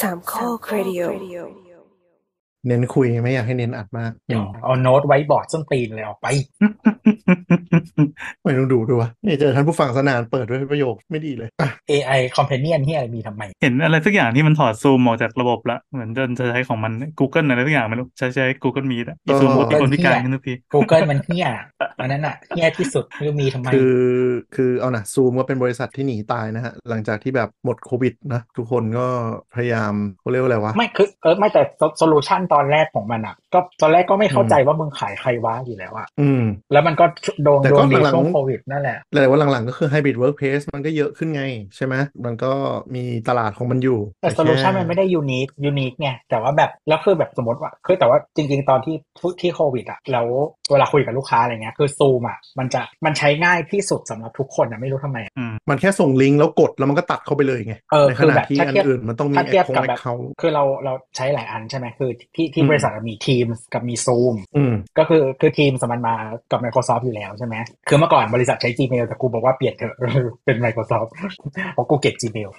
สามข้อครดิโอ เน้นคุยไม่อยากให้เน้นอัดมาก เดี๋ยวเอาโน้ตไว้บอร์ดส้นตีนเลยออกไป ไม่ต้องดูด้วยนี่เจอท่านผู้ฟังสนานเปิดด้วยประโยคไม่ดีเลยอ่ะ AI Companion ที่อะไรมีทำไม เห็นอะไรสักอย่างที่มันถอดซูมออกจากระบบละเหมือนจะใช้ของมัน Google อะไรสักอย่างไม่รู้ใช้ใช้ Google Meet อะอีซูม ก็ โอติคนพิการขึ้นทุกที Google มันเฮี้ยอันนั้นอ่ะเฮี้ยที่สุดไม่รู้มีทำไม คือคือเอานะซูมก็เป็นบริษัทที่หนีตายนะฮะ หลังจากที่แบบหมดโควิดนะทุกคนก็พยายามเขาเรียกว่าอะไรวะ ไม่คือเออไม่แต่โซลูชันตอนแรกของมันอ่ะ ก็ตอนแรกก็ไม่เข้าใจว่ามึงขายใครวะอยู่แล้วอ่ะ อืม แล้วมันก็โดน แต่ โด ก็ นดี หลังๆ ช่วงโควิดนั่นแหละ แต่ว่าหลังๆก็คือ hybrid workplace มันก็เยอะขึ้นไงใช่ไหมมันก็มีตลาดของมันอยู่ แต่โซลูชันมันไม่ได้ยูนิคยูนิคไงแต่ว่าแบบแล้วคือแบบสมมติว่าคือแต่ว่าจริง ๆ ตอนที่ที่โควิดอ่ะแล้วเวลาคุยกับลูกค้าอะไรเงี้ยคือซูมอ่ะมันจะมันใช้ง่ายที่สุดสำหรับทุกคนนะไม่รู้ทำไม อืม มันแค่ส่งลิงก์แล้วกดแล้วมันก็ตัดเข้าไปเลยไง เออ ในขคือ ณะ แบบ ที่ ถ้า อัน เทียบ อื่นมันต้องมี ถ้า แอ เทีย ค บ คง กับ แอ แบ ค บ เคา คือเราเราใช้หลายอันใช่ไหมคือที่ที่ อืม บริษัทอะมี Teams กับมี Zoom อืม ก็คือคือทีมสมันมากับ Microsoft อยู่แล้วใช่ไหมคือเมื่อก่อนบริษัทใช้ Gmail แต่กูบอกว่าเปลี่ยนเถอะ เป็น Microsoft เพราะกูเก็บ Gmail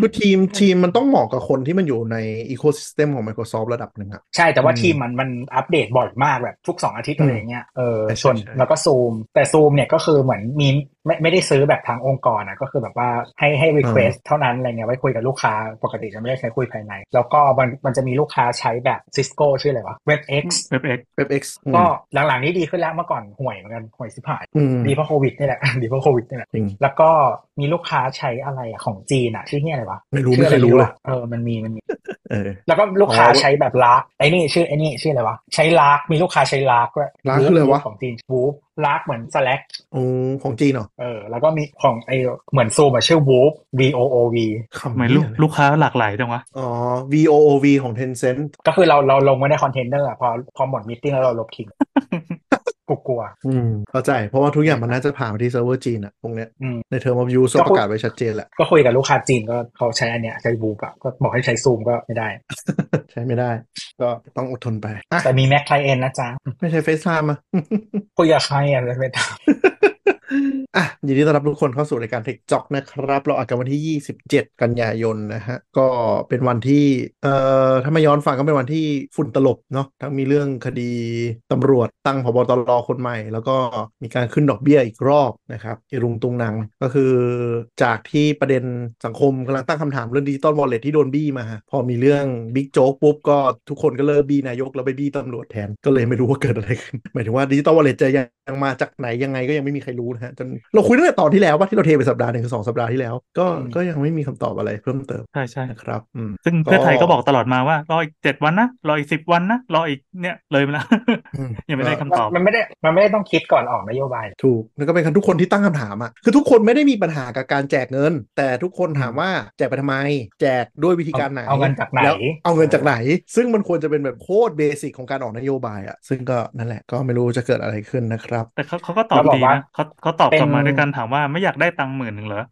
คือทีมทีมมันต้องเหมาะกับคนที่มันอยู่ในอีโค y ิสเต็มของ Microsoft ระดับหนึ่งอะ ใช่แต่ว่า อืม ทีมมันมันอัปเดตบ่อยมากแบบทุก 2 อาทิตย์ อืม อะไรอย่างเงี้ยเออ ใช่ใช่ ส่วน ใช่ แล้วก็ซูมแต่ซูมเนี่ยก็คือเหมือนมีไม่ไม่ได้ซื้อแบบทางองค์กรนะก็คือแบบว่าให้ให้ request เท่านั้นอะไรเงี้ยไว้คุยกับลูกค้าปกติจะไม่ได้ใช้คุยภายใน แล้วก็มันมันจะมีลูกค้าใช้แบบ Cisco ชื่ออะไรวะ WebX เว็บเอ็ก เว็บเอ็กซ์ ก็หลังๆนี้ดีขึ้นแล้วเมื่อก่อนห่วยเหมือนกันห่วยสิบหาย อืม ดีเพราะโควิดนี่แหละ ดีเพราะโควิดนี่แหละ จริง แล้วก็มีลูกค้าใช้อะไรอะของจีนอะชื่อเฮียอะไรวะ ไม่รู้ ชื่ออะ ไม่เคยรู้เลย อะเออมันมีมันมี เออ แล้วก็ลูกค้า อ๋อ ใช้แบบลากไอ้นี่ชื่อไอ้นี่ชื่ออะไรวะใช้ลากมีลูกค้าใช้ลากด้วย Lark Whoop คืออะไรวะ ของจีนวูฟลากเหมือน slack โอ้ของจีนเหรอ เออแล้วก็มีของไอเหมือนซูมอะชื่อวูฟ v o o v คำ ทำไม นี้ ลูก อะไร ลูกค้าหลากหลายจังวะ อ๋อ VOOV ของ Tencent ก็คือเราเราลงไว้ในคอนเทนเนอร์อะพอพอหมดมิทติ้งแล้วเราลบ ทิ้งกูกลัว อืมเข้าใจ เพราะว่าทุกอย่างมันน่าจะผ่านไปที่เซิร์ฟเวอร์จีนอะตรงเนี้ย อืม ในเทอร์มอ u ยูส ก็ ป พูด ระกาศไว้ชัดเจนแหละ ก็คุยกับลูกค้าจีนก็เขาใช้อันเนี้ยใช้วูฟอะก็บอกให้ใช้ซูมก็ไม่ได้ ใช้ไม่ได้ ก็ต้องอดทนไปอ่ะ แต่มีแม็กไคลเอนนะจ๊ะ ไม่ใช่เฟซไทม์อะ คุยกับใครอะเลยไม่ได้ อ่ะยินดีต้อนรับทุกคนเข้าสู่รายการเทคจ็อกนะครับ เราอัดกันวันที่ 27 กันยายนนะฮะ ก็เป็นวันที่เอ่อถ้าไม่ย้อนฟังก็เป็นวันที่ฝุ่นตลบเนาะทั้งมีเรื่องคดีตำรวจตั้งพบตรคนใหม่ แล้วก็มีการขึ้นดอกเบี้ยอีกรอบนะครับอีรุงตุงนังก็คือจากที่ประเด็นสังคมกำลังตั้งคำถามเรื่องดิจิตอลวอลเล็ตที่โดนบี้มา พอมีเรื่องบิ๊กโจ๊กปุ๊บก็ทุกคนก็เลิกบี้นายกแล้วไปบี้ตำรวจแทนก็เลยไม่รู้ว่าเกิดอะไรขึ้น หมายถึงว่าดิจิตอลวอลเล็ตจะยังมาจากไหนยังไงก็ยังไม่มีใครรู้นะฮะจนเราคุยตั้งแต่ตอนที่แล้วว่าที่เราเทไปสัปดาห์หนึ่งคือสองสัปดาห์ที่แล้ว ก็ อืม ก็ยังไม่มีคำตอบอะไรเพิ่มเติม ใช่ใช่ นะครับอืม ซึ่งเพื่อไทยก็บอกตลอดมาว่ารออีกเจ็ดวันนะรออีกสิบวันนะรออีกเนี่ยเลยไปแล้ว ยังไม่ได้คำตอบ มันไม่ได้มันไม่ได้ต้องคิดก่อนออกนโยบาย ถูกแล้วก็เป็นคนทุกคนที่ตั้งคำถามอ่ะคือทุกคนไม่ได้มีปัญหากับการแจกเงิน แต่ทุกคนถามว่าแจกไปทำไม แจกด้วยวิธีการไหน เอาเงินจากไหน แล้วเอาเงินจากไหน ซึ่งมันควรจะเป็นแบบโคตรเบสิกของการออกนโยบายอ่ะซึ่งก็นั่นแหละก็ไม่รู้จะเกิดอะไรขึ้นนะครับ แต่เขาเขาก็ตอบ แล้วบอก ดี ว่า นะเขาเขาตอบกลับมา เป็น ด้วยการถามว่าไม่อยากได้ตังค์หมื่นหนึ่งเหรอ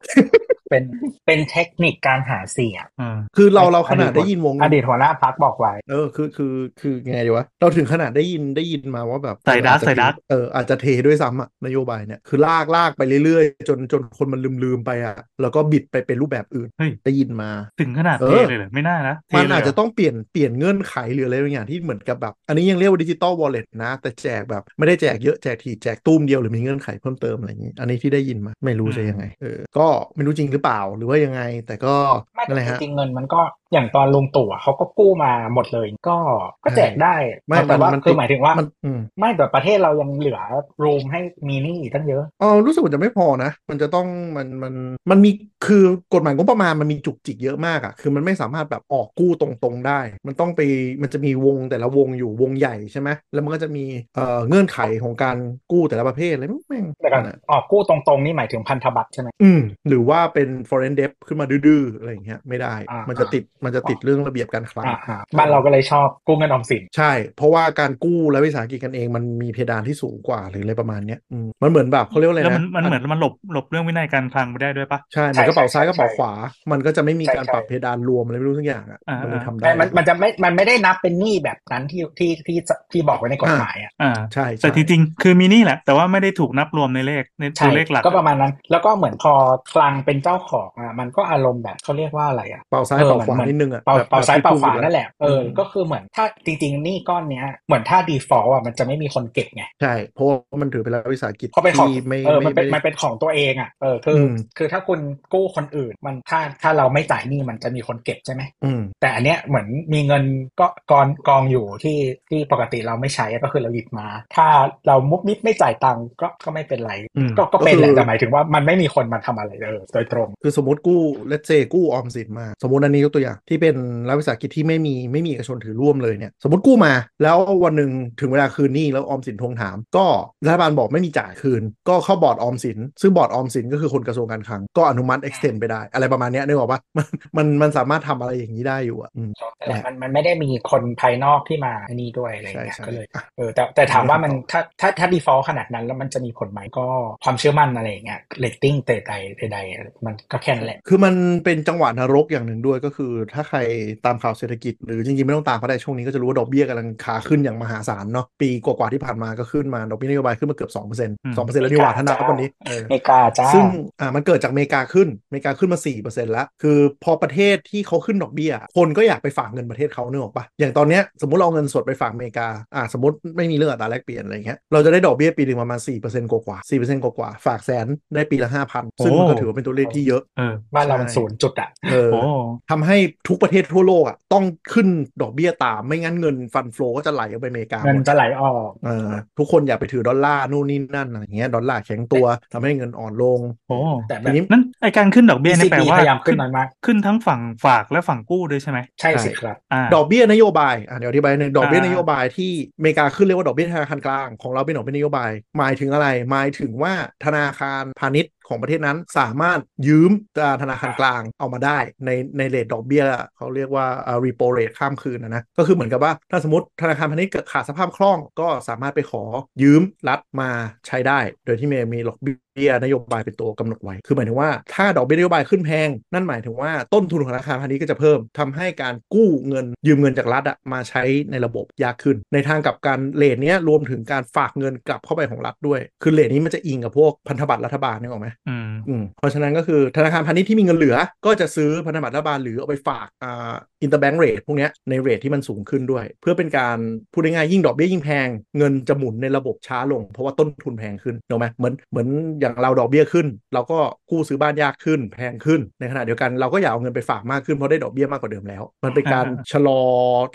เป็นเป็นเทคนิคการหาเสียง อ่า คือเราเรา อขดีตนาดได้ยินวง อดีตหัวหน้าพักบอกไว้ เออคือคือคือยังไงดีวะเราถึงขนาดได้ยินได้ยินมาว่าแบบ ใส่ดัก อาจจะ ใส่ดัก เอออาจจะเทด้วยซ้ำอ่ะนโยบายเนี่ยคือลากลากไปเรื่อยๆ จนจนคนมันลืมลืมๆไปอ่ะแล้วก็บิดไปเป็นรูปแบบอื่น เฮ้ย ได้ยินมา ถึงขนาด เอ เท อ เลยเหรอไม่น่านะเท มัน เลย อาจ เหร จะ อ ต้องเปลี่ยนเปลี่ยนเงื่อนไขหรืออะไรบางอย่างที่เหมือนกับแบบ อันนี้ยังเรียกว่าดิจิตอลวอลเล็ตนะ แต่แจกแบบไม่ได้แจกเยอะแจกทีแจกตุ้มเดียวหรือมีเงื่อนไขเพิ่มเติมอะไรอย่างนี้อันนี้ที่ได้ยินมาไม่รู้จะยังไงเออก็ไม่รู้จริงหรือเปล่าหรือว่ายังไง แต่ก็ ไม่ นั่นแห แต่ ละ จ ฮะ ริงๆเงินมันก็อย่างตอนลงตู่อะเขาก็กู้มาหมดเลย ก็ก็แจกได้ ไม่ แต่ว่า มัน คือ ติด หมายถึงว่าม มันอืม ไม่แต่ประเทศเรายังเหลือรูมให้มีหนี้อีกตั้งเยอะ เออรู้สึกว่าจะไม่พอนะ มันจะต้องมันมันมันมีคือกฎหมายงบประมาณมันมีจุกจิกเยอะมากอะ่ะ คือมันไม่สามารถแบบออกกู้ตรงๆได้ มันต้องไปมันจะมีวงแต่ละวงอยู่วงใหญ่ใช่ไหมแล้วมันก็จะมีเอ่อเงื่อนไขของการกู้แต่ละประเภทอะไรแม่ง แต่การ น่ะ ออกกู้ตรงๆนี่หมายถึงพันธบัตรใช่ไหม อืมหรือว่าเป็น foreign debt ขึ้นมาดื้อๆอะไรอย่างเงี้ยไม่ได้ อ่ามั มันจะติดมันจะติดเรื่องระเบียบการคลัง อ่าฮะบ้านเราก็เลยชอบกู้เงินออมสิน ใช่ เพราะว่าการกู้และวิสาหกิจกันเองมันมีเพดานที่สูงกว่าหรืออะไรประมาณเนี้ยอืมมันเหมือนแบบเขาเรียกว่าอะไร แล้วมั นะ นมันเหมือนมันหลบหลบเรื่องวินัยการคลังไปได้ด้วยปะ ใช่ ใช่ มันกระเป๋า ใช่ ซ้ายกระเป๋า ใช่ ขวา มันก็จะไม่มีการ ใช่ ปรับเพดานรวมอะไรไม่รู้ทุกอย่างอ่ะ อ่ามั มันเลยทำได้ แต่มันมันจะไม่มันไม่ได้นับเป็นหนี้แบบนั้นที่ที่ที่ที่บอกไว้ในกฎหมายอะ อ่า ใช่ใช่ แต่จริงๆคือมีนี่แหละ แต่ว่าไม่ได้ถูกนับรวมในเลขในตั ใช่ วเลขหลัก ก็ประมาณนั้น แล้วก็เหมือนพอคลังเป็นเจ้าของอ่ะมันก็อารมณ์แบบเขาเรียกว่าอะไรอ่ะ เป๋าซ้าย เออ เป๋า เหมือขนวา เหมือน นิดนึงอะ เป่า แบบ เป่าซ้าย แบบ เป่า ที่ ขวา พูดอยู่ นั่นแหละเออ ม ก็คือเหมือนถ้าจริง ๆ หนี้ก้อนเนี้ยเหมือนถ้า default อ่ะมันจะไม่มีคนเก็บไง ใช่เพราะว่ามันถือเป็นรัฐวิสาหกิจ เพราะเป็นของ ที่ไม่ เออ ไม่ มันเป็น ไได้ มันเป็นของตัวเองอ่ะเออคืออ ม คือถ้าคุณกู้คนอื่น มันถ้าถ้าเราไม่จ่ายหนี้มันจะมีคนเก็บใช่ไหม อืม แต่อันเนี้ยเหมือนมีเงินก็กองกองอยู่ที่ที่ปกติเราไม่ใช้ก็คือเราหยิบมา ถ้าเรามุกมิดไม่จ่ายตังค์ก็ก็ไม่เป็นไร อืม ก็ก็เป็นก็แหละ คือ แต่หมายถึงว่ามันไม่มีคนมาทำอะไรเออโดยตรง คือสมมติกู้เลเจกู้ออมสินมา สมมติอันนี้ยกตัวอย่างที่เป็นรัฐวิสาหกิจที่ไม่มีไม่มีเอกชนถือร่วมเลยเนี่ยสมมติกู้มา แล้ววันหนึ่งถึงเวลาคืนหนี้แล้วออมสินทวงถาม ก็รัฐบาลบอกไม่มีจ่ายคืน ก็เข้าบอร์ดออมสิน ซึ่งบอร์ดออมสินก็คือคนกระทรวงการคลังก็อนุมัติ extend ไปได้ อะไรประมาณเนี้ยนึกออกปะ มันมันมันสามารถทำอะไรอย่างนี้ได้อยู่อ่ะอืม แต่มันมันไม่ได้มีคนภายนอกที่มาอันนี้ด้วยอะไร ใช่ เงี้ย ใช่ ก็เลย อ่ะ เออแต่แต่ถามว่ามันถ้าถ้าถ้า default ขนาดนั้นแล้วมันจะมีผลไหมก็ความเชื่อมั่นอะไรอย่างเงี้ย rating ใดๆใดๆมันก็แค่นั้นแหละ คือมันเป็นจังหวะนรกอย่างหนึ่งด้วยก็คือ ถ้าใครตามข่าวเศรษฐกิจ หรือจริงๆ ไม่ต้องตามก็ได้ช่วงนี้ก็จะรู้ว่าดอกเบี้ยกำลังขาขึ้นอย่างมหาศาลเนาะปีกว่าๆที่ผ่านมาก็ขึ้นมาดอกเบี้ยนโยบายขึ้นมาเกือบ 2% 2%แล้วนี่หว่าถ้านับวันนี้เออ อเมริกาจ้า ซึ่งอ่ามันเกิดจากอเมริกาขึ้นอเมริกาขึ้นมา 4%แล้ว คือพอประเทศที่เขาขึ้นดอกเบี้ย คนก็อยากไปฝากเงินประเทศเขาเนกออกปะอย่างตอนเนี้ยสมมติเราเอาเงินสดไปฝากอเมริกาอ่าสมมติไม่มีเรื่องอัตราแลกเปลี่ยนอะไรเงี้ยเราจะได้ดอกเบี้ยปีหนึ่งประมาณ4%กว่าๆ4%กว่าๆฝากแสนได้ปีละ5,000ซึ่งมันก็ถือว่าเป็นตัวเลขที่เยอะ เออ บ้านเรามัน ใช่ ศูนย์จุดอ่ะ เออ โอ้ ทำให้ทุกประเทศทั่วโลกอ่ะต้องขึ้นดอกเบี้ยตาม ไม่งั้นเงินฟันโฟลก็จะไหลออกไปอเมริกาหม เงิน ด จะไหลออก เออทุกคนอย่าไปถือดอลลาร์นู่นนี่นั่นอะไรเงี้ยดอลลาร์แข็งตัวทำให้เงินอ่อนลง โอ้ แต่แบ ที บ นี้ นั่นไอการขึ้นดอกเบี้ย ECB นี่แปลว่า พยายามขึ้นน้อยมาก ขึ้นทั้งฝั่งฝากและฝั่งกู้ด้วยใช่ไหม ใช่ ใช่ สิครับ อ่า ดอกเบี้ยนโยบายอ่ะเดี๋ยวอธิบายหนึ่งดอกเบี้ย อ่าน โยบายที่อเมริกาขึ้นเรียกว่าดอกเบี้ยธนาคารกลางของเราเป็นดอกเบี้ยนโยบาย หมายถึงอะไร หมายถึงว่าธนาคารพาณิชย์ของประเทศนั้นสามารถยืมจากธนาคารกลางเอามาได้ในในเรทดอกเบี้ยเขาเรียกว่ารีโปเรทข้ามคืนนะนะก็คือเหมือนกับว่าถ้าสมมติธนาคารพาณิชย์เกิดขาดสภาพคล่อง ก็สามารถไปขอยืมรัฐมาใช้ได้ โดยที่มีมีดอกเบี้ยนโยบายเป็นตัวกำหนดไว้คือหมายถึงว่าถ้าดอกเบี้ยนโยบายขึ้นแพง นั่นหมายถึงว่าต้นทุนของธนาคารพาณิชย์ก็จะเพิ่มทำให้การกู้เงินยืมเงินจากรัฐอะมาใช้ในระบบยากขึ้น ในทางกลับการเรทเนี้ยรวมถึงการฝากเงินกลับเข้าไปของรัฐด้วย คือเรทนี้มันจะอิงกับพวกพันธบัตรรัฐบาลนึกออกไหม อืม อืมเพราะฉะนั้นก็คือธนาคารพาณิชย์ที่มีเงินเหลือ ก็จะซื้อพันธบัตรรัฐบาลหรือเอาไปฝากอ่าอินเตอร์แบงก์เรทพวกเนี้ยในเรทที่มันสูงขึ้นด้วย เพื่อเป็นการพูดง่ายๆยิ่งดอกเบี้ยยิ่งแพง เงินจะหมุนในระบบช้าลง เพราะว่าต้นทุนแพงขึ้นถูกไหมเหมือนเหมือนอย่างเราดอกเบี้ยขึ้น เราก็กู้ซื้อบ้านยากขึ้น แพงขึ้นในขณะเดียวกันเราก็อยากเอาเงินไปฝากมากขึ้นเพราะได้ดอกเบี้ยมากกว่าเดิมแล้ว มันเป็นการ อ่า ชะลอ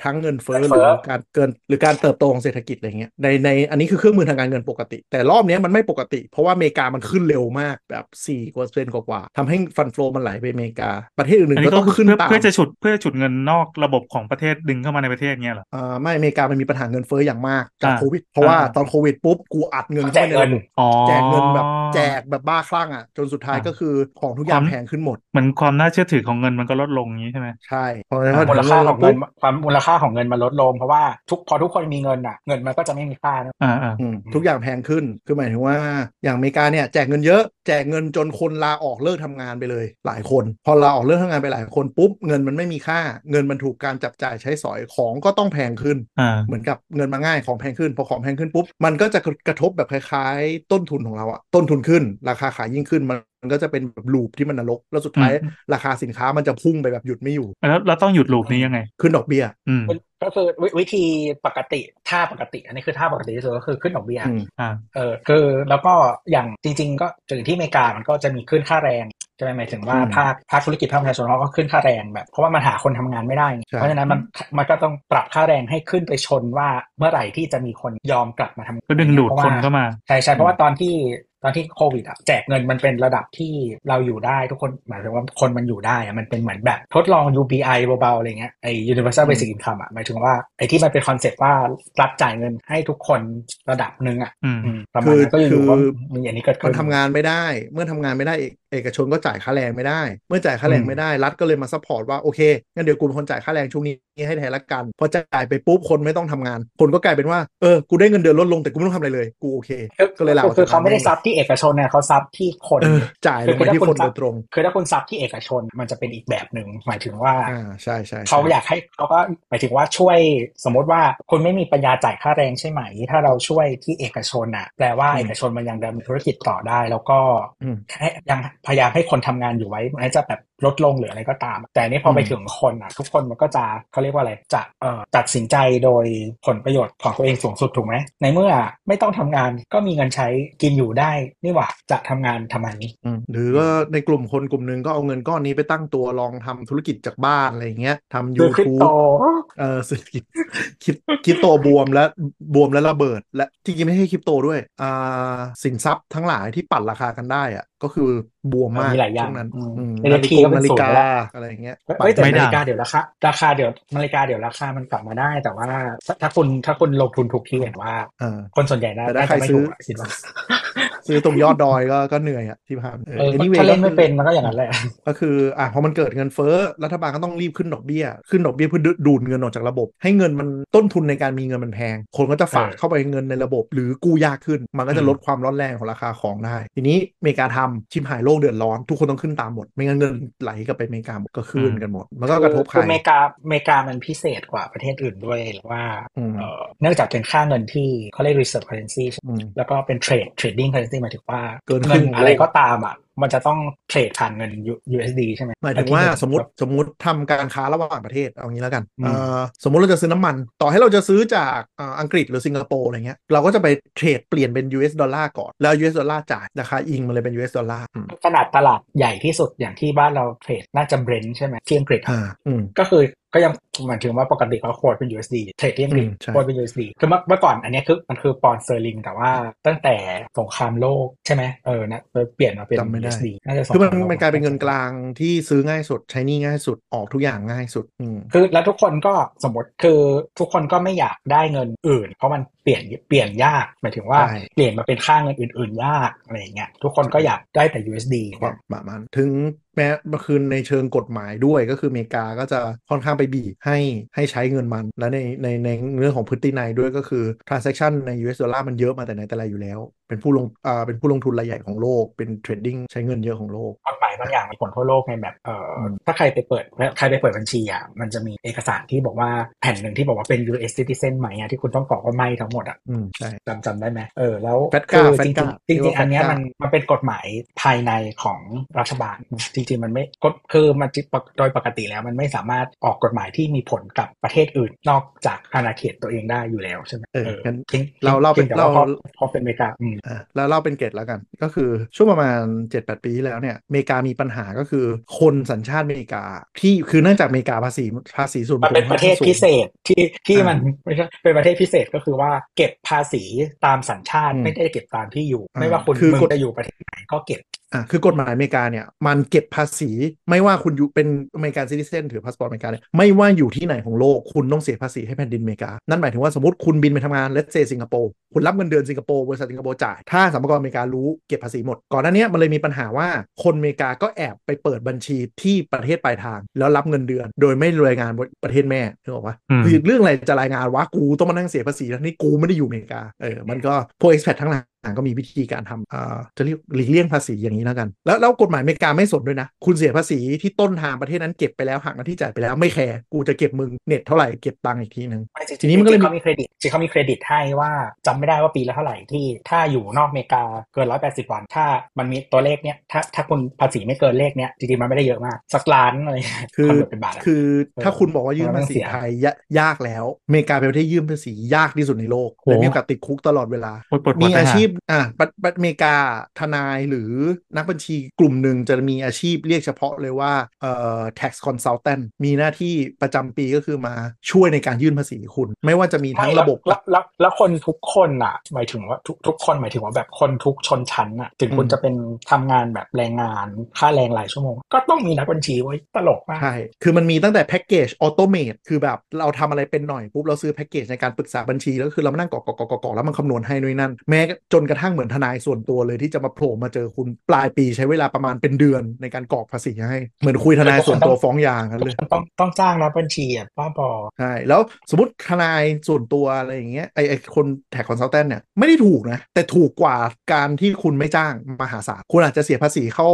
ทั้งเงินเฟ้อ เงิหนเฟ้ รือ อ การเกินหรือการเติบโตของเศรษฐกิจอะไรเงี้ยในในอันนี้คือเครื่องมือทางการเงินปกติ แต่รอบเนี้ยมันไม่ปกติ เพราะว่าอเมริกามันขึ้นเร็วมากแบบ4กว่าเซนกว่าๆทำให้ฟันโฟลมันไหลไปอเมริกา ประเทศอื่ อัน นๆ นี้ ก็ ก็ ต้อง คือ ขึ้น เพื่อ ตาม เพื่อจะฉุดเพื่อจะฉุดเงินนอกระบบของประเทศดึงเข้ามาในประเทศเงี้ยเหรอ อ่าไม่อเมริกามันมีปัญหาเงินเฟ้ออย่างมากจาก อ่า โควิด เพราะว่า อ่า ตอนโควิดปุ๊บกูอัดเงิน เขาแจกเงิน อ๋อ แจกเงินแบบแจกแบบบ้าคลั่งอ่ะจนสุดท้าย อ่า ก็คือของทุกอย่างแพงขึ้นหมด เหมือนความน่าเชื่อถือของเงินมันก็ลดลงอย่างนี้ใช่ไหม ใช่เพราะฉะนั้นพอ มูลค่าของเงิน ปุ๊บ ความมูลค่าของเงินมันลดลง เพราะว่าทุกพอทุกคนมีเงินอ่ะ เงินมันก็จะไม่มีค่านะ อ่าอ่า อืมทุกอย่างแพงขึ้นคือหมายถึงว่าอย่างอเมริกาเนี่ยแจกเงินเยอะ แจกเงินจนคนลาออกเลิกทำงานไปเลยหลายคน พอลาออกเลิกทำงานไปหลายคนปุ๊บเงินมันไม่มีค่า เงินมันถูกการจับจ่ายใช้สอยของก็ต้องแพงขึ้น อ่า เหมือนกับเงินมาง่ายของแพงขึ้น พอของแพงขึ้นปุ๊บ มันก็จะกระทบแบบคล้ายๆ ต้นทุนของเราอะต้นทุนขึ้น ราคาขายยิ่งขึ้นมันมันก็จะเป็นแบบลูปที่มันนรก แล้วสุดท้าย อืม ราคาสินค้ามันจะพุ่งไปแบบหยุดไม่อยู่ แล้วเราต้องหยุดลูปนี้ยังไง ขึ้นดอกเบี้ย อืม ก็คือวิวิธีปกติท่าปกติ อันนี้คือท่าปกติที่สุดก็คือขึ้นดอกเบี้ย อืม อ่า เออคือแล้วก็อย่างจริง ๆ ก็ถึงที่อเมริกามันก็จะมีขึ้นค่าแรงใช่ไหมหมายถึงว่า อืม ภาคภาคธุรกิจภาคประชาชนเขาก็ขึ้นค่าแรงแบบเพราะว่ามันหาคนทำงานไม่ได้ไง ใช่ เพราะฉะนั้นมันมันก็ต้องปรับค่าแรงให้ขึ้นไปชนว่าเมื่อไหร่ที่จะมีคนยอมกลับมาทำงาน ก็ดึงดูด พระว่ คนเข้ามา ใช่ใช่เพราะว่าตอนที่ตอนที่โควิดอะแจกเงินมันเป็นระดับที่เราอยู่ได้ทุกคนหมายถึงว่าคนมันอยู่ได้อะมันเป็นเหมือนแบบทดลอง UBI เบาๆอะไรเงี้ยไอ้ Universal Basic Income อะหมายถึงว่าไอ้ที่มันเป็นคอนเซ็ปต์ว่ารับจ่ายเงินให้ทุกคนระดับหนึ่งอะ อืม อืมประมาณนั้นก็ยัง คืออ ยู่ว่ามีอันนี้เกิดขึ้ มัน นทำงานไม่ได้ เมื่อทำงานไม่ได้เอกเอกชนก็จ่ายค่าแรงไม่ได้ เมื่อจ่ายค่าแรง อืม ไม่ได้ รัฐก็เลยมาซัพพอร์ตว่าโอเค งั้นเดี๋ยวกูเป็นคนจ่ายค่าแรงช่วงนี้ให้แทนละกัน พอจ่ายไปปุ๊บคนไม่ต้องทำงาน คนก็กลายเป็นว่า เออ กูได้เงินเดือนลดลงแต่กูไม่ต้องทำอะไรเลย กูโอเค ก็เลยลาออก คือ จาก เขาไม่ได้ งน ซับที่เอกชนเนี่ยเขาซับที่คน เออจ่ายลงไปที่คนโดยตรง คือถ้าคุณซับที่เอกชนมันจะเป็นอีกแบบหนึ่งหมายถึงว่า อ่าใช่ใช่ใช่ เขาอยากให้เขาก็หมายถึงว่าช่วยสมมติว่าคุณไม่มีปัญญาจ่ายค่าแรงใช่ไหม ถ้าเราช่วยที่เอกชนอ่ะ แปลว่า อืม เอกชนมันยังดำเนินธุรกิจต่อได้ แล้วก็ อืม ให้ยัง พยายามให้คนทำงานอยู่ไว้แม้จะแบบลดลงหรืออะไรก็ตาม แต่อันนี่พอไป อืม ถึงคนอ่ะ ทุกคนมันก็จะเขาเรียกว่าอะไรจะเอ่อตัดสินใจโดยผลประโยชน์ของตัวเองสูงสุดถูกไหมในเมื่อไม่ต้องทำงานก็มีเงินใช้กินอยู่ได้นี่หว่าจะทำงานทำไม อืมหรือว่าในกลุ่มคนกลุ่มหนึ่งก็เอาเงินก้อนนี้ไปตั้งตัวลองทำธุรกิจจากบ้านอะไรอย่างเงี้ยทำ คือคริป YouTube โต เออเศรษฐกิจคริปคริปโตบวมและบวมและระเบิด และจริงๆไม่ใช่คริปโตด้วยอ่าสินทรัพย์ทั้งหลายที่ปั่นราคากันได้อะก็คือบวมมาก มีหลายอย่าง ช่วนั้น อืม อืม NFT นาฬิกา ก็เป็น นาฬิ ศูนย์ กา ไปแล้ว อะไรอย่างเงี้ย เอ้ยแต่ ไม่ นา ได้ ฬิกาเดี๋ยวราคาราคาเดี๋ยวนาฬิกาเดี๋ยวราคามันกลับมาได้ แต่ว่าถ้าถ้าคุณถ้าคุณลงทุนถูกที่เห็นว่า อ่า คนส่วนใหญ่น่า แต่ถ้า น่า ใคร จะไม่ ซื้ ถู อ กอะคิดว่า ซื้อตรงยอดดอยก็ก็เหนื่อยอะที่ผ่าน เออ นี่ ถ้าเล่นไม่เป็นมันก็อย่างนั้นแหละ ก็คืออ่ะพอมันเกิดเงินเฟ้อรัฐบาลก็ต้องรีบขึ้นดอกเบี้ย ขึ้นดอกเบี้ยเพื่อดูดูดเงินออกจากระบบ ให้เงินมันต้นทุนในการมีเงินมันแพง คนก็จะฝาก เออ เข้าไปเงินในระบบ หรือกู้ยากขึ้น มันก็จะลดความร้อนแรงของราคาของได้ ทีนี้อเมริกาทำชิมหายโลกเดือดร้อน ทุกคนต้องขึ้นตามหมด ไม่งั้นเงินไหลกลับไปอเมริกาหมดก็ขึ้นกันหมด มันก็กระทบใคร อเมริกาอเมริกามันพิเศษกว่าประเทศอื่นด้วยหรือว่า อืม เอ่อเนื่องจากเป็นค่าเงินที่เขาเรียก reserve currency อืม แล้วก็เป็นเทรด trading currency หมายถึงว่า เกินครึ่งขเงินองโลก อะไรก็ตามอ่ะมันจะต้องเทรดผ่านเงิน U- USD ใช่ไหม หมายถึง ที่ ว่า เงิน สมมติสมมติทำการค้าระหว่างประเทศเอางี้แล้วกัน อืม เอ่อสมมติเราจะซื้อน้ำมัน ต่อให้เราจะซื้อจากเอ่ออังกฤษหรือสิงคโปร์อะไรเงี้ยเราก็จะไปเทรดเปลี่ยนเป็น US ดอลลาร์ก่อน แล้ว US ดอลลาร์จ่ายราคาอิงมันเลยเป็น US ดอลลาร์อืม ขนาดตลาดใหญ่ที่สุดอย่างที่บ้านเราเทรดน่าจะเบรนใช่ไหมที่อังกฤษอะ อ่าอืม ก็คือก็ยังหมายถึงว่าปกติเขาโคดเป็น USD เทรดที่อังกฤษ อืมใช่ โคดเป็น USD คือเมื่อเมื่อก่อนอันเนี้ยคือมันคือปอนด์สเตอร์ลิงแต่ว่าตั้งแต่สงครามโลกใช่ไหมเออนะเปลี่ยนมาเป็น จำไม่ได้ USD น่าจะสง คือ ค มั ราน มโลก มันกลายเป็นเงินกลางที่ซื้อง่ายสุดใช้หนี่ง่ายสุดออกทุกอย่างง่ายสุดอืม คือแล้วทุกคนก็สมมติคือทุกคนก็ไม่อยากได้เงินอื่น เพราะมันเปลี่ยนเปลี่ยนยากหมายถึงว่า ใช่ เปลี่ยนมาเป็นค่าเงินอื่น ๆ ยากอะไรอย่างเงี้ยทุกคนก็อยากได้แต่ USD ความประมาณถึงแม้เมื่อคืนในเชิงกฎหมายด้วยก็คืออเมริกาก็จะค่อนข้างไปบีบให้ให้ใช้เงินมัน และในในในเรื่องของพฤตินัยด้วยก็คือ transaction ใน US ดอลลาร์มันเยอะมาแต่ไหนแต่ไรอยู่แล้ว เป็นผู้ลงอ่าเป็นผู้ลงทุนรายใหญ่ของโลก เป็นเทรดดิ้งใช้เงินเยอะของโลก กฎหมายบางอย่างมีผลทั่วโลกในแบบเอ่ออ ม ถ้าใครไปเปิดใครไปเปิดบัญชีอ่ะมันจะมีเอกสารที่บอกว่าแผ่นหนึ่งที่บอกว่าเป็น US citizen ไหมอ่ะที่คุณต้องกรอกว่าไม่ทั้งหมดอ่ะ อืมใช่ จำจำได้ไหมเออแล้ว แฟต คื ก้า อ แฟ จ ต ริง ก้า ๆจริง เรียกว่า ๆอันเนี้ย แฟตก้ามั มันมันเป็นกฎหมายภายในของรัฐบาลจริงๆมันไม่กฎคือมันจิโดยปกติแล้วมันไม่สามารถออกกฎหมายที่มีผลกับประเทศอื่น นอกจากอาณาเขตตัวเองได้อยู่แล้วใช่ไหม เอองั้น ทิ้ง เราเล่าเป็น พียงแต่ว่ เรา พอพอเป็นอเมริกาอืม อ่ะแล้วเล่าเป็นเกรดแล้วกัน ก็คือช่วงประมาณ 7-8 ปีที่แล้วเนี่ยอเมริกามีปัญหาก็คือคนสัญชาติอเมริกา ที่คือเนื่องจากอเมริกาภาษีภาษีส่วนบุ มั คน คล เป็นประเทศ ค่อนข้างสูง พิเศษที่ที่ อ่ามั มันไม่ใช่เป็นประเทศพิเศษก็คือว่าเก็บภาษีตามสัญชาติ อืม ไม่ได้เก็บตามที่อยู่ อ่า ไม่ว่าคุณ คือ มึง กฎ จะอยู่ประเทศไหนก็เก็บ อ่ะคือกฎหมายอเมริกาเนี่ยมันเก็บภาษีไม่ว่าคุณอยู่เป็นอเมริกันซิติเซนถือพาสปอร์ตอเมริกาเนี่ยไม่ว่าอยู่ที่ไหนของโลกคุณต้องเสียภาษีให้แผ่นดินอเมริกา นั่นหมายถึงว่าสมมติคุณบินไปทำงานเลสเซสิงคโปร์คุณรับเงินเดือนสิงคโปร์บริษัทสิงคโปร์จ่าย ถ้าสรรพากรอเมริการู้เก็บภาษีหมด ก่อนหน้าเนี้ยมันเลยมีปัญหาว่าคนอเมริกาก็แอบไปเปิดบัญชีที่ประเทศปลายทาง แล้วรับเงินเดือน โดยไม่รายงานประเทศแม่นึกออกปะ อืม คือเรื่องอะไรจะรายงานวะกูต้องมานั่งเสียภาษีทั้งที่กูไม่ได้อยู่อเมริกาเออมันก็พวก expat ทั้งหลาย ต่างๆก็มีวิธีการทำเอ่อจะเรียกหลีกเลี่ยงภาษีอย่างนี้แล้วกัน แล้วแล้วกฎหมายอเมริกาไม่สนด้วยนะ คุณเสียภาษีที่ต้นทางประเทศนั้นเก็บไปแล้วหักหน้าที่จ่ายไปแล้วไม่แคร์กูจะเก็บมึงเน็ตเท่าไหร่เก็บตังค์อีกทีหนึ่ง ไม่จริงๆ ทีนี้มันก็เลย จริงๆเขามีเครดิตจริงๆเขามีเครดิตให้ว่าจำไม่ได้ว่าปีละเท่าไหร่ที่ถ้าอยู่นอกอเมริกาเกิน 180 วัน ถ้ามันมีตัวเลขเนี้ยถ้าถ้าคุณภาษีไม่เกินเลขเนี้ยจริงๆมันไม่ได้เยอะมาก สักล้านอะไร คือ นเวิร์ตเป็นบาทอะ คือถ้าคุณบอกว่ายื่นภาษี เออมันเสีย ไทยยะยากแล้วอเมริกาเป็นประเทศยื่นภาษียากที่สุดในโลก โห และมีโอกาสติดคุกตลอดเวลา โอ๊ยปวดหัว มี ไป อา หา ชีพอ่ะปะประเทศอเมริกาทนายหรือนักบัญชีกลุ่มหนึ่งจะมีอาชีพเรียกเฉพาะเลยว่าเอ่อ tax consultant มีหน้าที่ประจำปีก็คือมาช่วยในการยื่นภาษีคุณ ไม่ว่าจะมีทั้งระบบ แล้วแล้วแล้วแล้วคนทุกคนอ่ะ หมายถึงว่าทุกทุกคนหมายถึงว่าแบบคนทุกชนชั้นอ่ะ ถึงคุณ อืม จะเป็นทำงานแบบแรงงานค่าแรงหลายชั่วโมง ก็ต้องมีนักบัญชีไว้ยตลกมาก ใช่ คือมันมีตั้งแต่แพ็กเกจออโตเม e คือแบบเราทำอะไรเป็นหน่อย ปุ๊บ เราซื้อแพ็กเกจในการปรึกษาบัญชี แล้วคือเรามานั่งกรอกกรอกกรอกกรอกแล้วมันคำนวณให้นู่นนนั่น แม้จนกระทั่งเหมือนทนายส่วนตัวเลยที่จะมาโผล่มาเจอคุณปลายปีใช้เวลาประมาณเป็นเดือนในการกรอกภาษีให้ เหมือนคุยทนายส่วนตัวฟ้องหยากันเลย ต้องต้องจ้างนักบัญชีอ่ะบ้าบอ ใช่ แล้วสมมติทนายส่วนตัวอะไรอย่างเงี้ยไอไอคนแท็กคอนซัลแทนเนี่ยไม่ได้ถูกนะ แต่ถูกกว่าการที่คุณไม่จ้างมหาศาลคุณอาจจะเสียภาษีเข้า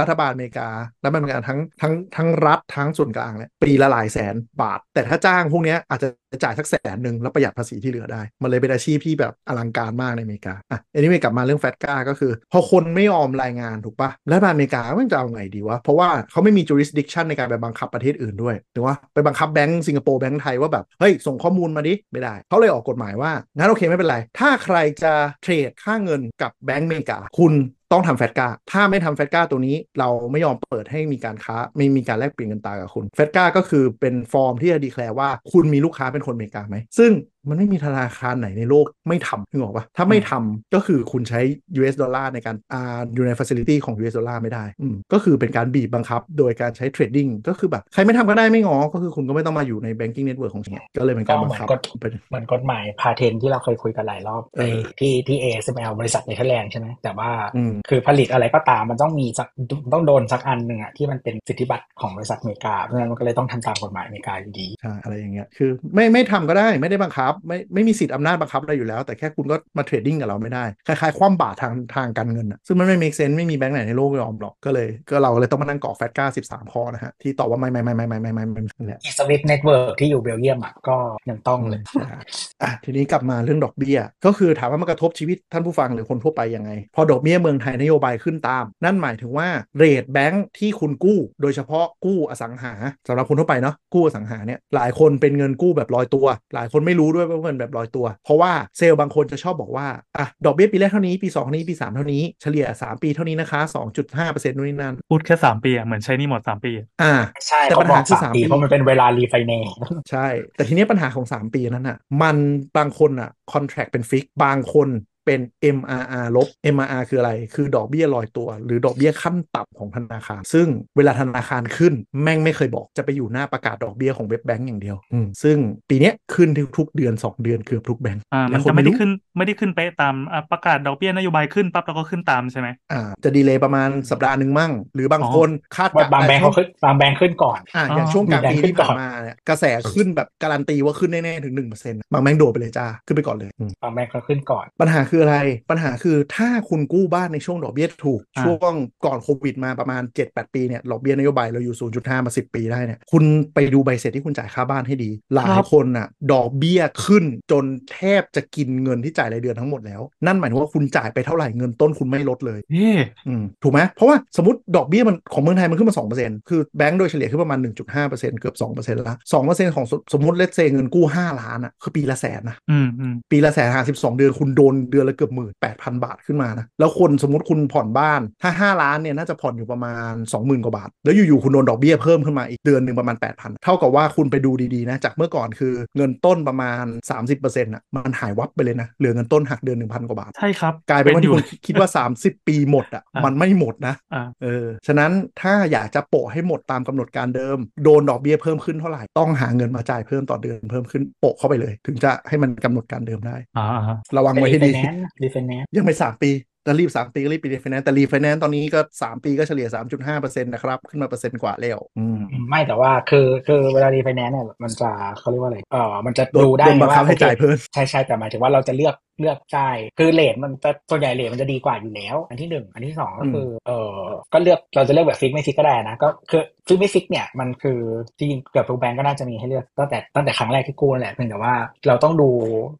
รัฐบาลอเมริการัฐบาลอเมริกาทั้งทั้งทั้งรัฐทั้งส่วนกลางเนี่ยปีละหลายแสนบาท แต่ถ้าจ้างพวกเนี้ยอาจจะจ่ายสักแสนหนึ่งแล้วประหยัดภาษีที่เหลือได้ มันเลยเป็นอาชีพที่แบบอลังการมากในอเมริกาอ่ะอันนี้ไม่กลับมาเรื่องแฟตก้าก็คือ พอคนไม่ยอมรายงานถูกปะรัฐบาลอเมริกาไม่รู้จะเอาไงดีวะ เพราะว่าเขาไม่มี jurisdiction ในการไปบังคับประเทศอื่นด้วยถูกปะไปบังคับแบงก์สิงคโปร์แบงก์ไทยว่าแบบเฮ้ยส่งข้อมูลมาดิไม่ได้เขาเลยออกกฎหมายว่างั้นโอเคไม่เป็นไรถ้าใครจะเทรดค่าเงินกับแบงก์อเมริกาคุณ ต้องทำแฟตกาถ้าไม่ทำแฟตกาตัวนี้เราไม่ยอมเปิดให้มีการค้า ไม่มีการแลกเปลี่ยนเงินตรากับคุณแฟตกาก็คือเป็นฟอร์มที่จะดีแคลว่าคุณมีลูกค้าเป็นคนอเมริกาไหม ซึ่งมันไม่มีธนาคารไหนในโลกไม่ทำนึกออกปะถ้าไม่ทำก็คือคุณใช้ US ดอลลาร์ในการอ่าอยู่ในฟ a ซิลิตี้ของ US ดอลลาร์ไม่ได้อืมก็คือเป็นการบีบบังคับ โดยการใช้เทรดดิ้งก็คือแบบใครไม่ทำก็ได้ไม่งอ ก็คือคุณก็ไม่ต้องมาอยู่ใน banking network ของฉันก็เลยเป็นการบังคับ ก็เหมือนกฎ เป็น เหมือนกฎหมายพาเทนที่เราเคยคุยกันหลายรอบ เออ ที่ที่เอสเบริษัทเนเธอร์แลนด์ใช่ไหมแต่ว่า อืม คือผลิตอะไรก็ตามมันต้องมีสักต้องโดนสักอันหนึ่งอะที่มันเป็นสิทธิบัตรของบริษัทอเมริกาเพราะฉะนั้นมันก็เลยต้องทำตามกฎหมายอเมริกาอยู่ดี ใช่อะไรอย่างเงี้ยคือไม่ไม่ทำก็ได้ไม่ได้บังคับ ไม่ไม่มีสิทธิ์อำนาจบังคับอะไรอยู่แล้ว แต่แค่คุณก็มาเทรดดิ้งกับเราไม่ได้ คล้ายๆ ความบาตรทางทางการเงินอะซึ่งมันไม่ make sense ไม่มีแบงก์ไหนในโลกยอมหรอกก็เลยก็เราเลยต้องมานั่งก่อแฟตก้า13 ข้อนะฮะ ที่ตอบว่าไม่ไม่ไม่ไม่ไม่ไม่ไม่ไม่นั่นแหละ อีสวิตเน็ตเวิร์กที่อยู่เบลเยียมอ่ะก็ยังต้องเลย นะฮะอ่ะทีนี้กลับมาเรื่องดอกเบี้ย ก็คือถามว่ามันกระทบชีวิตท่านผู้ฟังหรือคนทั่วไปยังไง พอดอกเบี้ยเมืองไทยนโยบายขึ้นตาม นั่นหมายถึงว่าเรทแบงก์ที่คุณกู้ โดยเฉพาะกู้อสังหาสำหรับคนทั่วไปเนาะกู้อสังหาเนี่ยหลายคนเป็นเงินกู้แบบลอยตัว หลายคนไม่รู้ด้วยว่าเงินแบบลอยตัว เพราะว่าเซลล์บางคนจะชอบบอกว่าอ่ะดอกเบี้ยปีแรกเท่านี้ปีสองเท่านี้ปีสามเท่านี้เฉลี่ยสามปีเท่านี้นะคะ2.5%นู่นนี่นั่น พูดแค่สามปีอะเหมือนใช้หนี่หมดสามปีอะ อ่า ใช่ แต่ เขา ปัญ บอ หาก คือ สาสามม ปี ปี เพราะมันเป็นเวลารีไฟแนนซ์ ใช่ แต่ทีเนี้ยปัญหาของ 3 ปีนั้นน่ะ มันบางคนอ่ะคอนแท t เป็นฟิก บางคนเป็น MRR ลบ MRR คืออะไร คือดอกเบี้ยลอยตัว หรือดอกเบี้ยขั้นต่ำของธนาคาร ซึ่งเวลาธนาคารขึ้น แม่งไม่เคยบอกจะไปอยู่หน้าประกาศดอกเบี้ยของเว็บแบงก์อย่างเดียวอืมซึ่งปีเนี้ยขึ้นทุกๆเดือน 2 เดือนเกือบทุกแบงก์ อ่ามัน แล้วค จะไม่ได้ รู้ ขึ้นไม่ได้ขึ้นไปะตามอ่ะประกาศดอกเบี้ยนโยบายขึ้นปั๊บเราก็ขึ้นตามใช่ไหม อ่าจะดีเลย์ประมาณสัปดาห์หนึ่งมั่ง หรือบาง อ๋อ คนคาดกะ บางแบงก์เขาขึ้นบางแบงก์ขึ้นก่อน อ่าอย่าง อ๋อ ช่วงกลางปี มีแบงค์ขึ้ ที่ นก่ ผ่า อน น มาเนี่ยกระแสขึ้นแบบการันตีว่าขึ้นแน่ๆถึง1%บางแบงก์โดดไปเลยจ้าขึ้นไปก่อนเลยอืม บางแบงก์เขาขึ้นก่อน ปัญหาคืออะไร ปัญหาคือถ้าคุณกู้บ้านในช่วงดอกเบี้ยถูก อ่า ช่วงก่อนโควิดมาประมาณ 7-8 ปีเนี่ย ดอกเบี้ยนโยบายเราอยู่ 0.5 มา 10 ปีได้เนี่ย คุณไปดูใบเสร็จที่คุณจ่ายค่าบ้านให้ดี หลายคนน่ะ ดอกเบี้ยขึ้นจนแทบจะกินเงินที่จ่ายรายเดือนทั้งหมดแล้ว นั่นหมายถึงว่าคุณจ่ายไปเท่าไหร่เงินต้นคุณไม่ลดเลย เอ๊ะ อืมถูกไหมเพราะว่าสมมติดอกเบี้ยมันของเมืองไทยมันขึ้นมา 2%คือแบงก์โดยเฉลี่ยขึ้นประมาณ 1.5%เกือบ 2%แล้ว2%ของสสมมติเลทเซเงินกู้ 5 ล้านอ่ะคือปีละแสนนะ อืมอืม ปีละแสนหาสิบสองเดือนคุณโดนเดือนละเกือบหมื่นแปดพันบาทขึ้นมานะ แล้วคนสมมติคุณผ่อนบ้านถ้าห้าล้านเนี่ยน่าจะผ่อนอยู่ประมาณ 20,000 กว่าบาท แล้วอยู่ ๆ คุณโดนดอกเบี้ยเพิ่มขึ้นมาอีกเดือนหนึ่งประมาณ 8,000 เท่ากับว่าคุณไปดูดี ๆ นะ จากเมื่อก่อนคือเงินต้นประมาณ 30%อน่ะมันหายวับไปเลยนะ เหลือเงินต้นหักเดือน 1,000 กว่าบาท ใช่ครับ กลายเป็นว่า อ ที่ ยู่ คุณคิดว่า 30 ปีหมดอ่ะ อ่ะ มันไม่หมดนะ อ่า เออ ฉะนั้นถ้าอยากจะโปะให้หมดตามกำหนดการเดิม โดนดอกเบี้ยเพิ่มขึ้นเท่าไหร่ ต้องหาเงินมาจ่ายเพิ่มต่อเดือนเพิ่มขึ้นโปะเข้าไปเลย ถึงจะให้มันกำหนดการเดิมได้ อ่าอ่า ระวังไว้ให้ดี รีไฟแนนซ์รีไฟแนนซ์ ยังไม่สามปีแต่รีบสามปีก็รีบไปรีไฟแนนซ์แต่รีไฟแนนซ์ตอนนี้ก็สามปีก็เฉลี่ยสามจุดห้าเปอร์เซ็นต์นะครับ ขึ้นมาเปอร์เซ็นต์กว่าแล้วอืม ไม่แต่ว่าคือคือเวลารีไฟแนนซ์เนี่ยมันจะเขาเรียกว่าอะไรเออมันจะ โดน ดูได้ โดนบังคับ ว่ ให้จ่ายเพิ่ม ใช่ใช่แต่หมายถึงว่าเราจะเลือกเลือกจ่ายคือเลทมันจะส่วนใหญ่เลทมันจะดีกว่าอยู่แล้ว อันที่หนึ่งอันที่สองก็คือเออก็เลือกเราจะเลือกแบบฟิกไม่ฟิกก็ได้นะก็คือฟิกไม่ฟิกเนี่ยมันคือจริงๆเกือบทุกแบงก์ก็น่าจะมีให้เลือกตั้งแต่ตั้งแต่ครั้งแรกที่กู้นั่นแหละเพียงแต่ว่าเราต้องดู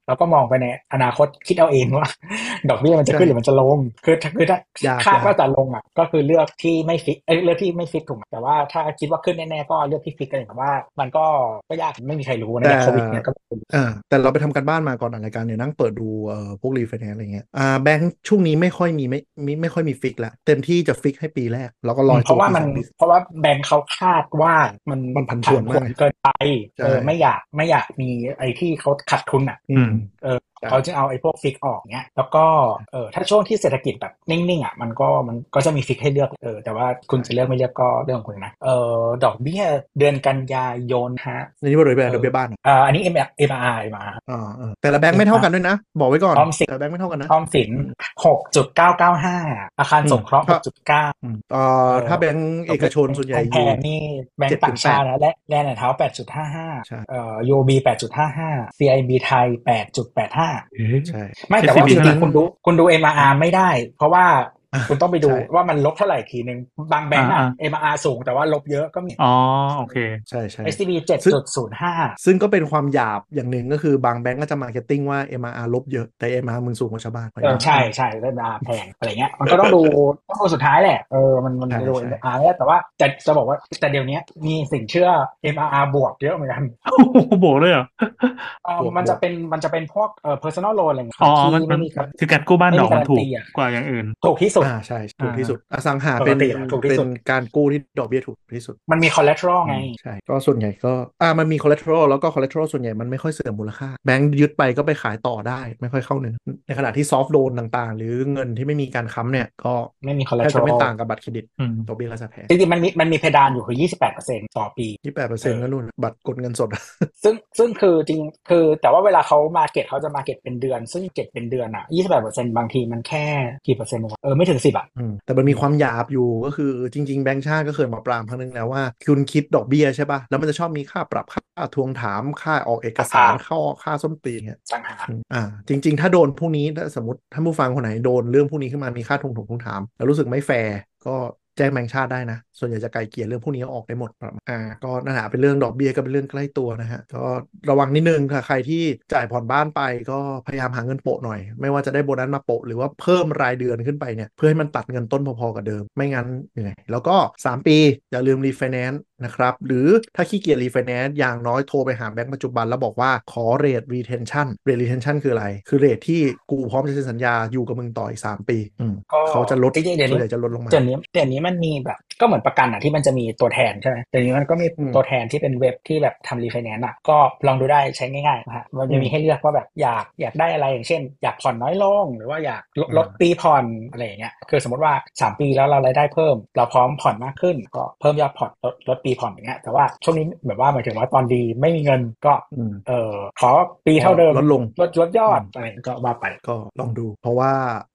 เราก็มองไปในอนาคตคิดเอาเองว่า ดอกเบี้ยมันจะขึ้นหรือมันจะลง คือถ้าคือถ้าย าก คาด ยาก ว่าจะลงอ่ะ ก็คือเลือกที่ไม่ฟิกเอ้ยเลือกที่ไม่ฟิกถูกไหมแต่ว่าถ้าคิดว่าขึ้นแน่ๆก็เลือกที่ฟิกกันแต่ว่า มันก็ก็ยากไม่มีใครรู้นะเนี่ย แต่ โควิดเนี่ยก็ไม่รู้ อ่าแต่เราไปทำกันบ้านมาก่อนอ่านรายการเนี่ยนั่งเปิดดูเอ่อพวกรีไฟแนนซ์อะไรเงี้ยอ่าแบงค์ช่วงนี้ไม่ค่อยมีไม่ไม่ไม่ค่อยมีฟิกละเต็มที่จะฟิกให้ปีแรก แล้วก็ลอย เพ ตั ราะ ว ว่า ปี มัน สองปี เพราะว่าแบงค์เขาคาดว่ามัน มันผันผวนมาก เกินไป ใช่ เออไม่อยากไม่อยากมีไอ้ที่เขาขาดทุนอ่ะ อืม ใช่ เขาจะเอาไอ้พวกฟิกออกเนี้ย แล้วก็เออถ้าช่วงที่เศรษฐกิจแบบนิ่งๆอ่ะมันก็มันก็จะมีฟิกให้เลือกเออแต่ว่าคุณจะเลือกไม่เลือกก็เรื่องของคุณนะเออดอกเบี้ยเดือนกันยายนฮะ อันนี้ว่าโดยแบบโดยบ้านอ่ะ อ่าอันนี้ M M R M R อ่าอ่าแต่ละแบงค์ไม่เท่ากันด้วยนะ บอกไว้ก่อน ออมสิน แต่ละแบงค์ไม่เท่ากันนะ ออมสิน 6.995 อาคารสงเคราะห์ อืม 6.9 อืมเอ่อถ้าแบงค์เอกชนส่วนใหญ่อ แพ ยู่ งนี่แบงก์ต่างชาตินะและแลนด์แอนด์เท้า ใช่ 8.55 เอ่อ UOB 8.55 CIB ไทย 8.85 เอ๊ะ ใช่ ไม่แต่ว่า SCB จริ ใช่ ง ไหม ๆคุณดูคุณดู MRR ไม่ได้ เพราะว่า คุณต้องไปดู ใช่ ว่ามันลบเท่าไหร่ทีนึง บางแบงก์อะ อ่า MR สูงแต่ว่าลบเยอะก็มี อ๋อโอเค ใช่ใช่ SCB ซึ่ง 7.05 ซึ่งก็เป็นความหยาบอย่างหนึ่งก็คือบางแบงก์ก็จะมาร์เก็ตติ้งว่า MRR ลบเยอะแต่ MRR มึงสูงกว่าชาวบ้านไป เออใช่ใช่แล้วอาแพงอะไรเงี้ยมันก็ต้องดูต้องดูสุดท้ายแหละเออมันมัน ใช่ ดู ใช่ อาร์แล้วแต่ว่าแต่จะบอกว่าแต่เดี๋ยวนี้มีสินเชื่อ MRR บวกเยอะเหมือนกัน โอ้โหโบกเลยเหรอ เออบ วก มันจะ บวก เป็นมันจะเป็นพวกเอ่อ personal loan อะไรเงี้ย อ๋อ ที่ มันมัน ไมีการ คือการกู้บ้านดอกมันถูก ไม่มีการันตีอะ กว่าอย่างอื่น ถูกที่สุด อ่าใช่ถูกที่สุดอสังหา ปก เป็น ติอะถูกที่ เป็ สุ น ด การกู้ที่ดอกเบี้ยถูกที่สุด มันมี collateral ไง ใช่ ก็ส่วนใหญ่ก็อ่ามันมี collateral แล้วก็ collateral ส่วนใหญ่มันไม่ค่อยเสื่อมมูลค่า แบงค์ยึดไปก็ไปขายต่อได้ ไม่ค่อยเข้าเนื้อในขณะที่ soft loan ต่างๆ หรือเงินที่ไม่มีการค้ำเนี่ยก็ ไม่มี แทบ collateral จะไม่ต่างกับบัตรเครดิต อืม ดอกเบี้ยก็จะแพง จริงๆมันมีมันมีเพดานอยู่คือ 28%ต่อปี ยี่แปดเปอร์เซ็นต์แล้วนู่นบัตรกดเงินสดอะ ซึ่งซึ่งคือจริงคือแต่ว่าเวลาเขามาเก็ตเขาจะมาเก็ตเป็นเดือน ซึ่งเก็ตเป็นเดือนอ่ะ 28%บางทีมันแค่กี่เปอร์เซ็นต์วะเออไม่ถึง 10อ่ะ อืมแต่มันมีความหยาบอยู่ก็คือจริง ๆ แบงก์ชาติก็เคยมาปรามครั้งหนึงแล้วว่า คุณคิดดอกเบี้ยใช่ปะ่ะ แล้วมันจะชอบมีค่าปรับค่าทวงถามค่าออกเอกสาร อ่า ค่าค่าส้นตีนเนี่ย ต่างหาก อืมอ่า จริง ๆ ถ้าโดนพวกนี้ถ้าสมมติท่านผู้ฟังคนไหนโดนเรื่องพวกนี้ขึ้นมามีค่าทวงถงทวงถาม แล้วรู้สึกไม่แฟร์ก็แจ้งแบงก์ชาติได้นะ ส่วนใหญ่จะไกลเกลี่ยเรื่องพวกนี้ออกได้หมดประมาณอ่าก็นั่นแหละเป็นเรื่องดอกเบี้ยก็เป็นเรื่องใกล้ตัวนะฮะก็ระวังนิดนึงค่ะใครที่จ่ายผ่อนบ้านไปก็พยายามหาเงินโปะหน่อย ไม่ว่าจะได้โบนัสมาโปะหรือว่าเพิ่มรายเดือนขึ้นไปเนี่ยเพื่อให้มันตัดเงินต้นพอๆกับเดิม ไม่งั้นเหนื่อยแล้วก็ 3 ปีอย่าลืมรีไฟแนนซ์นะครับ หรือถ้าขี้เกียจรีไฟแนนซ์อย่างน้อยโทรไปหาแบงก์ปัจจุบันแล้วบอกว่าขอเรทรีเทนชั่นเรทรีเทนชั่นคืออะไร คือเรทที่กูพร้อมจะเซ็นสัญญาอยู่กับมึงต่ออีกสามปีอืมเขาจะลด จริงๆเดี๋ยว ส่วนใหนี้ญ่จะลดลงมา เดี๋ยวนี้เดี๋ยวนี้มันมีแบบก็เหมือนประกันอ่ะที่มันจะมีตัวแทนใช่ไหมเดี๋ยวนี้มันก็มี อืม ตัวแทนที่เป็นเว็บที่แบบทำรีไฟแนนซ์อ่ะก็ลองดูได้ใช้ง่ายๆนะฮะมันจะมี อืม ให้เลือกว่าแบบอยากอยากได้อะไรอย่างเช่น อยากผ่อนน้อยลง หรือว่าอยากอืมลดลดปีผ่อนอะไรอย่างเงี้ยคือสมมติว่า 3 ปีแล้วเรารายได้เพิ่ม เราพร้อมผ่อนมากขึ้น ก็เพิ่มยอดผ่อนลดลดปีผ่อนอย่างเงี้ยแต่ว่าช่วงนี้แบบว่าหมายถึงว่าตอนดีไม่มีเงินก็ อืม เออขอปีเท่าเดิม ลดลง ลดลดยอดอะไรก็ว่าไป ก็ลองดู เพราะว่า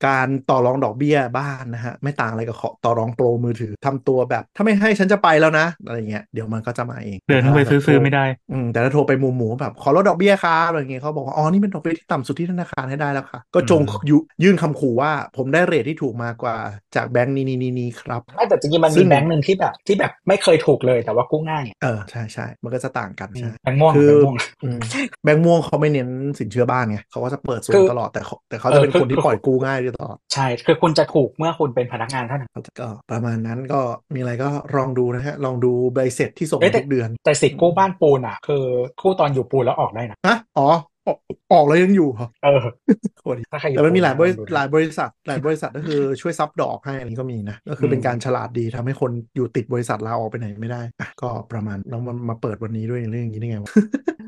การต่อรองดอกเบี้ยบ้านนะฮะ ไม่ต่างอะไรกับขอต่อรองโปรมือถือทำตัวแบบ ถ้าไม่ให้ฉันจะไปแล้วนะ อะไรเงี้ยเดี๋ยวมันก็จะมาเอง เดินเข้าไปซื้อซื้อไม่ได้ อืมแต่ถ้าโทรไปหมู่หมูแบบขอลดดอกเบี้ยครับอะไรเงี้ยเขาบอกว่าอ๋อนี่เป็นดอกเบี้ยที่ต่ำสุดที่ธนาคารให้ได้แล้วค่ะ ก็จง อืม ยุยื่นคำขู่ว่าผมได้เรทที่ถูกมากกว่าจากแบงก์นี้นี้นี้นี้ครับ ไม่แต่จริงๆมัน ซึ่ มี ง แบงค์หนึ่งที่แบบที่แบบไม่เคยถูกเลยแต่ว่ากู้ง่ายอะ เออใช่ใช่มันก็จะต่างกันใช่ แบงค์ม่วง คือ แบงค์ม่วง อืมแบงก์ม่วงเขาไม่เน้นสินเชื่อบ้านไงเขาก็จะเปิดสู คื ง อ ตลอดแต่เขาแต่เขาจะเป็น เออคือ คนที่ปล่อยกู้ง่ายด้วยตลอด ใช่คือคุณจะถูกเมื่อคุณเป็นพนักงานเท่านั้น ก็ประมาณนั้นก็มีอะไรก็ลองดูนะฮะ ลองดูใบเสร็จที่ส่ง เอ้ย มาทุกเดือน แต่สิทธิ์กู้บ้านปูนอ่ะ คือกู้ตอนอยู่ปูนแล้วออกได้นะ ฮะอ๋อออกออกแล้วยังอยู่เหรอ เออ โคตรดี ถ้าใครอยู่ แต่มันมีหลายบริ ปูน หลายบริษัทหลายบริษัทก็คือช่วยซับดอกให้อันนี้ก็มีนะ ก็คือเป็นการฉลาดดีทำให้คนอยู่ติดบริษัทลาออกไปไหนไม่ได้อ่ะก็ประมาณแล้วมันมาเปิดวันนี้ด้วยเรื่องอย่างนี้ได้ไงวะ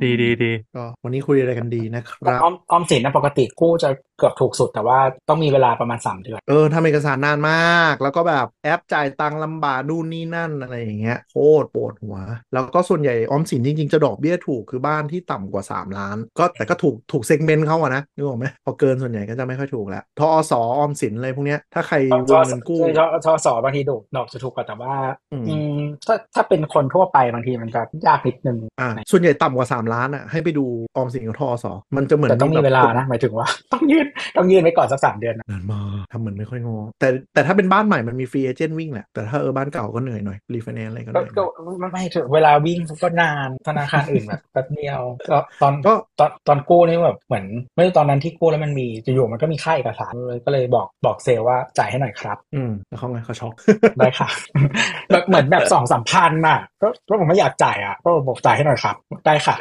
ดีดีดี ก็วันนี้คุยอะไรกันดีนะค แต่ รับ ออมออมสินนะปกติกู้จะเกือบถูกสุดแต่ว่าต้องมีเวลาประมาณ 3 เดือน เออทำเอกสารนานมาก แล้วก็แบบแอปจ่ายตังค์ลำบากนู่นนี่นั่นอะไรอย่างเงี้ยโคตรปวดหัว แล้วก็ส่วนใหญ่ออมสินจริง ๆ จะดอกเบี้ยถูกคือบ้านที่ต่ำกว่า 3 ล้าน ก็แต่ก็ถูกถูกเซกเมนต์เขาอะนะนึกออกไหมพอเกินส่วนใหญ่ก็จะไม่ค่อยถูกแล้วทออสออมสินอะไรพวกเนี้ยถ้าใครวงเงินกู้ ทอทอสอบางทีดอกดอกจะถูกกว่าแต่ว่า อืม อืมถ้าถ้าเป็นคนทั่วไปบางทีมันจะยากนิดนึง อ่าส่วนใหญ่ต่ำกว่า 3 ล้านอะให้ไปดูออมสินกับทออสอมันจะเหมือน แต่ต้องมี บบ เวลานะหมายถึงว่า ต้องยืนต้องยืนไว้ก่อนสักสามเดือนนะ นานมากทำเหมือนไม่ค่อยงอแต่แต่ถ้าเป็นบ้านใหม่มันมีฟรีเอเจนต์วิ่งแหละแต่ถ้าเออบ้านเก่าก็เหนื่อยหน่อยรีไฟแนนซ์อะไรก็เห ก็ นื่อยหน่อย ก็ไม่ไม่เถอะเวลาวิ่งก็นานธนาคารอื่น แบบ แป๊บเดียวก็ตอน ก็ ตอนตอนกู้นี่แบบเหมือนไม่รู้ตอนนั้นที่กู้แล้วมันมีอยู่ๆมันก็มีค่าเอกสารเลยก็เลยบอกบอกเซลว่าจ่ายให้หน่อยครับ อืมแล้วเขาไงเขาช็อก ได้ค่ะ แบบเหมือนแบบสองสามพันน่ะก็ก็ผมไม่อยากจ่ายอ่ะก็บอกจ่ายให้หน่อยครับ ได้ค่ะ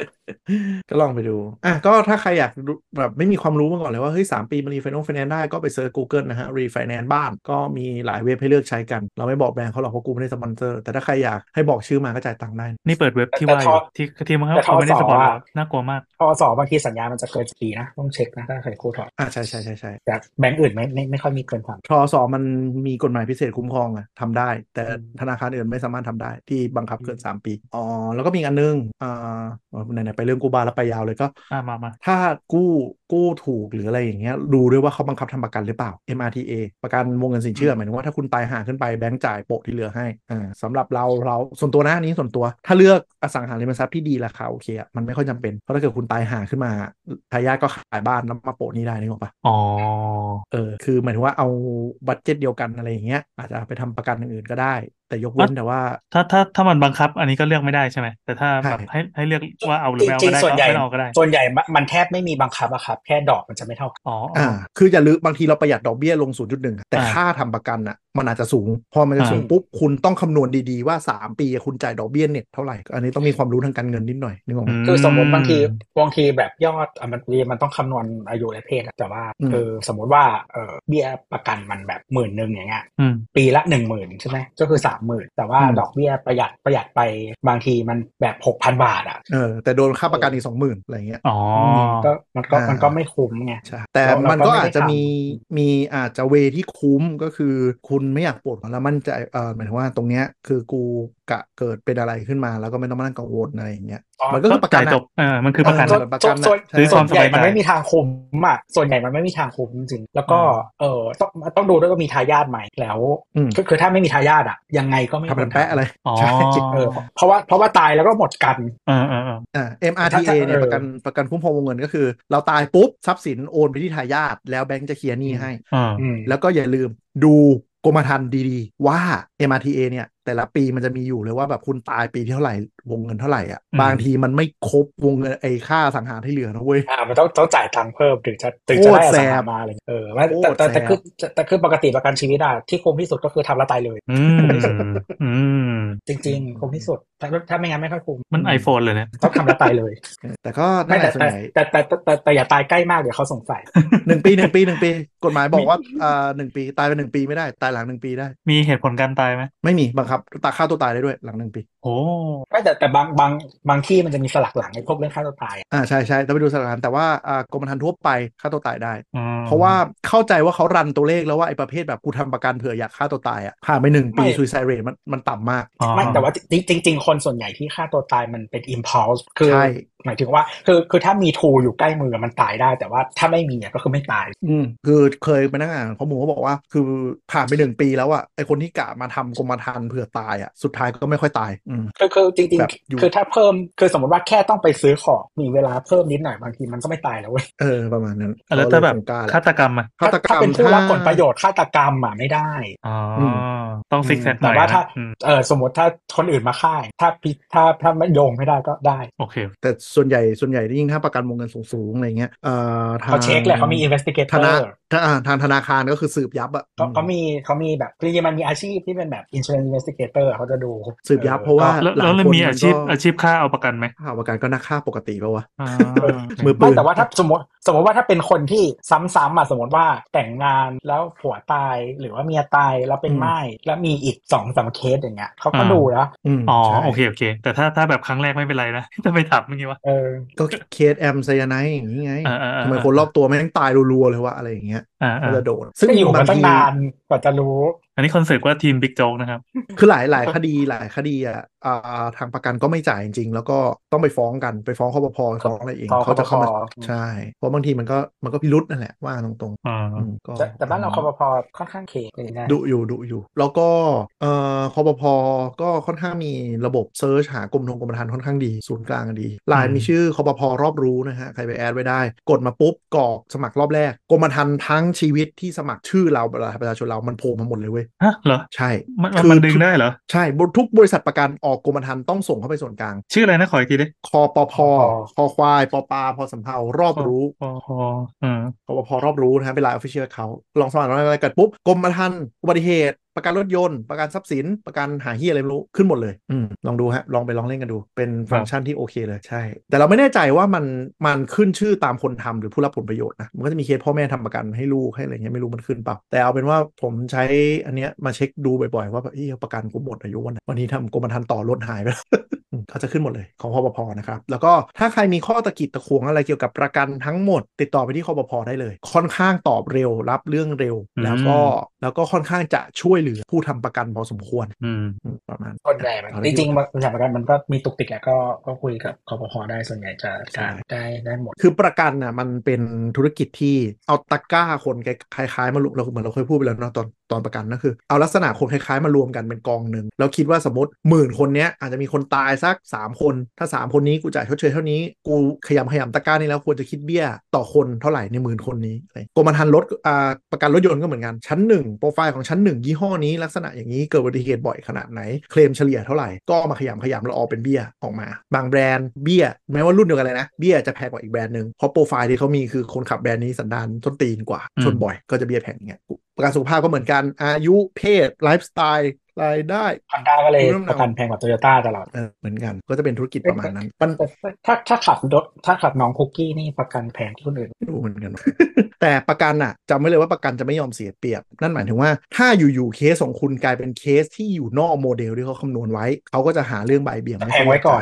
ก็ลองไปดู อ่ะ ก็ถ้าใครอยากรู้แบบไม่มีความรู้มาก่อนเลยว่า เฮ้ยสามปีมันรีไฟแนนซ์ไฟแนนซ์ได้ก็ไปเซิร์ช Google นะฮะ รีไฟแนนซ์บ้านก็มีหลายเว็บให้เลือกใช้กัน เราไม่บอกแบรนด์เขาหรอกเพราะกูไม่ได้สปอนเซอร์ แต่ถ้าใครอยากให้บอกชื่อมาก็จ่ายตังค์ได้ นี่เปิดเว็บที่ แต่ ว่าอยู่ ทอ ที่ที่มัน แต่ทอ เขาไม่ได้ สอ สปอน อะ น่ากลัวมาก พอสอบบางทีสัญญามันจะเกินปีนะต้องเช็คนะถ้าใครกู้ถอน อ่ะ ใช่ใช่ใช่ใช่ แต่แบงก์อื่นไม่ไม่ไม่ค่อยมีเกินสาม ทอสอมันมีกฎหมายพิเศษคุ้มครองอะทำได้ แต่ธนาคารอื่นไม่สามารถทำได้ที่บังคับเกินสามปีอ๋อแล้วก็มีอีกอันนึงอ่าไหนๆไปเรื่องกูบาแล้วไปยาวเลยก็ อ่ามามา ถ้ากู้ กู้ถูกหรืออะไรอย่างเงี้ยดูด้วยว่าเขาบังคับทำประกันหรือเปล่า MRTA ประกันวงเงินสินเชื่อหมายถึงว่าถ้าคุณตายห่าขึ้นไปแบงก์จ่ายโปะที่เหลือให้อ่าสำหรับเราเราส่วนตัวนะอันนี้ส่วนตัว ถ้าเลือกอสังหาริมทรัพย์ที่ดีราคาโอเคอะมันไม่ค่อยจำเป็นเพราะถ้าเกิดคุณตายห่าขึ้นมาทายาทก็ขายบ้านแล้วมาโปะหนี้ได้นึกออกปะ อ๋อ เออคือหมายถึงว่าเอาบัตเจ็ตเดียวกันอะไรอย่างเงี้ยอาจจะไปทำประกันอย่างอื่นก็ได้ แต่ยกเว้น อ่ะ แต่ว่า ถ้าถ้าถ้ามันบังคับ อันนี้ก็เลือกไม่ได้ใช่ไหมแต่ถ้าแบบ ใช่ ให้ให้เลือกว่าเอาหรือไม่เอา จริ ก็ ง ได้ ๆส่วนใหญ่ ก็ไม่เอาก็ได้ ส่วนใหญ่มันมันแทบไม่มีบังคับอะครับ แค่ดอกมันจะไม่เท่ากัน อ๋ออ๋อ อ่า อ คืออย่าลืมบางทีเราประหยัดดอกเบี้ยลง 0.1อะแต่ อ่า ค่าทำประกันอ่ะมันอาจจะสูง พอมันจะ อ่า สูงปุ๊บ คุณต้องคำนวณดีๆว่า 3 ปีคุณจ่ายดอกเบี้ยเน็ตเท่าไหร่ อันนี้ต้องมีความรู้ทางการเงินนิดหน่อยนึกออกไหม คือสมมติบางทีบางทีแบบยอดอ่ะมันมันต้องคำนวณอายุและเพศอะแต่ว่า อืม คือสมมติว่าเออเบี้ยประกันมันแบบหมื่นหนึ่งอย่างเงี้ย อืม ปีละหนึ่งหมื่นใช่ไหมก็คือสามหมื่นแต่ว่า อืม ดอกเบี้ยประหยัดประหยัดไปบางทีมันแบบหกพันบาทอ่ะ เออแต่โดนค่าประกันอีก 20,000อะไรอย่างเงี้ย อ๋ออ มก็มันก็ อ่ามั มันก็ไม่คุ้มไง ใช่แต่ เรา มัน เราก็ ก็ ไม่ได้ อาจจะ ทำ มีมีอาจจะเวที่คุ้มก็คือ คุณไม่อยากปวดหัวแล้วมั่นใจเออหมายถึงว่าตรงเนี้ยคือกูกะเกิดเป็นอะไรขึ้นมา แล้วก็ไม่ต้องมานั่งกังวลอะไรอย่างเงี้ยมันก็คือประกัน จ่าย อะ จบเออมันคือประกัน เออ ประกัน ส่วน ใช่ ส่วนใหญ่ ความสบายใจ มันไม่มีทางคุ้มอ่ะส่วนใหญ่มันไม่มีทางคุ้มจริงๆแล้วก็เออต้องต้องดูด้วยว่ามีทายาทไหมแล้ว อืม ก็คือถ้าไม่มีทายาทอ่ะยังไงก็ไม่ ทำ คว เป็ ร นแปะอะไร อ๋อ ใช่ เออเพราะว่าเพราะว่าตายแล้วก็หมดกัน เออเออเออ อ่า ถ้า MRTA ถ้า เนี่ย เออ ประกันประกันคุ้มครองวงเงินก็คือ เราตายปุ๊บทรัพย์สินโอนไปที่ทายาทแล้วแบงก์จะเคลียร์หนี้ให้ อ่า อืม แล้วก็อย่าลืมดูกรมธรรม์ดีๆ ว่า MRTA เนี่ยแต่ละปีมันจะมีอยู่เลยว่าแบบคุณตายปีที่เท่าไหร่วงเงินเท่าไหร่อ่ะ อืม บางทีมันไม่ครบวงเงินไอ้ค่าสังหารที่เหลือนะเว้ย อ่ามันต้องต้องจ่ายตังค์เพิ่มถึงจะถึงจะได้ โคตร อ แสบสังหามาอะไรเออว่าโคตรแต่แต่ แสบ แต่คือแต่คือปกติประกันชีวิตอะที่คุ้มที่สุดก็คือทำและตายเลย อืมอืม จริง ๆคุ้มที่สุดถ้าถ้าไม่งั้นไม่ค่อยคุ้ม มันไอโฟนเลยนะ ต้องทำและตาย เลย แต่ก็ ไม่ นั่นแหละแต่ส่วน แต่ ใหญ่ แต่แต่แต่แต่แต่อย่าตายใกล้มากเดี๋ยวเขาสง สัย หนึ่งปีหนึ่งปีหนึ่งปี กฎหมายบอก ว่าอ่าหนึ่งปีตายไปหนึ่งปีไม่ได้ตายหลังหนึ่งปีได้ มีเหตุผลการตายไหม ไม่มีบังคับตาฆ่าตัวตายได้ด้วยหลังหนึ่งปี โอ้ ไม่แต่แต่บางบางบางที่มันจะมีสลักหลังในพวกเรื่องค่าตัวตายอะ อ่าใช่ใช่ต้องไปดูสถานแต่ว่าอ่ากรมธรรม์ทั่วไปฆ่าตัวตายได้ อืม เพราะว่าเข้าใจว่าเขารันตัวเลขแล้วว่าไอ้ประเภทแบบกูทำประกันเผื่ออยากฆ่าตัวตายอ่ะผ่านไปหนึ่งปีซูซายเรทมันมันต่ำมาก อ๋อ ไม่แต่ว่าจริงจริง ๆ คนส่วนใหญ่ที่ฆ่าตัวตายมันเป็น impulse คือ ใช่ หมายถึงว่าคือคือถ้ามีทูอยู่ใกล้มือมันตายได้ แต่ว่าถ้าไม่มีเนี่ยก็คือไม่ตาย อืมคือเคยไปนั่งอ่านข้อมูลเขาบอกว่า คือผ่านไปหนึ่งปีแล้วอ่ะไอ้คนที่กะมาทำกรมธรรม์เผื่อตายอ่ะสุดท้ายก็ไม่ค่อยตายอืม คือคือจริง แบบอยู่ ๆ คือถ้าเพิ่มคือสมมติว่าแค่ต้องไปซื้อของมีเวลาเพิ่มนิดหน่อยบางทีมันก็ไม่ตายแล้วเว้ย เออประมาณนั้น แล้วถ้าแบบ เขเลยโครงกร ฆาตกรรมอ่ะ ฆาตกรร ถ้าม เป็นผู้รับ ถ้า ผลประโยชน์ฆาตกรรมอ่ะไม่ได้ อ๋ออ ม ต้องซิกแซกหน่ แต่ อย ว่าถ้า นะอืม เออสมมติถ้าคนอื่นมาฆ่าถ้าพิถ้าถ้าไม่โยงไม่ได้ก็ได้ โอเค แต่ส่วนใหญ่ส่วนใหญ่ยิ่งถ้าประกันวงเงินสูงๆอะไรเงี้ยเอ่อทาง เขาเช็คแหละเขาธมีนา investigator ถ้าอ่าทางธนาคารก็คือสืบยับอ่ะ เขาเขามีเขามีแบบจริงๆมันมีอาชีพที่เป็นแบบ insurance investigator เขาจะดู สืบยับเพราะว่า ออ แล้ว หลาย แล้วเรื่อ ค ง น มี มัน อาชีพ ก็ อาชีพค่าเอาประกันไหม ข่าวประกันก็น่าค่าปกติปะวะ อ่า มือปื ไม่ น แต่ว่าถ้าสมมติสมมติว่าถ้าเป็นคนที่ซ้ำๆอ่ะสมมติว่าแต่งงานแล้วผัวตายหรือว่าเมียตายแล้วเป็น อืม ไม้แล้วมีอีกสองสามเคสอย่างเงี้ยเขาก็ดูนะ อืม อ๋อ ใช่ โอเคโอเค แต่ถ้าถ้าแบบครั้งแรกไม่เป็นไรนะ จะไปถามเมื่อกี้ว่า เออ ก็เคสแอมไซยาไนด์อย่างนี้ไง อ่าอ่าอ่า ทำไมคนรอบตัวแม่งตายรัวๆเลยวะอะไรอย่างเงี้ย อ่า ก็ อ่า จะโดน ซึ่งอยู่มา บ ตั้ง ที นานกว่าจะรู้ อันนี้คอนเซ็ปต์ว่าทีมบิ๊กโจ๊กนะครับ คือหลายหลายคดีหลายคดีอ่ะอ่าทางประกันก็ไม่จ่ายจริงๆแล้วก็ต้องไปฟ้องกันไปฟ้องคอปพอฟ้องอะไรเอง พอ เขาจะ ค เข้ามา อ ใช่ เพราะบางทีมันก็มันก็พิรุษนั่นแหละว่าตรง อ่า ๆอืมก็ แต่แต่บ้านเราคอปพอค่อนข้างเคเลยนะ ดุอยู่ดุอยู่ แล้วก็เอ่อคอปพอก็ค่อนข้างมีระบบเซิร์ชหากรมธงกรมธรรม์ค่อนข้างดีศูนย์กลางอะดีไล อื น์ ม มีชื่อคอปพอรอบรู้นะฮะ ใครไปแอดไว้ได้ กดมาปุ๊บกรอกสมัครรอบแรกกรมธรรม์ทั้งชีวิตที่สมัครชื่อเราบัตรประชาชนเรามันโผล่มาหมดเลยเว้ย ฮะเหรอ ใช่ มันมันมันดึงได้เหรอ ใช่ทุกบริษัทประกันออกกรมธรรม์ต้องส่งเข้าไปส่วนกลาง ชื่ออะไรนะขออีกทีดิ คอปพคอควายปอปาพอสำเภารอบรู้ พอพออ่า กปภรอบรู้นะฮะเป็นไลน์ออฟฟิเชียลเขาลองสมัครรายอะไรกันปุ๊บกรมธรรม์อุบัติเหตุ ประกันรถยนต์ ประกันทรัพย์สิน ประกันหาเฮียอะไรไม่รู้ขึ้นหมดเลยอืมลองดูฮะ ลองไปลองเล่นกันดู เป็นฟังก์ชันที่โอเคเลยใช่ แต่เราไม่แน่ใจว่ามันมันขึ้นชื่อตามคนทำหรือผู้รับผลประโยชน์นะ มันก็จะมีเคสพ่อแม่ทำประกันให้ลูกให้อะไรเงี้ยไม่รู้มันขึ้นเปล่าแต่เอาเป็นว่าผมใช้อันเนี้ยมาเช็คดูบ่อยๆว่าแบบเอ้ยประกันกูหมดอายุวันไหนวันนี้ทำกรมธรรม์ต่อรถหายไปแล้ว อืมก็จะขึ้นหมดเลยของคอปพอนะครับ แล้วก็ถ้าใครมีข้อตะกิดตะขวงอะไรเกี่ยวกับประกันทั้งหมด ติดต่อไปที่คอปพอได้เลย ค่อนข้างตอบเร็วรับเรื่องเร็ว อืม แล้วก็แล้วก็ค่อนข้างจะช่วยเหลือผู้ทำประกันพอสมควร อืม อืมประมาณ ส่วนใหญ่มันจริงๆบริษัทประกันมันก็มีตุกติกแหละก็ก็คุยกับคอปพอได้ส่วนใหญ่จะการ ใช่ ได้ได้หมด คือประกันน่ะมันเป็นธุรกิจที่เอาตะกร้าคนคล้ายๆมารวมเราเหมือนเราเคยพูดไปแล้วเนาะตอนตอนประกันนะคือ เอาลักษณะคนคล้ายๆมารวมกันเป็นกองหนึ่งแล้วคิดว่าสมมติหมื่นคนเนี้ยอาจจะมีคนตายสัก 3 คน ถ้า 3 คนนี้กูจ่ายชดเชยเท่านี้กูขยำขยำตะกร้านี้แล้วควรจะคิดเบี้ยต่อคนเท่าไหร่ในหมื่นคนนี้อะไรกรมธรรม์รถอ่าประกันรถยนต์ก็เหมือนกันชั้นหนึ่งโปรไฟล์ของชั้นหนึ่งยี่ห้อนี้ลักษณะอย่างนี้เกิดอุบัติเหตุบ่อยขนาดไหนเคลมเฉลี่ยเท่าไหร่ก็เอามาขยำขยำแล้วออกเป็นเบี้ยออกมา บางแบรนด์เบี้ยแม้ว่ารุ่นเดียวกันเลยนะเบี้ยจะแพงกว่าอีกแบรนด์หนึ่งเพราะโปรไฟล์ที่เขามีคือคนขับแบรนด์นี้สันดานส้นตีนกว่า อืม ชนบ่อยก็จะเบี้ยแพงอย่างเงี้ยประกันสุขภาพก็เหมือนกันอายุเพศไลฟ์สไตล์รายได้ h อนด้าก็เลย รู้น้ำหนัก ประกันแพงกว่าโตโยต้าตลอด เออเหมือนกันก็จะเป็นธุรกิจประมาณนั้นมัน แต่ถ้าถ้าขับรถถ้าขับน้องคุกกี้นี่ประกันแพงที่คนอื่น ไม่รู้เหมือนกัน แต่ประกันอะจำไว้เลยว่าประกันจะไม่ยอมเสียเปรียบ นั่นหมายถึงว่าถ้าอยู่ๆเคสของคุณกลายเป็นเคสที่อยู่นอกโมเดลที่เขาคำนวณไว้ เขาก็จะหาเรื่องใบายเบี่ยง แพงไว้ก่อน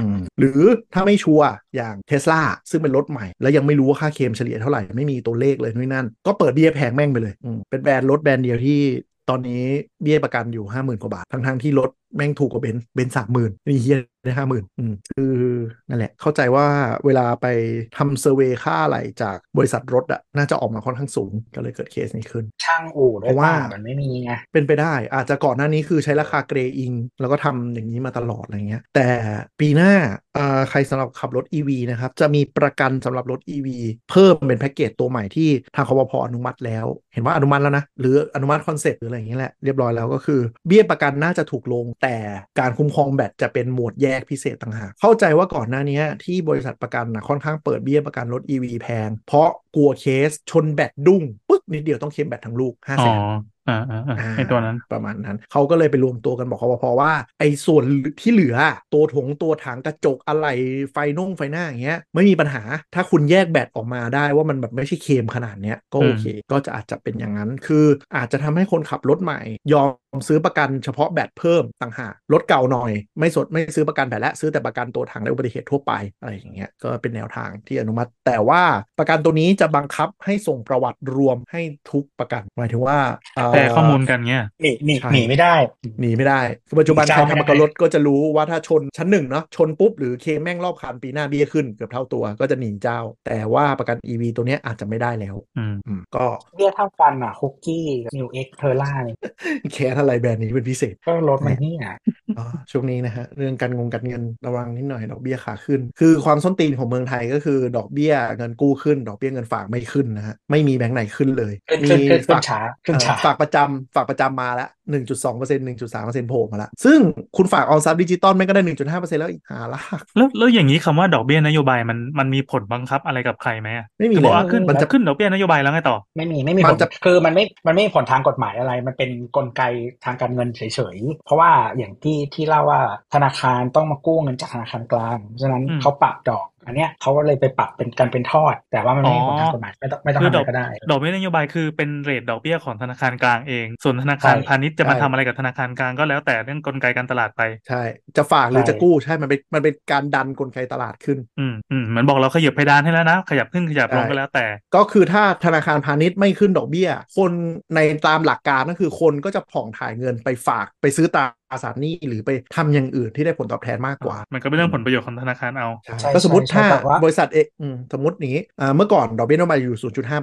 อืมหรือถ้าไม่ชัวร์อย่างเทสลาซึ่งเป็นรถใหม่ แล้วยังไม่รู้ว่าค่าเคลมเฉลี่ยเท่าไหร่ ไม่มีตัวเลขเลยนู่นนนั่น ก็เปิดเบี้ยแพงแม่งไปเลยอืมเป็นแบรนด์รถแบรนด์เดียวที่ตอนนี้เบี้ยประกันอยู่ห้าหมื่นกว่าบาททั้งๆที่รถแม่งถูกกว่าเบนซ์เบนซ์สามหมื่นนี่เฮียได้ห้าหมื่นอืม คือนั่นแหละเข้าใจว่าเวลาไปทำเซอร์เวย์ค่าอะไรจากบริษัทรถอะน่าจะออกมาค่อนข้างสูงก็เลยเกิดเคสนี้ขึ้น ช่างอู่ด้วย เพราะ ว่า ว่า มันไม่มีไง เป็นไปได้อาจจะก่อนหน้านี้คือใช้ราคาเกรอิง แล้วก็ทำอย่างนี้มาตลอดอะไรเงี้ย แต่ปีหน้าเอ่อใครสำหรับขับรถ EV นะครับ จะมีประกันสำหรับรถ EV เพิ่มเป็นแพ็กเกจตัวใหม่ที่ทางคอพออนุมัติแล้ว เห็นว่าอนุมัติแล้วนะ หรืออนุมัติคอนเซ็ปต์หรืออะไรอย่างเงี้ยแหละเรียบร้อยแล้วก็คือ เบี้ยประกันน่าจะถูกลง แต่การคุ้มครองแบตจะเป็นหมวดแยกพิเศษต่างหากเข้าใจว่าก่อนหน้านี้ที่บริษัทประกันนะค่อนข้างเปิดเบี้ยประกันรถ EV แพง เพราะกลัวเคสชนแบตดุ้งปึ๊กนิดเดียวต้องเคลมแบตทั้งลูกห้า อ๋ แส อน อ่าอ่าอ่า อ่า ไอตัวนั้น ประมาณนั้นเขาก็เลยไปรวมตัวกันบอกคอปพอว่าไอ้ส่วนที่เหลือตัวถงตัวถังกระจกอะไรไฟน่งไฟหน้าอย่างเงี้ยไม่มีปัญหาถ้าคุณแยกแบตออกมาได้ว่ามันแบบไม่ใช่เคมขนาดเนี้ยก็โอเค ก็จะอาจจะเป็นอย่างนั้น คืออาจจะทำให้คนขับรถใหม่ ยอมซื้อประกันเฉพาะแบตเพิ่มต่างหากรถเก่าหน่อย ไม่สดไม่ซื้อประกันแบตและซื้อแต่ประกันตัวถังและอุบัติเหตุทั่วไปอะไรอย่างเงี้ยก็เป็นแนวทางที่อนุมัติ แต่ว่าประกันตัวนี้จะบังคับให้ส่งประวัติรวมให้ทุกประกันหมายถึงว่าเอ่อ แต่ข้อมูลกันเงี้ย หนีหนี ใช่ หนีไม่ได้ หนีไม่ได้คือปัจจุบัน หนี ใคร เจ้าไม่ ทำ ได้ ประกันรถก็จะรู้ว่าถ้าชนชั้นหนึ่งเนาะชนปุ๊บหรือเคแม่งรอบคันปีหน้าเบี้ยขึ้นเกือบเท่าตัวก็จะหนีเจ้า แต่ว่าประกัน EV ตัวเนี้ยอาจจะไม่ได้แล้ว อืม อืมก็ เบี้ยเท่ากันอ่ะคุกกี้นิวเอ็กเทอร่าเนี่ย แคสอะไรแบรนด์นี้เป็นพิเศษ ก็ลดมาเนี่ย อ๋อช่วงนี้นะฮะ เรื่องการงงการเงินระวังนิดหน่อยดอกเบี้ยขาขึ้น คือความส้นตีนของเมืองไทยก็คือดอกเบี้ยเงินกู้ขึ้น ดอกเบี้ยเงินฝากไม่ขึ้นนะฮะไม่มีแบงก์ไหนขึ้นเลย ขึ้น มี ขึ้นขึ้นขึ้ ฝาน ก ช้าขึ้น เอ่อ ช้า ฝากประจำฝากประจำมาละหนึ่งจุดสองเปอร์เซ็นต์หนึ่งจุดสามเปอร์เซ็นต์โผล่มาละซึ่งคุณฝากออมทรัพย์ดิจิตอลแม่งก็ได้หนึ่งจุดห้าเปอร์เซ็นต์แล้วอีกหาละ แล้วแล้วอย่างนี้คำว่าดอกเบี้ยนโยบายมันมันมีผลบังคับอะไรกับใครไหมอะ ไม่มี จะบ เล อก ย ว่าขึ้น มันจะ ขึ้นดอกเบี้ยนโยบายแล้วไงต่อ ไม่มีไม่มี มั ผ น ล จะ คือมันไม่มันไม่มีผลทางกฎหมายอะไร มันเป็นกลไกทางการเงินเฉยๆ เพราะว่าอย่างที่ที่เล่าว่าธนาคารต้องมากู้เงินจากธนาคารกลางฉะนั้น อืม เขาปรับดอก อันเนี้ยเขาก็เลยไปปรับเป็นการเป็นทอด แต่ว่ามันไม่มีผลทางกฎหมายไม่ต้องไม่ต้อง คื ทำ ออะไรดอก ก็ได้ ดอกเบี้ยนโยบายคือเป็นเรทดอกเบี้ยของธนาคารกลางเอง ส่วนธนาคาร ใช่ พาณิชย์จะมา ใช่ ทำอะไรกับธนาคารกลางก็แล้วแต่เรื่องกลไกการตลาดไป ใช่ จะฝากหรือ ใช่ จะกู้ใช่ มันเป็นมันเป็นการดันกลไกตลาดขึ้น อืมอืมเหมือนบอกเราขยับเพดานให้แล้วนะ ขยับขึ้นขยับลง ใช่ ก็แล้วแต่ ก็คือถ้าธนาคารพาณิชย์ไม่ขึ้นดอกเบี้ย คนในตามหลักการก็คือคนก็จะผ่องถ่ายเงินไปฝากไปซื้อตราสารหนี้หรือไปทำอย่างอื่นที่ได้ผลตอบแทนมากกว่า มันก็เป็นเรื่องผลประโยชน์ของธนาคารเอา ใช่ ใช่ ก็สมมติ ใช่ ถ้า แต่ว่า บริษัทเอกอืมสมมตินี้อ่าเมื่อก่อนดอกเบี้ยนโยบายอยู่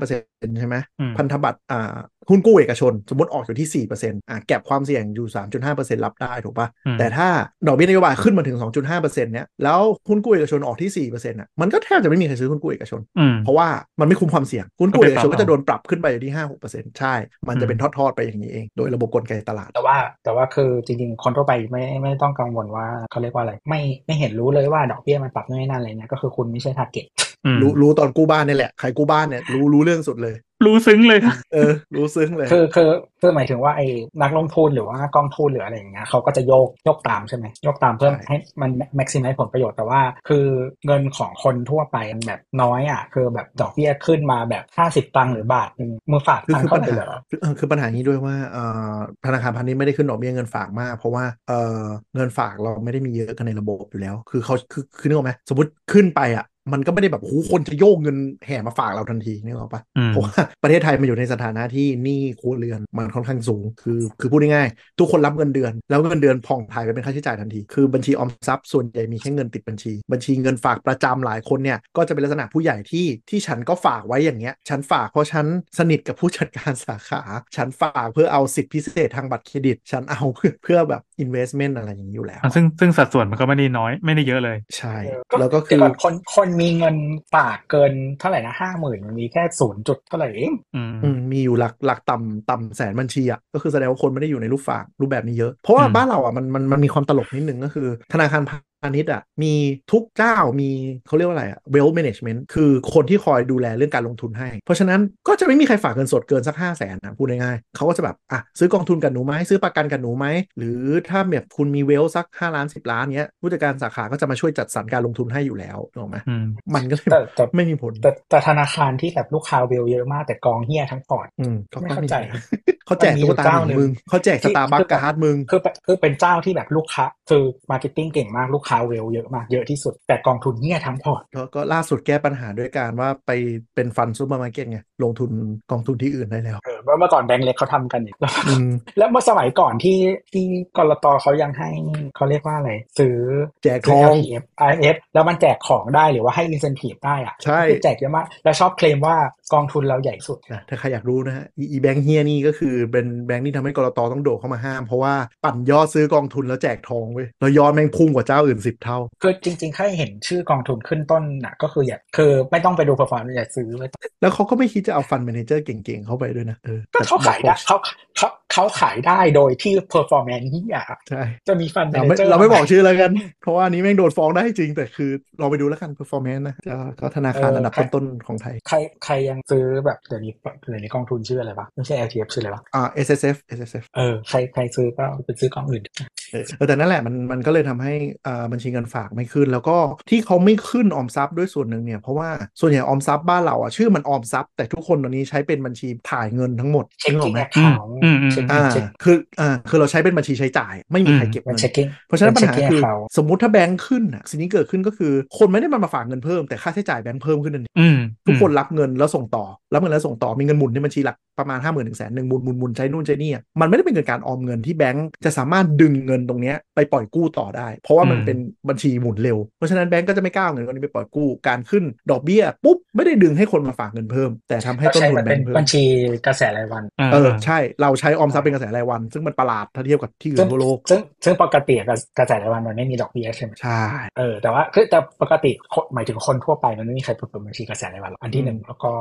0.5%ใช่ไหม อืม พันธบัตรอ่าหุ้นกู้เอกชน สมมติออกอยู่ที่ 4%อ่าแก็บความเสี่ยงอยู่ 3.5%รับได้ถูกปะ อืม แต่ถ้าดอกเบี้ยนโยบายขึ้นมาถึง 2.5%เนี้ยแล้วหุ้นกู้เอกชนออกที่4%อ่ะมันก็แทบจะไม่มีใครซื้อหุ้นกู้เอกชน อืม เพราะว่ามันไม่คุ้มความเสี่ยงหุ้นกู้เอกชน มันก็ไปปรับจะโดนปรับขึ้นไปอยู่ที่5-6%ใช่ มันจะเป็นทอดๆไปอย่างนี้เองโดยระบบกลไกตลาด แต่ว่าแต่ว่าคือจริงๆ คนทั่วไปไม่ไม่ต้องกังวลว่าเขาเรียกว่าอะไร ไม่ไม่เห็นรู้เลยว่าดอกเบี้ยมันปรับนู่นนี่นั่นอะไรเนี่ยก็คือคุณไม่ใช่ทาร์เก็ต อืม รู้รู้ตอนกู้บ้านนี่แหละใครกู้บ้านเนี่ยรู้รู้เรื่องสุดเลย รู้ซึ้งเลยครับ เออ รู้ซึ้งเลย คือคือคือหมายถึงว่าไอ้นักลงทุนหรือว่ากองทุนหรืออะไรอย่างเงี้ยเขาก็จะโยกโยกตามใช่ไหมโยกตามเพื่อ ใช่ ให้มัน maximize ผลประโยชน์แต่ว่า คือเงินของคนทั่วไปมันแบบน้อยอ่ะคือแบบดอกเบี้ยขึ้นมาแบบห้าสิบ50ตังค์หรือบาทหนึ่งมือฝาก คือ ตัง คือ ค์เข้า ปัญ ไป หา เหรอ คือเออคือปัญหานี้ด้วยว่าเอ่อธนาคารพาณิชย์ไม่ได้ขึ้นดอกเบี้ยเงินฝากมาก เพราะว่าเอ่อเงินฝากเราไม่ได้มีเยอะกันในระบบอยู่แล้ว คือเขาคือคือนึกออกไหมสมมติขึ้นไปอ่ะมันก็ไม่ได้แบบโอ้โหคนจะโยกเงินแห่มาฝากเราทันทีนึกออกปะ อืม เพราะว่าประเทศไทยมันอยู่ในสถานะที่หนี้ครัวเรือนมันค่อนข้างสูง คือคือพูดง่ายๆทุกคนรับเงินเดือน แล้วเงินเดือนผ่องถ่ายไปเป็นค่าใช้จ่ายทันที คือบัญชีออมทรัพย์ส่วนใหญ่มีแค่เงินติดบัญชี บัญชีเงินฝากประจำหลายคนเนี่ยก็จะเป็นลักษณะผู้ใหญ่ที่ที่ฉันก็ฝากไว้อย่างเงี้ย ฉันฝากเพราะฉันสนิทกับผู้จัดการสาขา ฉันฝากเพื่อเอาสิทธิพิเศษทางบัตรเครดิต ฉันเอาเพื่อเพื่อแบบ investment อะไรอย่างนี้อยู่แล้ว อ่ะซึ่งซึ่งสัดส่วนมันก็ไม่ได้น้อยไม่ได้เยอะเลย ใช่แล้วก็คื เดี๋ย อ นคนคนมีเงินฝากเกินเท่าไหร่นะห้าหมื่นมันมีแค่ศูนย์จุดเท่าไหร่เอง อืม อืมมีอยู่หลักหลักต่ำต่ำแสนบัญชีอ่ะก็คือแสดงว่าคนไม่ได้อยู่ในรูปฝากรูปแบบนี้เยอะ เพราะว่า อืม บ้านเราอ่ะมันมันมันมีความตลกนิดนึงก็คือ ธนาคารพาณิชย์อ่ะมีทุกเจ้ามีเขาเรียกว่าอะไรอ่ะ wealth management คือคนที่คอยดูแลเรื่องการลงทุนให้ เพราะฉะนั้นก็จะไม่มีใครฝากเงินสดเกินสัก 5 0 0แสนนะพูดง่ายๆเขาก็จะแบบอ่ะซื้อกองทุนกับหนูไหมซื้อประกันกับหนูไหมหรือถ้าแบบคุณมีเวลสัก 5 ล้าน 10 ล้านเงี้ยผู้จัดการสาขาก็จะมาช่วยจัดสรรการลงทุนให้อยู่แล้วถูกไหม อืม มันก็เลย แต่แต่ ไม่มีผล แต่แต่ธนาคารที่แบบลูกค้าเวลเยอะมากแต่กองเฮียทั้งพอร์ต อืมก็ ไม่ ต้อง เข้า มี ใจ นะ เขาแจกตุ๊กตาหมีมึง เขาแจกสตาร์บัคการ์ดมึง คือเป็นคือเป็นเจ้าที่แบบลูกค้า คือมาร์เก็ตติ้งเก่งมากลูกค้าเวลเยอะมากเยอะที่สุด แต่กองทุนเฮียทั้งพอร์ต แล้วก็ล่าสุดแก้ปัญหาด้วยการว่าไปเป็นฟันซูเปอร์มาร์เก็ตไง ลงทุนกองทุนที่อื่นได้ แล้ว เออเมื่อก่อนแบงก์เล็กเขาทำกันเนี่ยแล้ว อืม แล้วเมื่อสมัยก่อนที่ที่กรตเขายังให้เขาเรียกว่าอะไรซื้อ แจก คื ท อ อง LTF IF แล้วมันแจกของได้หรือว่าให้ incentive ได้อะ ใช่ ก็คือแจกเยอะมาก แล้วชอบเคลมว่ากองทุนเราใหญ่สุด นะถ้าใครอยากรู้นะฮะ อีแบงค์เฮียนี่ก็คือเป็นแบงค์ที่ทำให้กรตต้องโดดเข้ามาห้าม เพราะว่าปั่นยอดซื้อกองทุนแล้วแจกทองเว้ยแล้วยอดแม่งพุ่งกว่าเจ้าอื่นสิบเท่า คือจริงๆแค่เห็นชื่อกองทุนขึ้นต้นน่ะก็คืออยากคือไม่ต้องไปดู performance อย่าซื้อไม่ต้อง แล้วเขาก็ไม่คิดจะเอาฟันแมเนเจอร์เก่งๆเข้าไปด้วยนะเออ ก็เขาขายได้เขาเขาเขาขายได้โดยที่ performance นี่อ่ะ ใช่ จะมีฟัน เราไม่ manager เราไม่บอก ทำ ชื่อแล้วกัน เพราะว่าอันนี้แม่งโดนฟ้องได้จริง แต่คือเราไปดูแล้วกัน performance นะก็ก็ธนาคารอันดับต้นๆของไทย ใครใครยังซื้อแบบเดี๋ยวนี้เดี๋ยวนี้กองทุนชื่ออะไรวะไม่ใช่ LTF ชื่ออะไรวะ อ่า SSF SSF เออใครใครซื้อก็ไปซื้อกองอื่น เออแต่นั่นแหละมันมันก็เลยทำให้อ่าบัญชีเงินฝากไม่ขึ้น แล้วก็ที่เขาไม่ขึ้นออมทรัพย์ด้วยส่วนหนึ่งเนี่ยเพราะว่าส่วนใหญ่ออมทรัพย์บ้านเราอ่ะชื่อมันออมทรัพย์แต่ทุกคนตอนนี้ใช้เป็นบัญชีถ่ายเงินทั้งหมดนึ checking กออกไหม account อืมอืม checking อ่า check- คืออ่าคือเราใช้เป็นบัญชีใช้จ่าย ไม่มีใคร อืม เก็บ มัน เงิน checking เพราะฉะนั้น มั ปัญหา checking คือ account สมมติถ้าแบงค์ขึ้นอ่ะสิ่งที่เกิดขึ้นก็คือคนไม่ได้มันมาฝากเงินเพิ่มแต่ค่าใช้จ่ายแบงค์เพิ่มขึ้นทันที อืม ทุกคน อืม รับเงินแล้วส่งต่อ รับเงินแล้วส่งต่อ มีเงินหมุนในบัญชีหลักประมาณ 5 0,000ื่นถึงแสนหนึ่งหมุนหมุนหมุนใช้นู่นใช้นี่อะมันไม่ได้เป็นเงินการออมเงินที่แบงก์จะสามารถดึงเงินตรงเนี้ยไปปล่อยกู้ต่อได้ เพราะว่ามันเป็นบัญชีหมุนเร็ว เพราะฉะนั้นแบงก์ก็จะไม่กล้าเอาเงินตรงนี้ไปปล่อยกู้ การขึ้นดอกเบี้ยปุ๊บไม่ได้ดึงให้คนมาฝากเงินเพิ่ม แต่ทำให้ต้นทุน มัน แบ เป็ ง น ก์เพิ่ บั ม ญชีกระแสรายวัน อ่า เออใช่เราใช้ออมทรัพย์เป็นกระแสรายวัน ซึ่งมันประหลาดถ้าเทียบกับที่อื่ ซึ่ง นทั่วโลก ซึ่งซึ่งปกติอะกระแสรายวันมันไม่มีดอกเบี้ยใช่ไหม ใช่ เออแต่ว่าคือแต่ปกติคนหมายถึงคนทั่วไปมันไม่มีใครเปิดบัญชีกระแสรายวันหรอกอันที่หนึ่งแล้วก็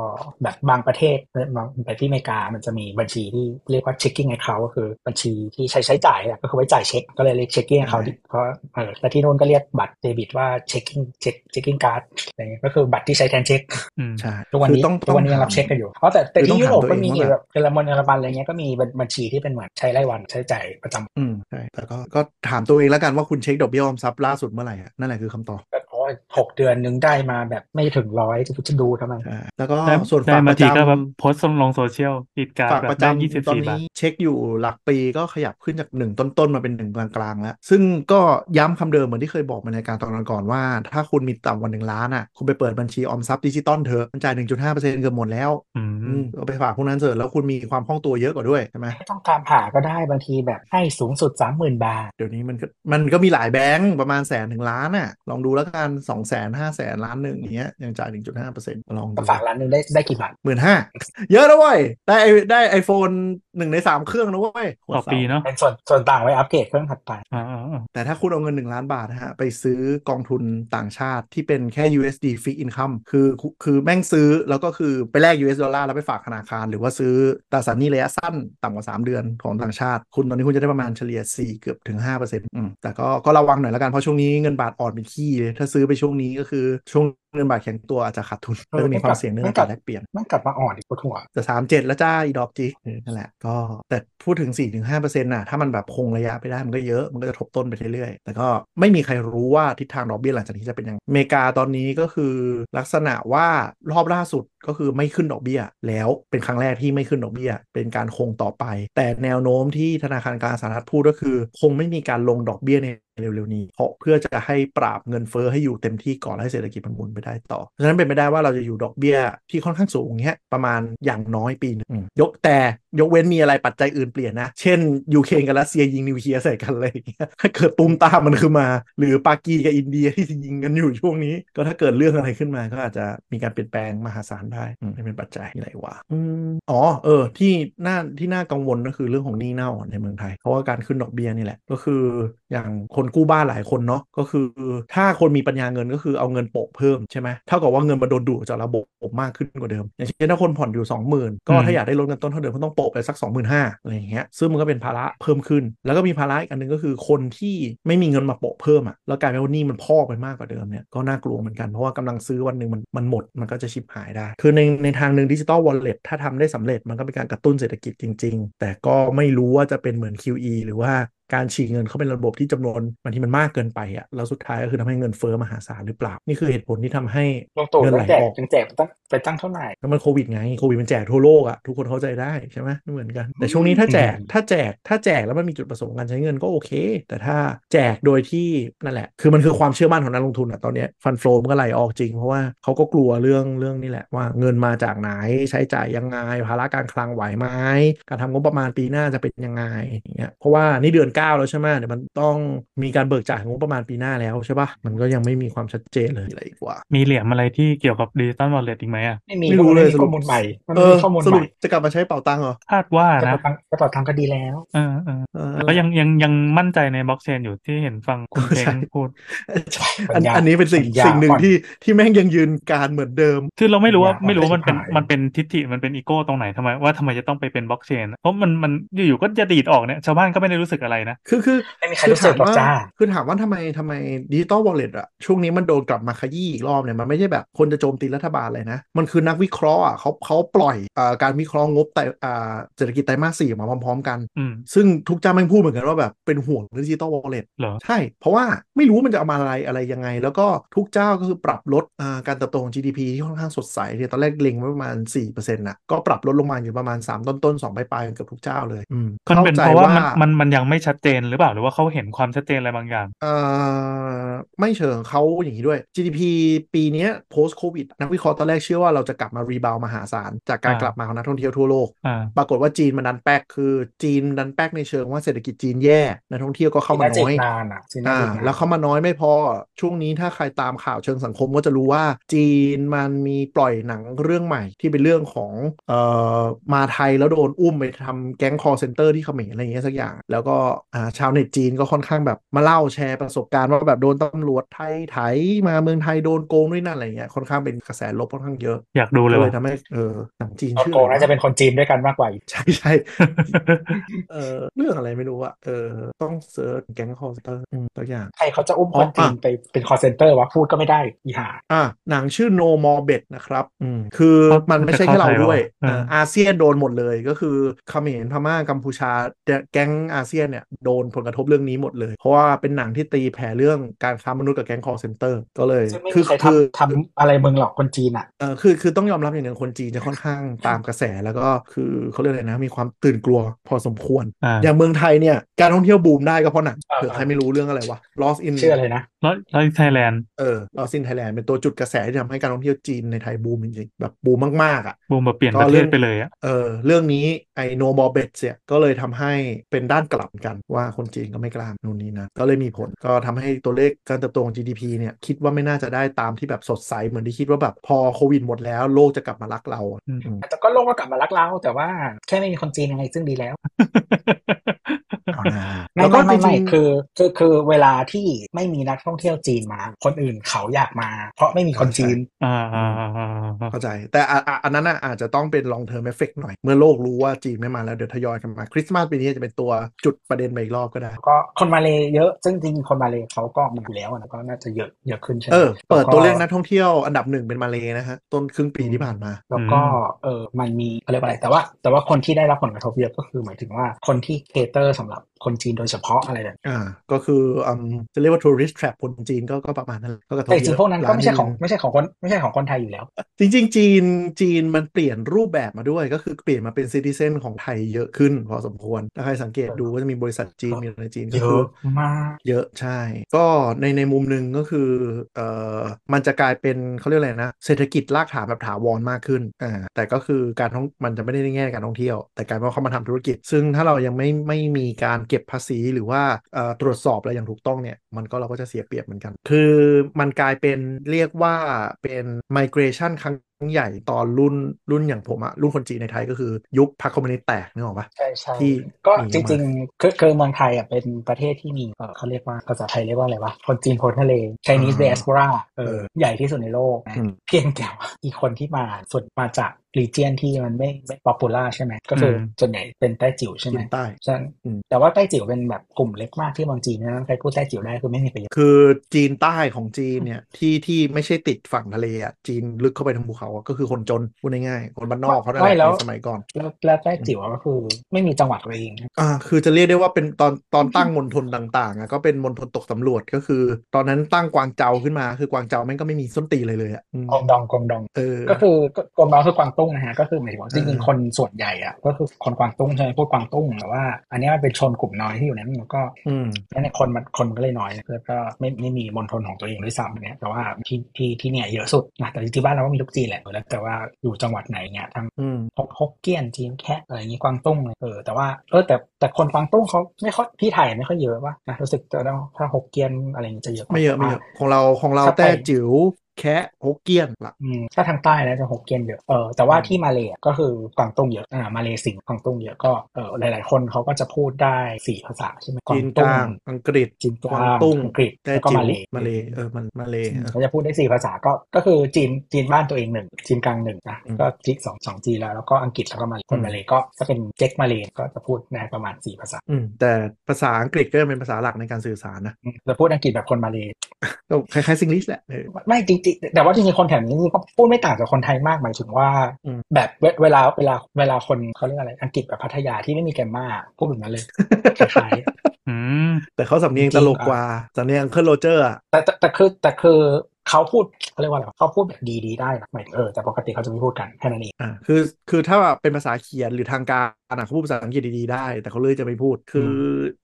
แบบบางประเทศไปที่อเมริกามันจะมีบัญชีที่เรียกว่า checking account ก็คือบัญชีที่ใช้ใช้จ่ายอะก็คือไว้จ่ายเช็คก็เลยเรียก checking account เพราะเออแต่ที่โน่นก็เรียกบัตรเดบิตว่า checking check checking card อะไรเงี้ยก็คือบัตรที่ใช้แทนเช็ค อืม ใช่ ทุกวัน คือ นี้ ต้อง ทุกวันนี้ยัง ถา รับเช็ค ม กันอยู่เพราะแต่แต่ คือต้องที่ยุโรป ถามตัว ก็มี เองว่าแบบ แบบเยอรมันเยอรมันอะไรเงี้ยก็มีบัญบัญชีที่เป็นเหมือนใช้รายวันใช้จ่ายประจำ อืมใช่แต่ก็ก็ถามตัวเองแล้วกันว่าคุณเช็คดอกเบี้ยออมทรัพย์ล่าสุดเมื่อไหร่อะนั่นแหละคือคำตอบ แบบโอ้ยหกเดือนนึงได้มาแบบไม่ถึงร้อยจะจะดูทำไม ใช่แล้วก็ ได้ ส่วน ได้ ฝากป มา ระ ที จ ก็แบบ ำ โพสต์ลงโซเชียลติดการ ฝาก แบ ป บ ระจ ได้ยี่สิบ ำตอน สี่บา นี้ ท เช็คอยู่หลักปีก็ขยับขึ้นจากหนึ่งต้นๆ มาเป็นหนึ่งกลางๆ แล้ว ซึ่งก็ย้ำคำเดิมเหมือนที่เคยบอกมาในการตอนก่อนๆว่า ถ้าคุณมีต่ำกว่าหนึ่งล้านอ่ะ คุณไปเปิดบัญชีออมทรัพย์ดิจิตอลเถอะมันจ่ายหนึ่งจุดห้าเปอร์เซ็นต์เกือบหมดแล้ว อืม อืมเอาไปฝากพวกนั้นเถอะแล้วคุณมีความคล่องตัวเยอะกว่าด้วยใช่ไหม ไม่ต้องตามหาก็ได้บางทีแบบให้สูงสุดสามหมื่นบาท เดี๋ยวนี้มันก็มันก็มีหลายแบงก์ประมาณแสนถึงล้านอ่ะลองดูแล้วกันสองแสนห้าแสนล้านหนึ่งอย่างเงี้ยยังจ่ายหนึ่งจุดห้าเปอร์เซ็นต์ลองดู ฝากร้านนึงได้ได้กี่บาท หมื่นห้าเยอะนะเว้ย ได้ไอได้ไอโฟนหนึ่งในสามเครื่องนะเว้ย ต่อปีเนาะ เป็นส่วนส่วนต่างไว้อัปเกรดเครื่องถัดไป อ่าอ่าอ่า แต่ถ้าคุณเอาเงิน 1 ล้านบาทนะฮะ ไปซื้อกองทุนต่างชาติที่เป็นแค่ USD fixed income คือคือแม่งซื้อแล้วก็คือไปแลก US ดอลลาร์แล้วไปฝากธนาคาร หรือว่าซื้อตราสารหนี้ระยะสั้นต่ำกว่า 3 เดือนของต่างชาติ คุณตอนนี้คุณจะได้ประมาณเฉลี่ย 4 เกือบถึง5%อืมแต่ก็ก็ระวังหน่อยแล้วกันเพราะช่วงนี้เงินบาทอ่อนเป็นขี้เลยถ้าซื้อ อไปช่วงนี้ก็คือช่วงเงินบาทแข็งตัวอาจจะขาดทุน เอ ก็ อ จะมีความ ไม่กลับ เสี่ยงเรื่อง ไม่ กาก ลั ร บ แลกเปลี่ยน มันกลับมาอ่อนอีกปวดหัว แต่สามเจ็ดแล้วจ้าอีดอกจิกเออนั่นแหละก็แต่พูดถึงสี่ถึงห้าเปอร์เซ็นต์น่ะ ถ้ามันแบบคงระยะไปได้มันก็เยอะ มันก็จะทบต้นไปเรื่อยๆ แต่ก็ไม่มีใครรู้ว่าทิศทางดอกเบี้ยหลังจากนี้จะเป็นยังไงอเมริกาตอนนี้ก็คือลักษณะว่ารอบล่าสุดก็คือไม่ขึ้นดอกเบี้ย แล้วเป็นครั้งแรกที่ไม่ขึ้นดอกเบี้ย เป็นการคงต่อไป แต่แนวโน้มที่ธนาคารกลางสหรัฐพูดก็คือ คงไม่มีการลงดอกเบี้ยใน เร็วๆนี้เพราะเพื่อจะให้ปราบเงินเฟ้อให้อยู่เต็มที่ก่อนและให้เศรษฐกิจมันหมุนไปได้ต่อเพราะฉะนั้นเป็นไปได้ว่าเราจะอยู่ดอกเบี้ยที่ค่อนข้างสูงอย่างเงี้ยประมาณอย่างน้อยปีหนึงอืมยกแต่ยกเว้นมีอะไรปัจจัยอื่นเปลี่ยนนะ เช่นยูเครนกับรัสเซียยิงนิวเคลียร์ใส่กันอะไรอย่างเงี้ยถ้าเกิดตูมตามมันขึ้นมา หรือปากีกับอินเดียที่ยิงกันอยู่ช่วงนี้ ก็ถ้าเกิดเรื่องอะไรขึ้นมาก็อาจจะมีการเปลี่ยนแปลงมหาศาลได้อืมนี่เป็นปัจจัยอะไรวะอืมอ๋อเออที่น่าที่น่ากังวลก็คือเรื่องของหนี้เน่าในเมืองไทยเพราะว่าการขึ้นดอกเบี้ยนี่แหละก็คือ อย่างคนกู้บ้านหลายคนเนาะก็คือ ถ้าคนมีปัญญาเงินก็คือเอาเงินโปะเพิ่มใช่ไหมเท่ากับว่าเงินมันโดนดูดออกจากระบบมากขึ้นกว่าเดิม อย่างเช่นถ้าคนผ่อนอยู่ 20,000 ก็ อืม ถ้าอยากได้ลดเงินต้นเท่าเดิมก็ต้องโปะไปสัก 25,000อะไรอย่างเงี้ยซึ่งมันก็เป็นภาระเพิ่มขึ้น แล้วก็มีภาระอีกอันหนึงก็คือคนที่ไม่มีเงินมาโปะเพิ่มอ่ะแล้วกลายเป็นว่าหนี่มันพอกไปมากกว่าเดิมเนี่ยก็น่ากลัวเหมือนกันเพราะว่ากำลังซื้อวันหนึ่งมันมันหมดมันก็จะชิบหายได้ คือในในทางหนึ่งดิจิตอลวอลเล็ตถ้าทำได้สำเร็จมันก็เป็นการกระตุ้นเศรษฐกิจจริง ๆ แต่ก็ไม่รู้ว่าจะเป็นเหมือน QE หรือว่า การฉีกเงินเข้าเป็นระบบที่จำนวนบางทีมันมากเกินไปอะแล้วสุดท้ายก็คือทำให้เงินเฟ้อมหาศาลหรือเปล่า นี่คือเหตุผลที่ทำให้ ลงตัว เงินไหลแล้วแจก ออก จนแจกไปตั้งไปตั้งเท่าไหร่ แล้วมันโควิดไงโควิดมันแจกทั่วโลกอะทุกคนเข้าใจได้ใช่ไหมไม่เหมือนกัน แต่ช่วงนี้ถ้าแจกถ้าแจกถ้าแจกแล้วมันมีจุดประสงค์การใช้เงินก็โอเค แต่ถ้าแจกโดยที่นั่นแหละ คือมันคือความเชื่อมั่นของนักลงทุนอะตอนเนี้ฟันโฟมนก็ไหลออกจริง เพราะว่าเขาก็กลัวเรื่องเรื่องนี่แหละว่าเงินมาจากไหนใช้จ่ายยังไงภาระการคลังไหวไหมการทำงบประมาณปีหน้าจะเป็นยังไงอย่างเงี้ยเพราะว่านี่เดือน เก้าแล้วใช่ไหมเดี๋ยวมันต้องมีการเบิกจ่ายของงบประมาณปีหน้าแล้วใช่ปะมันก็ยังไม่มีความชัดเจนเลยอะไรอีกว่า มีเหรียญอะไรที่เกี่ยวกับดิจิตอลวอลเล็ตอีกไหมอ่ะ ไม่มี ไม่รู้เลย นไข้อมูลใหม่มัน เอ ไม่ อ มีข้อมูล ส ให รุป ม่ จะกลับมาใช้เป่าตังค์เหรอ คาดว่าก ระ นะ เป๋าตังค์กระเป๋าตังค์ก็ดีแล้ว เออเออ เออ แต่ก็ยังยังยังมั่นใจในบล็อกเชนอยู่ที่เห็นฟังคุณเพล ใช่ งพูด อัน ปัญญา อันนี้เป็นสิ่ง ปัญญา สิ่งหนึ่ง อ่อน ที่ที่แม่งยังยืนการเหมือนเดิม คือเราไม่รู้อว่ายาก ไม่รู้ว่ามัน จะ เป็น ขาย มันเป็นทิฏฐิมันเป็นอีโก้ตรงไหนทำไมว่าทำไมจะต้องไปเป็นบล็อกเชนเพราะมันมันอยู่ๆก็จะดีดออกเนี่ยชาวบ้านก็ไม่ได้รู้สึกอะไรนะ คือคือ ไม่มีใครรู้สึกหรอกจ้า คือถามว่าทำไมทำไมดิจิตอลวอลเล็ตอะช่วงนี้มันโดนกลับมาขยี้อีกรอบเนี่ยมันไม่ใช่แบบคนจะโจมตีรัฐบาลเลยนะ มันคือนักวิเคราะห์อะเขาเขาปล่อยเอ่อการวิเคราะห์งบแต่อ่าเศรษฐกิจไตรมาสสี่ออกมาพร้อมๆกัน อืม ซึ่งทุกเจ้าแม่งพูดเหมือนกันว่าแบบเป็นห่วงดิจิตอลวอลเล็ต เหรอ ใช่ เพราะว่าไม่รู้มันจะเอามาอะไรอะไรยังไง แล้วก็ทุกเจ้าก็คือปรับลดอ่าการเติบโตของ GDP ที่ค่อนข้างสดใสเนี่ยตอนแรกเล็งไว้ประมาณ 4%นะก็ปรับลดลงมาอยู่ประมาณ 3 ต้นต้นๆ2ปลายปลายๆเกือบทุกเจ้าเลยอืม มันเป็น ใจ เพราะว่ามันมันมันยังไม่ชัดเจนหรือเปล่าหรือว่าเขาเห็นความชัดเจนอะไรบางอย่าง เอ่อไม่เชิงเขาอย่างนี้ด้วย GDP ปีเนี้ย post covid นักวิเคราะห์ตอนแรกเชื่อว่าเราจะกลับมารีบาวมหาศาลจากการ อ่า กลับมาของนักท่องเที่ยวทั่วโลก อ่า ปรากฏว่าจีนมันดันแป๊กคือจีนดันแป๊กในเชิงว่าเศรษฐกิจจีนแย่นักท่องเที่ยวก็เข้ามา จี น้อย นานอ่ะจีน อ่า จีนนาน แล้วเข้ามาน้อยไม่พอช่วงนี้ถ้าใครตามข่าวเชิงสังคมก็จะรู้ว่าจีนมันมีปล่อยหนังเรื่องใหม่ที่เป็นเรื่องของเอ่อมาไทยแล้วโดนอุ้มไปทำแก๊งคอเซ็นเตอร์ที่เขมรอะไรอย่างเงี้ยสักอย่าง แล้วก็อ่าชาวเน็ตจีนก็ค่อนข้างแบบมาเล่าแชร์ประสบการณ์ว่าแบบโดนตำรวจไทยไถมาเมืองไทยโดนโกงด้วยนั่นอะไรอย่างเงี้ยค่อนข้างเป็นกระแสลบค่อนข้างเยอะ อยากดูเลย ก็เล ว่ะ ยทำให้เออหนังจีน ตอน ชื่อ โกง อะไร น่าจะเป็นคนจีนด้วยกันมากกว่าอีก ใช่ใช่ เออเรื่องอะไรไม่รู้อะเออต้องเซิร์ชแก๊งคอเซ็นเตอร์ตัวอย่าง ใครเขาจะอุ้ม อ๋อ คนจีน อ่ะ ไปเป็นคอเซนเตอร์วะพูดก็ไม่ได้อีหา อ่ะหนังชื่อ No More Bet นะครับอืมคือมันไม่ใช่แค่เราด้วย เข้าใจเอ่แล้วอ่ะอ เออ อาเซียนโดนหมดเลยก็คือเขมรพม่ากัมพูชาแก๊งอาเซียนเนี่ยโดนผลกระทบเรื่องนี้หมดเลย เพราะว่าเป็นหนังที่ตีแผ่เรื่องการค้ามนุษย์กับแก๊งคอเซ็นเตอร์ก็เลย ซึ่งไม่ คื มี อ ใครท คือ ำทำอะไรมึงหรอกคนจีนอ่ะ เออคือคือต้องยอมรับอย่างหนึ่งคนจีนจะค่อนข้างตามกระแสแล้วก็คือเขาเรียกอะไรนะมีความตื่นกลัวพอสมควร อ่า อย่างเมืองไทยเนี่ยการท่องเที่ยวบูมได้ก็เพราะหนัง อ่า เผื่อใครไม่รู้เรื่องอะไรวะ Lost in ชื่ออะไรนะ แล้วแล้วไทยแลนด์ เออ Lost in Thailand เป็นตัวจุดกระแสที่ทำให้การท่องเที่ยวจีนในไทยบูมจริงๆแบบบูมมากๆอ่ะ บูมแบบเปลี่ยน ก็ ประเท เรื่ ศ อง ไปเลยอ่ะ เออเรื่องนี้ไอ้ No More Bets เนี่ยก็เลยทำให้เป็นด้านกลับกันว่าคนจีนก็ไม่กล้านู่นนี่นะก็เลยมีผลก็ทำให้ตัวเลขการเติบโตของ GDP เนี่ยคิดว่าไม่น่าจะได้ตามที่แบบสดใสเหมือนที่คิดว่าแบบพอโควิดหมดแล้วโลกจะกลับมารักเรา อืม อืม แต่ก็โลกก็กลับมารักเราแต่ว่าแค่ไม่มีคนจีนยังไงซึ่งดีแล้ว แล้ ไม่ วก็ ไม่จไม่ริ ไม่ งๆ คือคือคือเวลาที่ไม่มีนักท่องเที่ยวจีนมา คนอื่นเขาอยากมา เพราะไม่มีคนจีน อ่าอ่าอ่าอ่าอ่า เข้าใจ แต่อ่ะอ่ะอันนั้นน่ะอาจจะต้องเป็น long term effect หน่อย เมื่อโลกรู้ว่าจีนไม่มาแล้วเดี๋ยวทยอยกันมาคริสต์มาสปีนี้จะเป็นตัวจุดประเด็นไปอีกรอบก็ได้ ก็คนมาเลเยอะ ซึ่งจริงๆคนมาเลเขาก็มาอยู่แล้วนะก็น่าจะเยอะเยอะขึ้นใช่ไหม เออ เปิด แล้ก็ ตัวเลขนักท่องเที่ยวอันดับหนึ่งเป็นมาเลนะฮะ ต้นครึ่งปีที่ผ่านมา แล้วก็เออมันมีอะไรยกว่าอะไรแต่ว่า แต่ว่าคนที่ได้รับผลกระทบเยอะก็คือหมายถึงว่าคนที่เคเตอร์สำหรับคนจีนโดยเฉพาะอะไรแบบนี้ อ่า ก็คืออืมจะเรียกว่า tourist trap คนจีนก็ก็ประมาณนั้นแหละก็กระทบ แต่จ เย ริง อะ ๆพวกนั้นก็ไม่ใช่ของ ร้านหนึ่ ไม่ใช่ของคนไม่ใช่ของคนไทยอยู่แล้ว จริงๆ จีนจีนมันเปลี่ยนรูปแบบมาด้วยก็คือเปลี่ยนมาเป็นซิติเซนของไทยเยอะขึ้นพอสมควร ถ้าใครสังเกตดูก็จะมีบริษัทจีน มีอะไรจีนก็ เย คือ อะมาก เยอะใช่ ก็ในในมุมหนึ่งก็คือเอ่อมันจะกลายเป็นเขาเรียกอะไรนะ เศรษฐกิจรากฐานแบบถาวรมากขึ้นอ่าแต่ก็คือการท่องมันจะไม่ได้ในแง่การท่องเที่ยว แต่กลายเป็นว่าเขามาทำธุรกิจ ซึ่งถ้าเรายังไม่ไม่มีการเก็บภาษีหรือว่าเอ่อตรวจสอบอะไรอย่างถูกต้องเนี่ย มันก็เราก็จะเสียเปรียบเหมือนกัน คือมันกลายเป็นเรียกว่าเป็น migration ครั้งใหญ่ตอนรุ่นรุ่นอย่างผมอะรุ่นคนจีนในไทยก็คือยุคพรรคคอมมิวนิสต์แตกนึกออกปะ ใช่ใช่ ที่ ก็ หนี จ ออกมา ริงๆคือคือเมืองไทยอ่ะเป็นประเทศที่มีเอ่อเขาเรียกว่าภาษาไทยเรียกว่าอะไรวะ คนจีนพ้นทะเล Chinese diaspora เออใหญ่ที่สุดในโลกนะ อืม เพียงแต่ว่าอีกคนที่มาส่วนมาจากรีเจียนที่มันไม่ไม่ป๊อปปูล่าใช่ไหม ก็คืออ ม ส่วนใหญ่เป็นใต้จิ๋วใช่ไหม จีนใต้ ฉะนั้น อืม แต่ว่าใต้จิ๋วเป็นแบบกลุ่มเล็กมากที่เมืองจีนนะใครพูดใต้จิ๋วได้คือไม่มีประโยชน์ คือจีนใต้ของจีนเนี่ยที่ที่ไม่ใช่ติดฝั่งทะเลอ่ะจีนลึกเข้าไปทางภูเขาอะก็คือคนจนพูดง่ายๆคนบ้านนอกเขานั่นแห ไม่ ละ แล้ว ในสมัยก่อน แล้วแล้วใต้จิ๋วก็คือไม่มีจังหวัดตัวเอง อ่าคือจะเรียกได้ว่าเป็นตอนตอนตั้งมณฑลต่างๆอ่ะก็เป็นมณฑลตกสำรวจก็คือ ตอนนั้นตั้งกวางเจาขึ้นมาคือกวางเจาแม่งก็ไม่มีส้นตีนเลยเลยอ่ะอืม กงดองกงดอง เออ ก็คือกวางดองคือกวางตุ้งนะฮะก็คือหมายถึงว่าจริง อ่า ๆคนส่วนใหญ่อะก็คือคนกวางตุ้งใช่ไหมพูดกวางตุ้งแต่ว่า อันเนี้ยมันเป็นชนกลุ่มน้อยที่อยู่ในนั้นแล้วก็ อืม นั่นเนี่ยคนมันคนก็เลยน้อยแล้วก็ไม่ไม่มีมณฑลของตัวเองด้วยซ้ำเนี่ยแต่ว่าที่ที่ที่เนี่ยเยอะสุดนะแต่ที่บ้านเราก็มีลูกจีนแหละแล้วแต่ว่าอยู่จังหวัดไหนเนี่ยทั้ง อืม ฮกฮกเกี้ยนจีนแคะอะไรอย่างงี้กวางตุ้งเลยเออแต่ว่าเออแต่แต่คนกวางตุ้งเขาไม่ค่อยที่ไทยไม่ค่อยเยอะว่ะนะรู้สึกจะถ้าฮกเกี้ยนอะไรอย่างงี้จะเยอะกว่า ไม่เยอะไม่เยอะของเราของเรา ถ้าไป แต้จิ๋วแคะฮกเกี้ยนละ อืมถ้าทางใต้นะจะฮกเกี้ยนเยอะเออแต่ว่า อืม ที่มาเลยอ่ะก็คือกวางตุ้งเยอะอ่ามาเลยสิงกวางตุ้งเยอะก็เออหลาย ๆ คนเขาก็จะพูดได้สี่ภาษาใช่ไหมว จีนก ตุ้ ลางอังกฤษ จีนก กวาง ลาง ตุ้ง อังกฤษ แต้ แล้วก็ จิ๋ว มาเลย มาเลเออมันมาเล อืม เออ เขาจะพูดได้สี่ภาษาก็ก็คือจีนจีนบ้านตัวเองหนึ่งจีนกลางหนึ่งนะ อืม ก็จีนสองสองจีนแล้วแล้วก็อังกฤษแล้วก็มาเลยคน อืม มาเลยก็จะเป็นเจ๊กมาเลยก็จะพูดได้ประมาณสี่ภาษา อืมแต่ภาษาอังกฤษก็ยังเป็นภาษาหลักในการสื่อสารนะ อืมแล้วพูดอังกฤษแบบคนมาเลย ก็คล้ายๆซิงลิชแหละเออ ไม่จริงๆแต่ว่าจริงๆคนแถบนี้ก็พูดไม่ต่างจากคนไทยมากหมายถึงว่า อืม แบบเวเวลาเวลาเวลาคนเขาเรียกอะไรอังกฤษแบบพัทยาที่ไม่มีแกรมมาพูดแบบนั้นเลยคล้าย อืม แต่เขาสำเนียงตลกกว่า สำเนียงอังเคิลโรเจอร์อ่ะ ๆแต่แต่แต่คือแต่คือเขาพูดเขาเรียกว่าอะไรวะเขาพูดแบบดีๆได้นะหมายถึงเออแต่ปกติเขาจะไม่พูดกันแค่นั้นเอง อ่าคือคือถ้าเป็นภาษาเขียนหรือทางการอ่ะเขาพูดภาษาอังกฤษดีๆได้ แต่เขาเลือกจะไม่พูด คือ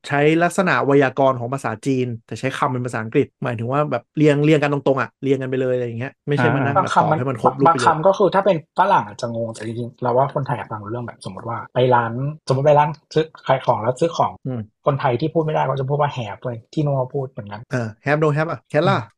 ใช้ลักษณะไวยากรณ์ของภาษาจีน แต่ใช้คำเป็นภาษาอังกฤษ หมายถึงว่าแบบเรียงเรียงกันตรงๆอ่ะเรียงกันไปเลยอะไรอย่างเงี้ยไม่ใช่มานั่ง บาง มาตอบ คำมัน ให้มันครบรูป บาง ประโยค คำก็คือถ้าเป็นฝรั่งอาจจะงงแต่จริงๆเราว่าคนไทยอาจฟังรู้เรื่องแบบสมมติว่าไปร้านสมมติไปร้านซื้อขายของแล้วซื้อของ อืม คนไทยที่พูดไม่ได้ก็จะพูดว่าแหบเลยที่โน้พูดเหมือนกัน เออแฮปโนแฮปอ่ะแคนล่ะ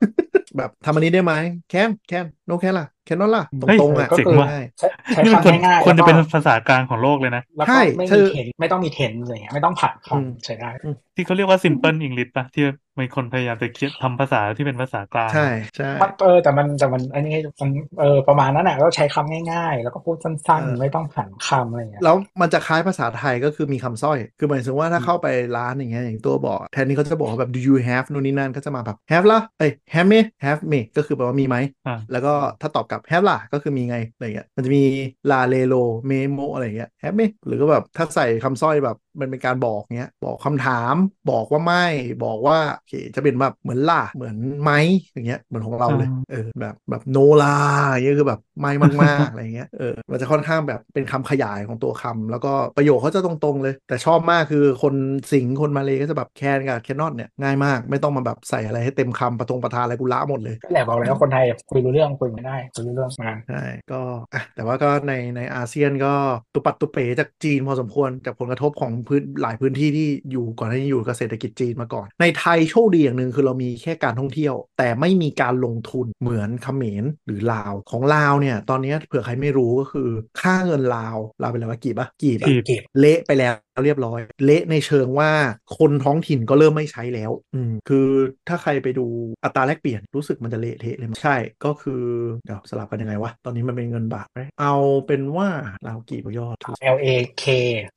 แบบทำอันนี้ได้ไหมแคนแคนโนแคนล่ะแคนนอล่ะตรงๆอ่ะ เฮ้ยเจ๋งว่ะ ง่าย ใช้ใช้ นี่มันควร คำง่ายๆ ควรจะ แล้วก็ เป็นภาษากลางของโลกเลยนะ แล้ว ใช่ ก็ไม่ คื มี อ เทนไม่ต้องมีเทนอะไรเงี้ยไม่ต้องผัด อืม คำใช้ได้ ที่เขาเรียกว่า simple English ปะที่มีคนพยายามจะเขียนทำภาษาที่เป็นภาษากลาง ใช่ใช่ มันเออแต่มันแต่มันอันนี้มันเออประมาณนั้นแหละก็ใช้คำง่ายๆ แล้วก็พูดสั้น เออ ๆ ไม่ต้องผันคำอะไรเงี้ย แล้วมันจะคล้ายภาษาไทยก็คือมีคำสร้อย คือหมายถึงว่าถ้าเข้าไปร้านอย่างเงี้ยอย่างตัวบอก แทนที่เขาจะบอกว่าแบบ do you have นู่นนี่นั่นก็จะมาแบบ have ละเอ้ย have me have me ก็คือแปลว่ามีไหม อ่า แล้วก็ถ้าตอบกลับ have ล่ะก็คือมีไงอะไรเงี้ย มันจะมี la le lo me mo อะไรเงี้ย have me หรือก็แบบถ้าใส่คำสร้อยแบบมันเป็นการบอกเงี้ย บอกคำถาม บอกว่าไม่ บอกว่าโอเคจะเป็นแบบเหมือนล่ะเหมือนไหมอย่างเงี้ยเหมือนของเราเลย อ่า เออแบบแบบโนลาอย่างเงี้ยคือแบบไม่มากๆ อะไรเงี้ยเออมันจะค่อนข้างแบบเป็นคำขยายของตัวคำแล้วก็ประโยคเขาจะตรงๆเลย แต่ชอบมากคือคนสิงห์คนมาเลยก็จะแบบแคนกับแคนนอตเนี่ยง่ายมาก ไม่ต้องมาแบบใส่อะไรให้เต็มคำประทงประทานอะไรกูละหมดเลย ก็แหละบอกเลยว่าคนไทยคุยรู้เรื่องคุยไม่ได้คุยรู้เรื่องเหมือนกัน ใช่ก็อ่ะแต่ว่าก็ในในอาเซียนก็ตุปัดตุเป๋จากจีนพอสมควรจากผลกระทบของพื้นหลายพื้นที่ที่อยู่ก่อนที่อยู่กับเศรษฐกิจจีนมาก่อน ในไทยโชคดีอย่างหนึ่งคือเรามีแค่การท่องเที่ยว แต่ไม่มีการลงทุนเหมือนเขมรหรือลาวของลาวเนี่ยตอนเนี้ยเผื่อใครไม่รู้ก็คือค่าเงินลาวลาวเป็นอะไรวะกีบอะกีบอะ กีบ เก็บ เละไปแล้ว แล้วเรียบร้อย เละในเชิงว่าคนท้องถิ่นก็เริ่มไม่ใช้แล้ว อืมคือถ้าใครไปดูอัตราแลกเปลี่ยนรู้สึกมันจะเละเทะเลยมั้ยใช่ก็คือเดี๋ยวสลับกันยังไงวะ ตอนนี้มันเป็นเงินบาทไหมเอาเป็นว่าเรากี่ยอด LAK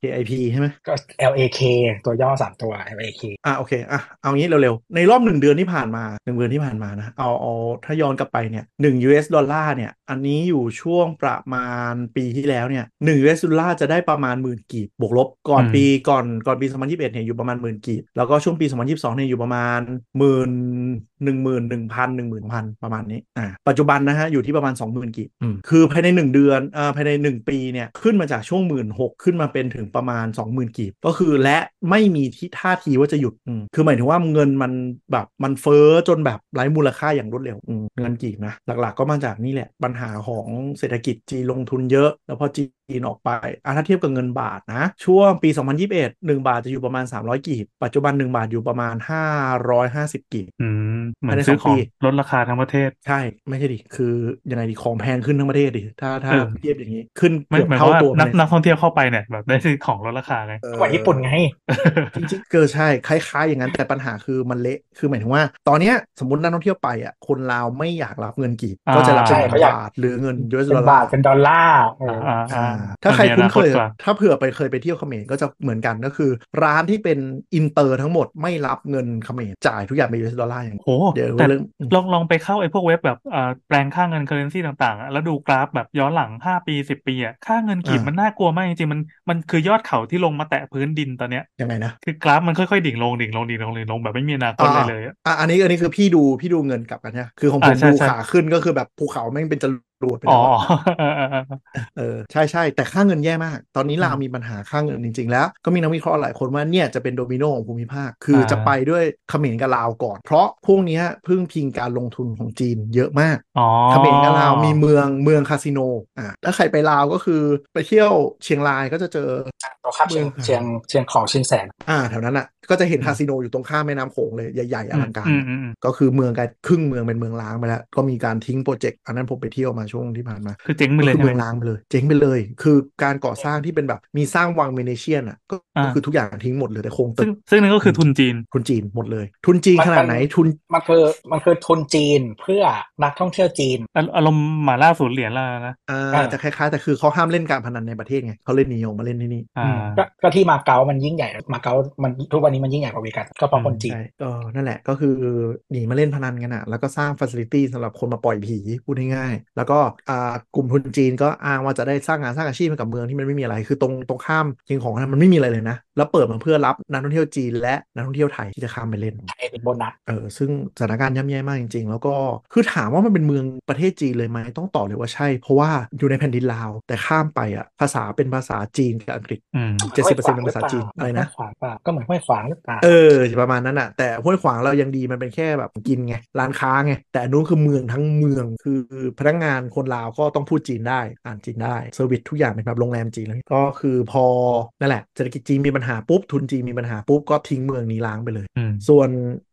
KIP ใช่ไหม ก็ LAK ตัวย่อสามตัว LAK อ่ะโอเคอ่ะเอางี้เร็วๆ ในรอบหนึ่งเดือนที่ผ่านมาหนึ่งเดือนที่ผ่านมานะเอาเอาถ้าย้อนกลับไปเนี่ยหนึ่ง US ดอลลาร์เนี่ยอันนี้อยู่ช่วงประมาณปีที่แล้วเนี่ยหนึ่ง US ดอลลาร์จะได้ประมาณหมื่นกีบบวกลบก่อน อืม ปีก่อนก่อนปี2021เนี่ยอยู่ประมาณหมื่นกีบแล้วก็ช่วงปี 2022เนี่ยอยู่ประมาณหมื่นหนึ่งหมื่นหนึ่งพันหนึ่งหมื่นพันประมาณนี้อ่าปัจจุบันนะฮะอยู่ที่ประมาณสองหมื่นกีบอืมคือภายในหนึ่งเดือนอ่าภายในหนึ่งปีเนี่ยขึ้นมาจากช่วงหมื่นหกขึ้นมาเป็นถึงประมาณสองหมื่นกีบก็คือและไม่มีที่ท่าทีว่าจะหยุดอืมคือหมายถึงว่าเงินมันแบบมันเฟ้อจนแบบไร้มูลค่าอย่างรวดเร็วอืมเงินกีบนะหลักๆก็มาจากนี่แหละปัญหาของเศรษฐกิจจีนลงทุนเยอะแล้วพอจีน จีนออกไปอ่ะถ้าเทียบกับเงินบาทนะ ช่วงปี 2021 1 บาทจะอยู่ประมาณ 300 กีบ ปัจจุบัน 1 บาทอยู่ประมาณ 550 กีบ อืมเหมืภายอน ใน ซื้อ สอง ขอ ปี งลดราคาทั้งประเทศ ใช่ ไม่ใช่ดิ คือยังไงดิ ของแพงขึ้นทั้งประเทศดิ ถ้าถ้า เออ เทียบอย่างนี้ ขึ้น ไม่ เกือบ หมายเท่าวคามว่า ตัว นัก เลย นักท่องเที่ยวเข้าไปเนี่ยแบบได้ซื้อของลดราคาไง เออ กว่าญี่ปุ่นไง จริงๆเกิดใช่คล้าย ๆ อย่างนั้นแต่ปัญหาคือมันเละคือหมายถึงว่า ตอนเนี้ยสมมตินักท่องเที่ยวไปอ่ะคนลาวไม่อยากรับเงินกีบ อ่า ก็จะรับเป็น ใช่เขาอยาก บาทหรือเงินยูเอส เป็ ดอน ล บา ลา ท ร์ เป็นดอลลาร์เอออ อ่าอ่า ถ้าใคร มั คุ้ มีอน นา เคย กว่า ถ้าเผื่อไปเคยไปเที่ยวเขมรก็จะเหมือนกันก็คือ ร้านที่เป็นอินเตอร์ทั้งหมดไม่รับเงินเขมรจ่ายทุกอย่างเป็นยูเอสดอลลาร์อย่างเดียว โอ้ เดี๋ยว แต่ เรื่อง ลองลองไปเข้าไอ้พวกเว็บแบบเอ่อแปลงค่าเงิน currency ต่างๆอะแล้วดูกราฟแบบย้อนหลังห้าปีสิบปีอ่ะค่าเงินกีบมันน่ากลัวมากจริงๆมันมันคือยอดเขาที่ลงมาแตะพื้นดินตอนเนี้ย ยังไงนะ คือกราฟมันค่อยๆดิ่งลงดิ่งลงดิ่งลงดิ่งลงแบบไม่มีอนาคตเลยเลยอะ อ่ะอันนี้อันนี้คือพี่ดูพี่ดูเงินกลับกันใช่ไหมคือของผ อ่าม ใช่ ดู ใช่ ขาขึ้นก็คือแบบภูเขาแม่งเป็นจรวดไป อ๋ แล้ว อ อะ เออเออเออเออ เออใช่ใช่แต่ค่าเงินแย่มาก ตอนนี้ลาวมีปัญหาค่าเงินจริง ๆ แล้ว ก็มีนักวิเคราะห์หลายคนว่าเนี่ยจะเป็นโดมิโนของภูมิภาค คืออา จะไปด้วยเขมรกับลาวก่อน เพราะพวกเนี้ยพึ่งพิงการลงทุนของจีนเยอะมาก อ๋อ เขมรกับลาวมีเมืองเมืองคาสิโนอ่ะถ้าใครไปลาวก็คือไปเที่ยวเชียงรายก็จะเจอ ตัวข้ามเชียงเชียงเชียงของชินแสน อ่าแถวนั้นอ่ะก็จะเห็นคาสิโนอยู่ตรงข้ามแม่น้ำโขงเลยใหญ่ๆอลังการ อืม อะ อืมอืม ก็คือเมืองกันครึ่งเมืองเป็นเมืองล้างไปแล้ว ก็มีการทิ้งโปรเจกต์อันนั้นผมไปเที่ยวมาช่วงที่ผ่านมา คือเจ๊งไป ก็ เลย คือ ใช่ เมือง ไหม ล้างไปเลย เจ๊งไปเลย คือการก่อสร้างที่เป็นแบบมีสร้างวังเวเนเชียนอ่ะก็ อ่า ก็คือทุกอย่างทิ้งหมดเลยแต่โครงตึ ซึ่ง ก ซึ่งนั่นก็คือทุนจีน ทุนจีนหมดเลย ทุนจีน มัน ขนา มั ด น ไหนทุน มันคือมันคือทุนจีนเพื่อนักท่องเที่ยวจีน อารอารมณ์หมาล่าศูนย์เหรียญแล้วนะ อ่า อ่า จะคล้ายๆ แต่คือเขาห้ามเล่นการพนันในประเทศไงเขาเล่นนิยมมาเล่นที่นี่ อ่า ม ก็ก็ที่มาเก๊ามันยิ่งใหญ่มาเก๊ามันทุกวันนี้มันยิ่งใหญ่กว่าเวกัสก็เพราะคนจีน ใช่ก็นั่นแหละก็คือหนีมาเล่นพนันกันอะแล้วก็สร้างฟ a ซิลิตี้สำหรับคนมาปล่อยผี พูดง่ายๆแล้วก็อ่ากลุ่มทุนจีนก็อ้างว่าจะได้สร้างงานสร้างอาชีพให้กับเมืองที่มันไม่มีอะไรคือตรงตรงข้ามจริงของนะมันไม่มีอะไรเลยนะ แล้วเปิดมาเพื่อรับนักท่องเที่ยวจีนและนักท่องเที่ยวไทยที่จะข้ามไปเล่น ไทยเป็นโบนัส เออซึ่งสถานการณ์ย่ำแย่มากจริงๆ แล้วก็คือถามว่ามันเป็นเมืองประเทศจีนเลยไหมต้องตอบเลยว่าใช่ เพราะว่าอยู่ในแผ่นดินลาว แต่ข้ามไปอ่ะภาษาเป็นภาษาจีนกับอังกฤษ อืม 70%เป็นภาษาจีนอะไรนะ ห้วยขวางเปล่าก็เหมือนห้วยขวางหรือเปล่า เออประมาณนั้นอ่ะ แต่ห้วยขวางเรายังดีมันเป็นแค่แบบกินไง ร้านค้าไง แต่อันนู้นคือเมืองทั้งเมืองคือพนักงานคนลาวก็ต้องพูดจีนได้ อ่านจีนได้เซอร์วิสทุกอย่างเป็นแบบโรงแรมจีนแล้วก็คือพอนั่นแหละเศรษฐกิจจีนมีปัญหาปุ๊บทุนจีนมีปัญหาปุ๊บก็ทิ้งเมืองนี้ล้างไปเลย อืม ส่วน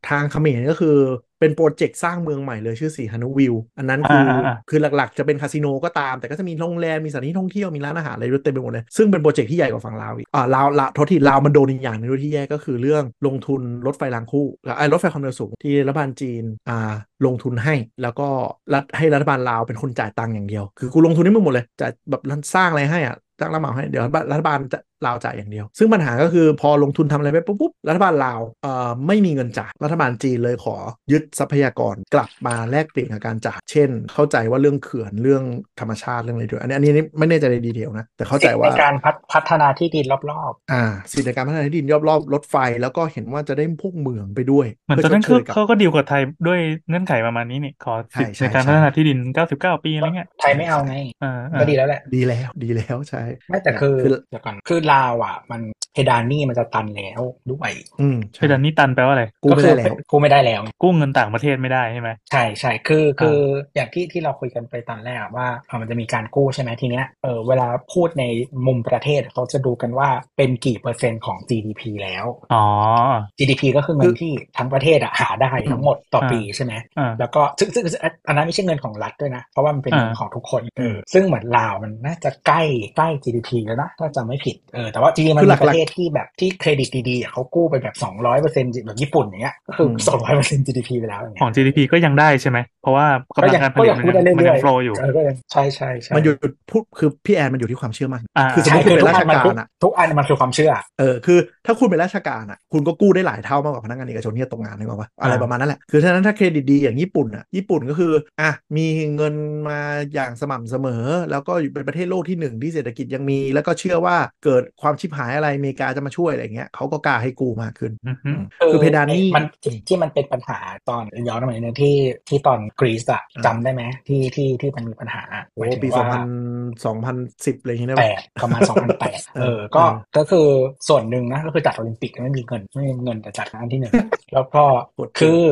ทางเขมรก็คือเป็นโปรเจกต์สร้างเมืองใหม่เลยชื่อสีฮานุวิว อันนั้นคืออา อ่า คือหลักๆจะเป็นคาสิโนก็ตาม แต่ก็จะมีโรงแรม มีสถานที่ท่องเที่ยว มีร้านอาหารอะไรด้วยเต็มไปหมดเลย ซึ่งเป็นโปรเจกต์ที่ใหญ่กว่าฝั่งลาวอีกอ่าลาวละโทษทีลาวมันโดนอีกอย่างหนึงด้วยที่แย่ก็คือเรื่องลงทุนรถไฟรางคู่ไอ้รถไฟความเร็วสูงที่รัฐบาลจีนอ่าลงทุนให้แล้วก็รัฐให้รัฐบาลลาวเป็นคนจ่ายตังค์อย่างเดียว คือกูลงทุนให้มึงหมดเลยจ่ายแบบสร้างอะไรให้อ่ะ จ้างรับเหมาให้เดี๋ยวรัฐบาลจะลาวจ่ายอย่างเดียว ซึ่งปัญหาก็คือพอลงทุนทำอะไรไปปุ๊บปุ๊บรัฐบาลลาวเอ่อไม่มีเงินจ่ายรัฐบาลจีนเลยขอยึดทรัพยากรกลับมาแลกเปลี่ยนกับการจ่ายเช่น เข้าใจว่าเรื่องเขื่อนเรื่องธรรมชาติเรื่องอะไรด้วยอันนี้อันนี้ไม่แน่ใจในดีเทลนะ แต่เข้าใจว่า ในการพัฒพัฒนาที่ดินรอบ อ่าสิทธิในการพัฒนาที่ดินรอบๆรถไฟ แล้วก็เห็นว่าจะได้พวกเมืองไปด้วย เหมือน เพื่อตอน ชดนั้น เชยกับเขาเขาก็ดีลกับไทยด้วยเงื่อนไขประมาณนี้นี่ขอสิทธิ์ ใช่ ในการ ใช่ พัฒนาที่ดิน 99 ปีอะไรเงี้ย ๆ ไทยไม่เอาไง อ่าอ่า ก็ดีแล้วแหละ ดีแล้วดีแล้วใช่ ไม่แต่คือ คือ เดี๋ยวก่อนคือลาวอ่ะ มันเพดานหนี่มันจะตันแล้วด้วย อืมใช่ เพดานนี่ตันแปลว่าอะไร กูไม่ได้แล้ว กูไม่ได้แล้ว กู้เงินต่างประเทศไม่ได้ใช่ไหม ใช่ใช่คือคืออย่างที่ที่เราคุยกันไปตอนแรกอะว่าเอ่อมันจะมีการกู้ใช่ไหมทีเนี้ยเออเวลาพูดในมุมประเทศเขาจะดูกันว่าเป็นกี่เปอร์เซ็นต์ของ GDP แล้ว อ๋อ GDP ก็คือเงินที่ทั้งประเทศอะหาได้ทั้งหมดต่อปีใช่ไหม อ่า แล้วก็ซึ่งซึ่งซึ่งอันนั้นไม่ใช่เงินของรัฐด้วยนะ เพราะว่ามันเป็น อ่า เงินของทุกคนเออซึ่งเหมือนลาวมันน่าจะใกล้ใกล้ GDP แล้วนะถ้าจำไม่ผิดเออแต่ว่าจริงๆมัน คือห มี ลัก ประเทศ ศที่แบบที่เครดิตดีๆอ่ะเขากู้ไปแบบสองร้อยเปอร์เซ็นต์แบบญี่ปุ่นอย่างเงี้ยก็คือสองร้อยเปอร์เซ็นต์ GDP ไปแล้วอย่าง ขอ เงี้ ง ย GDP ก็ยังได้ใช่ไหม เพราะว่ากำลังการผลิตมัน ก็ ยัง ยังพูดได้มันเรื่ ยั อย ง ๆ โฟลอยู่ เออก็ยังใช่ใช่ใช่ มันอยู่พูดคือพี่แอนมันอยู่ที่ความเชื่อมั่น อ่า คือสมม ใช่ ติคุณ คือ เป็น ทุก ราชอันมัน การ คือ อ่ะ ทุกอันมันคือความเชื่อ เออคือถ้าคุณเป็นราชการอ่ะคุณก็กู้ได้หลายเท่ามากกว่าพนักงานเอกชนที่จะตกงานนึกออกปะอะไรประมาณนั้นแหละคือฉะนั้นถ้าเครดิตดีอย่างญี่ปุ่นอ่ะญี่ปุ่นก็คืออ่ะมีเงินมาอย่างสม่ำเสมอ แล้วก็อยู่เป็นประเทศโลกที่หนึ่งที่เศรษฐกิจยังมี แล้วก็เชื่อว่าเกิดความชิบหายอะไรอเมริกาจะมาช่วยอะไรอย่างเงี้ยเขาก็กล้าให้กู้มากขึ้น อือฮึ คือเพดานหนี่ มันที่ที่มันเป็นปัญหาตอนย้อนกลับไปเนี่ยที่ที่ตอนกรีซอะ อ่า จำได้ไหมที่ที่ที่มันมีปัญหา โอ้โหปี ห สอ มาง ย พั ถึ น งว่า สองพันสิบอะไรอย่างเงี้ยได้ แป ปะ ดประมาณ 2008 เออเอก็อ ก็คือส่วนหนึ่งนะ ก็คือจัดโอลิมปิกไม่มีเงินไม่มีเงินแต่จัดอันที่หนึ่ง แล้วก็ ปวดหัว คือ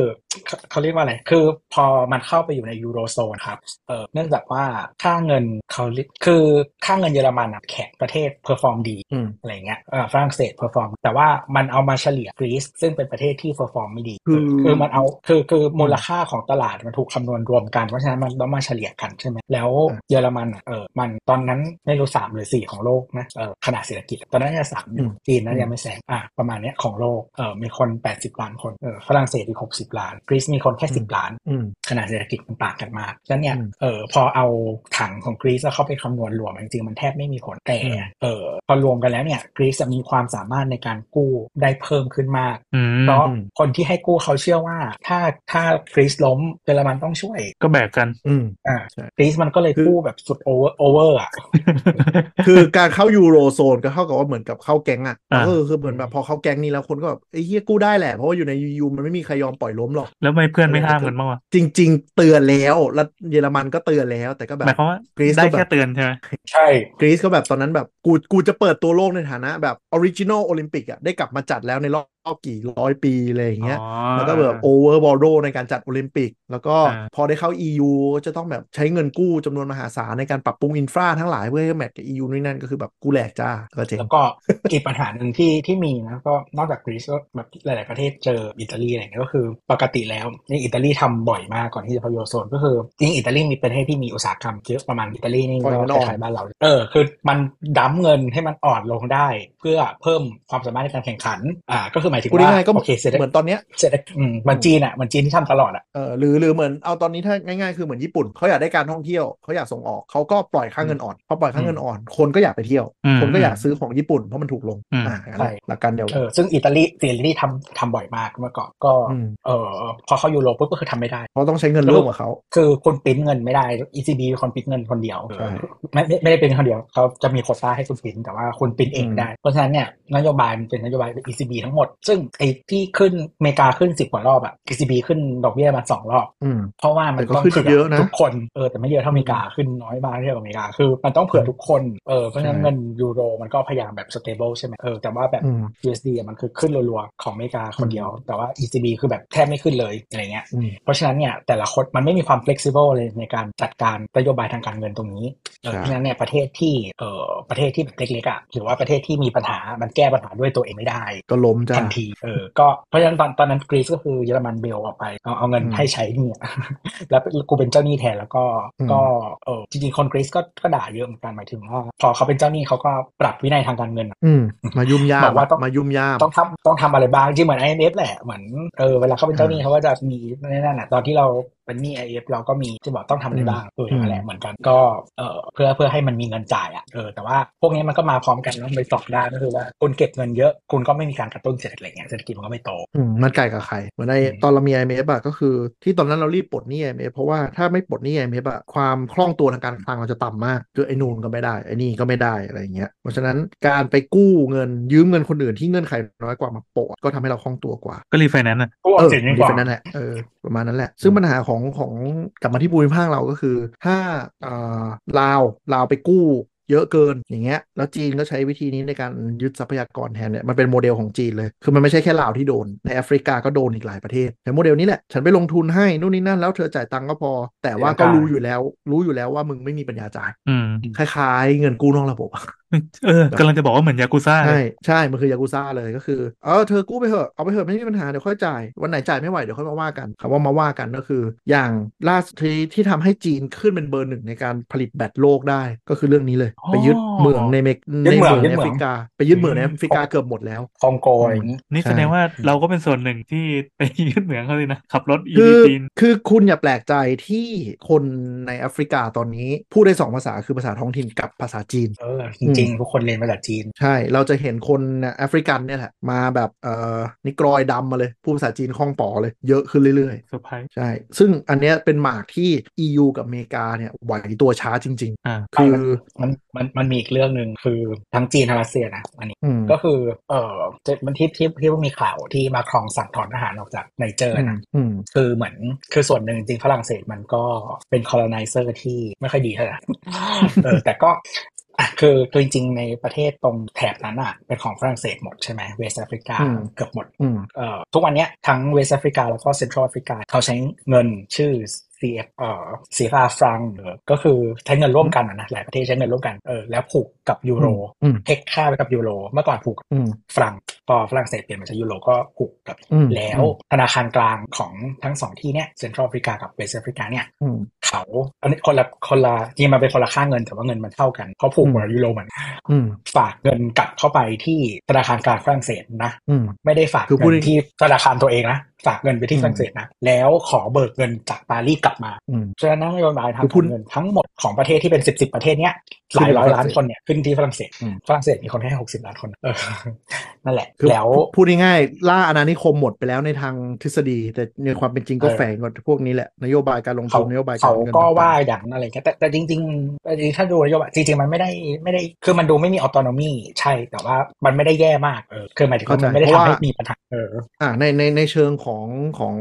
เขาเขาเรียกว่าอะไร คือพอมันเข้าไปอยู่ในยูโรโซนครับ เออเนื่องจากว่าค่าเงินเขาเรียกคือค่าเงินเยอรมันอะแข็งประเทศเพอร์ฟอร์มดี อืม อะไรเงี้ยเออฝรั่งเศสเพอร์ฟอร์ม แต่ว่ามันเอามาเฉลี่ยกรีซซึ่งเป็นประเทศที่เพอร์ฟอร์มไม่ดี คือ คือมันเอาคือคือมูลค่าของตลาดมันถูกคำนวณรวมกัน เพราะฉะนั้นมันต้องมาเฉลี่ยกันใช่ไหมแล้ว อ่ะ เยอรมันอ่ะเออมันตอนนั้นไม่รู้สามหรือสี่ของโลกนะเออขนาดเศรษฐกิจตอนนั้นยังสามอยู่ อืม จีนนั้ อื น ม ยังไม่แซงอ่ะประมาณเนี้ยของโลกเออมีคน 80 ล้านคนเออฝรั่งเศสอีก60 ล้านกรีซมีคนแค่ 10 ล้าน อืม ขนาดเศรษฐกิจมันต่างกันมากฉะนั้นเนี่ย อืม เออพอเอาถังของกรีซแล้วเข้าไปคำนวณรวม จริงๆ มันแทบไม่มีผล แต่ อืม เออพอรวมกันแล้วเนี่ย กรีซจะมีความสามารถในการกู้ได้เพิ่มขึ้นมาก อืม เพราะคนที่ให้กู้เขาเชื่อว่า ถ้าถ้ากรีซล้มเยอรมันต้องช่วย ก็แบกกัน อืม อ่า ใช่ กรีซมันก็เลยกู้แบบสุดโอเวอร์โอเวอร์อ่ะ คือการเข้ายูโรโซนก็เท่ากับว่าเหมือนกับเข้าแก๊งอ่ะ อ่า เออคือเหมือนแบบพอเข้าแก๊งนี้แล้วคนก็แบบไอ้เฮียกู้ได้แหละ เพราะว่าอยู่ในยูมันไม่มีใครยอมปล่อยล้มหรอก แล้วทำไม่เพื่อนไม่ห้ามกันบ้างวะ จริง ๆ เตือนแล้วแล้วเยอรมันก็เตือนแล้ว แต่ก็แบบ หมายความว่าก รีซ ได้ ก็แบบ แค่เตือนใช่ไหม ใช่ กรีซก็แบบตอนนั้นแบบกูกูจะเปิดตัวโลกในฐานะแบบออริจินอลโอลิมปิกอ่ะได้กลับมาจัดแล้วในรอบกี่ร้อยปีอะไรอย่างเงี้ย แล้วก็แบบโอเวอร์บอลโในการจัดโอลิมปิก แล้วก็ อ่า พอได้เข้า EU ก็จะต้องแบบใช้เงินกู้จำนวนมหาศาลในการปรับปรุงอินฟราทั้งหลายเพื่อให้แมทกับ EU นี่นั่นก็คือแบบกูแหลกจ้าก็เจ๋ง แล้วก็ อีกปัญหาหนึ่งที่ที่มีนะก็นอกจากกรีซก็แบบหลาย ๆ ประเทศเจออิตาลีอะไรเงี้ยก็คือปกติแล้วนี่อิตาลีทำบ่อยมากก่อนที่จะพายุโซนก็คือจริงๆอิตาลีมีประเทศที่มีอุตสาหกรรมเยอะประมาณอิตาลีนี่ ปล่อยเงิ ก็ น ค อ่อน ล้ายๆบ้านเราเออคือมันดั้มเงินให้มันอ่อนลงได้ เพื่อเพิ่มความสามารถในการแข่งขันอ่าก็คือหมายถึง กู ว่า ง่ายๆก็ โอเคเสร็จ เหมือนตอนเนี้ย เสร็จอืมเหมือนจีนอ่ะเหมือนจีนที่ทำตลอดอ่ะ เออหรือหรือเหมือนเอาตอนนี้ถ้าง่ายๆคือเหมือนญี่ปุ่นเขาอยากได้การท่องเที่ยวเขาอยากส่งออกเขาก็ปล่อยค่าเงินอ่อนพอปล่อยค่าเงินอ่อน คนก็อยากไปเที่ยว อืม คนก็อยากซื้อของญี่ปุ่นเพราะมันถูกลง อืม อ่าอะไร ใช่ หลักการเดียวกั เอน อซึ่งอิตาลีอิตาลีทำทำบ่อยมากเมื่อก่อนก็ อืม เออพอเข้ายูโรปุ๊บก็คือทำไม่ได้ เพราะต้องใช้เงินร่วมกับเขา คือคุณปริ้นเงินไม่ได้ ECB เป็นคนปริ้นเงินคนเดียว ใช่ ไม่ไม่ไม่ได้เป็นคนเดียวเขาจะมีโควต้าให้คุณปริ้นแต่ว่าคุณปริ้นเองไม่ได้ เพราะฉะนั้นเนี่ยนโยบายมันเป็นนโยบาย ECB ทั้งหมด ซึ่งไอ้ที่ขึ้นอเมริกาขึ้นสิบกว่ารอบอะ ECB ขึ้นดอกเบี้ยมาสองรอบ อืม เพราะว่ามัน แต่ก็ ต้อง ขึ้น เผื่ เยอะนะ ทุกคนเออแต่ไม่เยอะเท่าอเมริกาขึ้นน้อยมากเทียบกับอเมริกาคือมันต้องเผื่อทุกคนเออเพราะฉะนั้น ใช่ เงินยูโรมันก็พยายามแบบ stable ใช่ไหมเออแต่ว่าแบบ อืม USD อะมันคือขึ้นรัวๆของอเมริกาคนเดียว แต่ว่า ECB คือแบบแทบไม่ขึ้นเลยอะไรเงี้ย อืม เพราะฉะนั้นเนี่ยแต่ละคนมันไม่มีความ flexible เลยในการจัดการนโยบายทางการเงินตรงนี้เออ ใช่ เพราะฉะนั้นเนี่ยประเทศที่เอ่อประเทศที่แบบเล็กๆอ่ะหรือว่าประเทศที่มีปัญหามันแก้ปัญหาด้วยตัวเองไม่ได้ ก็ล้มจ้า ทันทีเออก็เพราะฉะนั้นตอนตอนนั้นกรีซก็คือเยอรมันเบลออกไปเอาเอาเงิน อืม ให้ใช้หนี่ แล้วกูเป็นเจ้าหนี้แทนแล้วก็ อืม ก็เออจริงๆคนกรีซก็ก็ด่าเยอะเหมือนกันหมายถึงว่าพอเขาเป็นเจ้าหนี้เขาก็ปรับวินัยทางการเงิน อืมมายุ่มยา บ ม อกว่าต้อง มายุ่มยาม ต้องทำต้องทำอะไรบ้างจริงเหมือน IMF แหละเหมือนเออเวลาเขาเป็นเจ้าหนี้เขาก็จะมีนั่นน่ะตอนที่เราเป็นหนี้ IMF เราก็มีที่บอกต้องทำอะไรบ้างเอออย่างนั้นแหละเหมือนกันก็เออเพื่อเพื่อให้มันมีเงินจ่ายอ่ะเออแต่ว่าพวกนี้มันก็มาพร้อมกันต้องไปสองด้านก็คือว่าคุณเก็บเงินเยอะคุณก็ไม่มีการกระตุ้นเศรษฐกิจอะไรเงี้ยเศรษฐกิจมันก็ไม่โต อืมมันไก่กับไข่เหมือนใน อืม ตอนเรามี IMF อะก็คือที่ตอนนั้นเรารีบปลดหนี้ IMF เพราะว่าถ้าไม่ปลดหนี้ IMF อะความคล่องตัวทางการคลังเราจะต่ำมากคือไอ้นูนก็ไม่ได้ไอ้นี่ก็ไม่ได้อะไรอย่างเงี้ยเพราะฉะนั้นการไปกู้เงินยืมเงินคนอื่นที่เงื่อนไขน้อยกว่ามาโปะก็ทำให้เราคล่องตัวกว่า ก็รีไฟแนนซ์อ่ะ พวก เออ สิน มั ยิ่ น ง ดี กว่า เป็นนั่นแหละเออประมาณนั้นแหละ ซึ่งปัญหาของของกลับมาที่ภูมิภาคเราก็คือ ถ้าเอ่อลาวลาวไปกู้เยอะเกินอย่างเงี้ยแล้วจีนก็ใช้วิธีนี้ในการยึดทรัพยากรแทนเนี่ยมันเป็นโมเดลของจีนเลย คือมันไม่ใช่แค่ลาวที่โดน ในแอฟริกาก็โดนอีกหลายประเทศแต่โมเดลนี้แหละ ฉันไปลงทุนให้นู่นนี่นั่นแล้วเธอจ่ายตังค์ก็พอ แต่ว่าก็รู้อยู่แล้ว รู้อยู่แล้วว่ามึงไม่มีปัญญาจ่าย อืม คล้ายๆ เงินกู้นอกระบบ เออกำลังจะบอกว่าเหมือนยากุซ่าเล ใช่ ย ใช่ มันคือยากุซ่าเลยก็คือ เออเธอกู้ไปเถอะ เอาไปเถอะไม่มีปัญหา เดี๋ยวค่อยจ่าย วันไหนจ่ายไม่ไหว เดี๋ยวค่อยมาว่ากันคำว่ามาว่ากันก็คือ อย่างล่าสุดที่ที่ทำให้จีนขึ้นเป็นเบอร์หนึ่งในการผลิตแบตโลกได้ ก็คือเรื่องนี้เลย ไปยึดเมืองในเมก ยึด ใน เมื เมื อง องใน ยึดเมือง แอฟริกา ไปยึดเมืองในแอฟริกาเกือบหมดแล้ว คองโกอะไรอย่างนี้ นี่ ใช่ แสดงว่าเราก็เป็นส่วนหนึ่งที่ไปยึดเหมืองเขาเลยนะ ขับรถอี คือ จีน คือคุณอย่าแปลกใจที่คนในแอฟริกาตอนนี้พูดได้สองภาษาคือภาษาท้องถิ่นกับภาษาจีน เออ จริงๆ ทุกคนเรียนภาษาจีน ใช่ เราจะเห็นคนน่ะแอฟริกันเนี่ยแหละ มาแบบเอ่อนิกรอยดำมาเลยพูดภาษาจีนคล่องปอเลย เยอะขึ้นเรื่อย เซอร์ไพรส์ ๆ ใช่ ซึ่งอันเนี้ยเป็นหมากที่ EU กับอเมริกาเนี่ยไหวตัวช้าจริง อ่า ๆ คือ มันมันมันมีอีกเรื่องหนึ่งคือทั้งจีนทั้งรัสเซียนะอันนี้ อืม ก็คือ เออจะมันที่ที่ที่มีข่าวที่มาครองสั่งถอนทหารออกจากไนเจอร์ อืม นะ อืม คือเหมือนคือส่วนหนึ่งจริงๆฝรั่งเศสมันก็เป็น colonizer ที่ไม่ค่อยดี เท่าไหร่ เออแต่ก็อ่ะคือคือจริงๆในประเทศตรงแถบนั้นอ่ะเป็นของฝรั่งเศสหมดใช่ไหมเวสต์แอฟริกา อืม เกือบหมด อืม เอ่อทุกวันเนี้ยทั้งเวสต์แอฟริกาแล้วก็เซ็นทรัลแอฟริกาเขาใช้เงินชื่อ CF เอ่อ CFR ฟรังหรือก็คือใช้เงินร่วมกันอะนะหลายประเทศใช้เงินร่วมกันเออแล้วผูกกับยูโร อืม เทคค่าไปกับยูโรเมื่อก่อนผูกกับ อืม ฟรังพอฝรั่งเศสเปลี่ยนมาใช้ยูโรก็ผูกกับ อืม แล้วธนาคารกลางของทั้งสองที่เนี้ยเซ็นทรัลแอฟริกากับเวสต์แอฟริกาเนี่ย อืม เขาอันนี้คนละคนละจริงๆมันเป็นคนละค่าเงินแต่ว่าเงินมันเท่ากันเพราะผูกกับ อืม ยูโรเหมือน อืม ฝากเงินกลับเข้าไปที่ธนาคารกลางฝรั่งเศสนะ อืม ไม่ได้ฝาก คือพู เงิ ด น ได้ ที่ธนาคารตัวเองนะ ฝากเงินไปที่ อืม ฝรั่งเศสนะ แล้วขอเบิกเงินจากปารีสกลับมา อืม ฉะนั้นนโยบายทาง คือพู กา ด รเงินทั้งหมดของประเทศที่เป็นสิบสิบประเทศเนี้ยห ขึ้อยู่ลาน ยร้อยล้าน ฝรั่งเศส คนเนี่ยขึ้นที่ฝรั่งเศส อืม ฝรั่งเศสมีคนให้หกสิบล้านคนเออนั่นแหละ คือ แล้ว พูดง่ายๆล่าอาณานิคมหมดไปแล้วในทางทฤษฎี แต่ในความเป็นจริงก็ เออ แฝงกับพวกนี้แหละนโยบายการลง เขา ทุนนโยบายกา เขา รเงิน ก็ ต่งๆ ว่าอย่างนั้นอะไรเงี้ยแต่แต่จริงๆแต่จริงๆถ้าดูนโยบายจริงๆมันไม่ได้ไม่ได้คือมันดูไม่มีออโตโนมีใช่แต่ว่ามันไม่ได้แย่มากเออคือหมายถึงว่ามันไม่ได้ เข้าใจ ทำเพราะว่าให้มี มีปัญหาเออ อ่าในในในเชิงของของ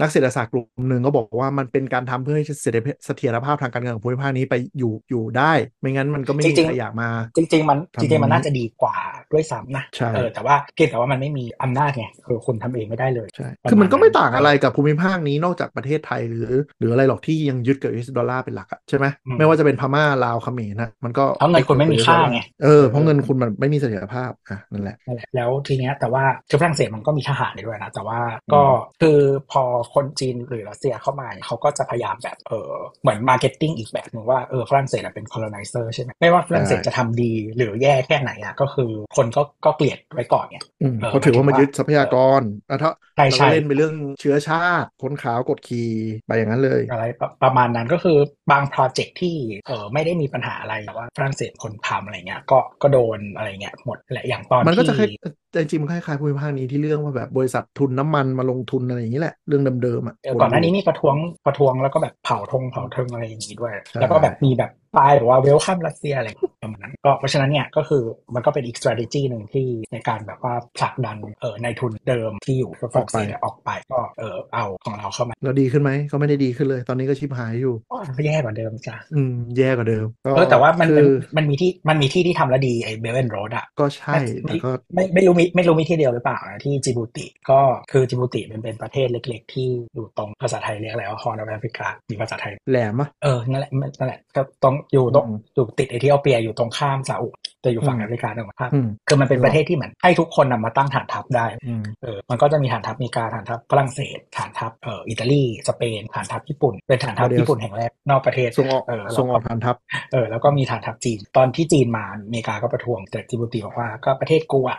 นักเศรษฐศาสตร์กลุ่มหนึ่งก็บอกว่ามันเป็นการทำเพื่อให้เสถียรเสถียรภาพทางการเงินของภูมิภาคนี้ไปอยู่อยู่ได้ ไม่งั้นมันก็ไม่ จมีริงๆ ใครอยากมา จริงๆมัน ทำ จริงๆมัน ตรงนี้ น่าจะดีกว่าด้วยซ้ำนะ ใช่ เออแต่ว่าเพียงแต่ว่ามันไม่มีอำนาจไงคือคุณทำเองไม่ได้เลย ใช่ ประมาณ คือมันก็ไม่ นั้น ต่าง เอออ อะไรกับภูมิภาคนี้นอกจากประเทศไทยหรือ หรืออะไรหรอกที่ยังยึดกับ US ดอลลาร์เป็นหลักอะใช่ไหม อืม ไม่ว่าจะเป็นพม่าลาวเขมรนะมันก็ เพราะเงินคุณไม่มีค่าไง เออเพราะเงินคุณมันไม่มีเสถียรภาพอ่ะนั่นแหละ นั่นแหละแล้วทีเนี้ยแต่ว่าคือฝรั่งเศสมันก็มีทหารด้วยนะแต่ว่าก็ อืม คือพอคนจีนหรือรัสเซียเข้ามาเนี่ยเขาก็จะพยายามแบบเออเหมือนมาร์เก็ตติ้งอีกแบบหนึ่งว่าเออฝรั่งเศสอะเป็น colonizer ใช่ไหมไม่ว่าฝรั่งเศสจะทำดีหรือแย่แค่ไหนอะก็คือคนก็ก็เกลียดไว้ก่อนเนี่ย อืม เออ เขาถือว่ามายึดทรัพยากรอ่ะถ้า ใช่ เรา ใช่ ก็เล่นไปเรื่องเชื้อชาติคนขาวกดขี่ไปอย่างนั้นเลย อะไรประประมาณนั้นก็คือบางโปรเจกต์ที่เออไม่ได้มีปัญหาอะไรแต่ว่าฝรั่งเศสคนทำอะไรเงี้ยก็ก็โดนอะไรเงี้ยหมดแหละอย่างตอน มันก็จะคล้าย ที่ แต่จริงๆมันคล้ายๆภูมิภาคนี้ที่เรื่องว่าแบบบริษัททุนน้ำมันมาลงทุนอะไรอย่างนี้แหละ เรื่องเดิมๆอ่ะ เออก่อนหน้านี้มีประท้วงประท้วงแล้วก็แบบเผาธงเผาเทิงอะไรอย่างนี้ด้วย ใช่ แล้วก็แบบมีแบบป้ายบอกว่าเวลคัมรัสเซียอะไรประมาณนั้นก็เพราะฉะนั้นเนี่ยก็คือมันก็เป็นอีก strategy หนึ่งที่ในการแบบว่าผลักดันเออในทุนเดิมที่อยู่ฝรั่งเศสเนี่ยออกไปก็เออเอาของเราเข้ามา แล้วดีขึ้นไหมก็ไม่ได้ดีขึ้นเลย ตอนนี้ก็ชิบหายอยู่ โอ้ยแย่กว่าเดิมจ้ะ อืม แย่กว่าเดิมก็ เออแต่ว่ามัน คือมันมันมีที่มันมีที่ที่ทำแล้วดีไอ้เบลเวนโรดอะ ก็ใช่แต่ก็ ไม่ไม่รู้มีไม่รู้มีที่เดียวหรือเปล่านะที่จิบูติ ก็คือจิบูติมันเป็นประเทศเล็ก ๆ ที่อยู่ตรงภาษาไทยเรียกอะไรว่าฮอร์นแอฟริกามีภาษาไทย แหลมอ่ะ เออ นั่นแหละ นั่นแหละก็ต้องอยู่ตรง อืม อยู่ติดเอธิโอเปียอยู่ตรงข้ามซาอุจะอยู่ฝั่ง อืม แอฟริกาตรงข้าม อืม คือมันเป็น หรอ ประเทศที่เหมือนให้ทุกคนนํมาตั้งฐานทัพได้ อืม เออ มันก็จะมีฐานทัพอเมริกาฐานทัพฝรั่งเศสฐานทัพเอ่ออิตาลี สเปนฐานทัพญี่ปุ่น เป็นฐานทัพ โมเดล ญี่ปุ่นแห่งแรกนอกประเทศ ส่งออก เออแล้ว ส่งออกฐานทัพ เออแล้วก็มีฐานทัพจีน ตอนที่จีนมาอเมริกาก็ประท้วงแต่จิบูติบอกว่าก็ประเทศกูอ่ะ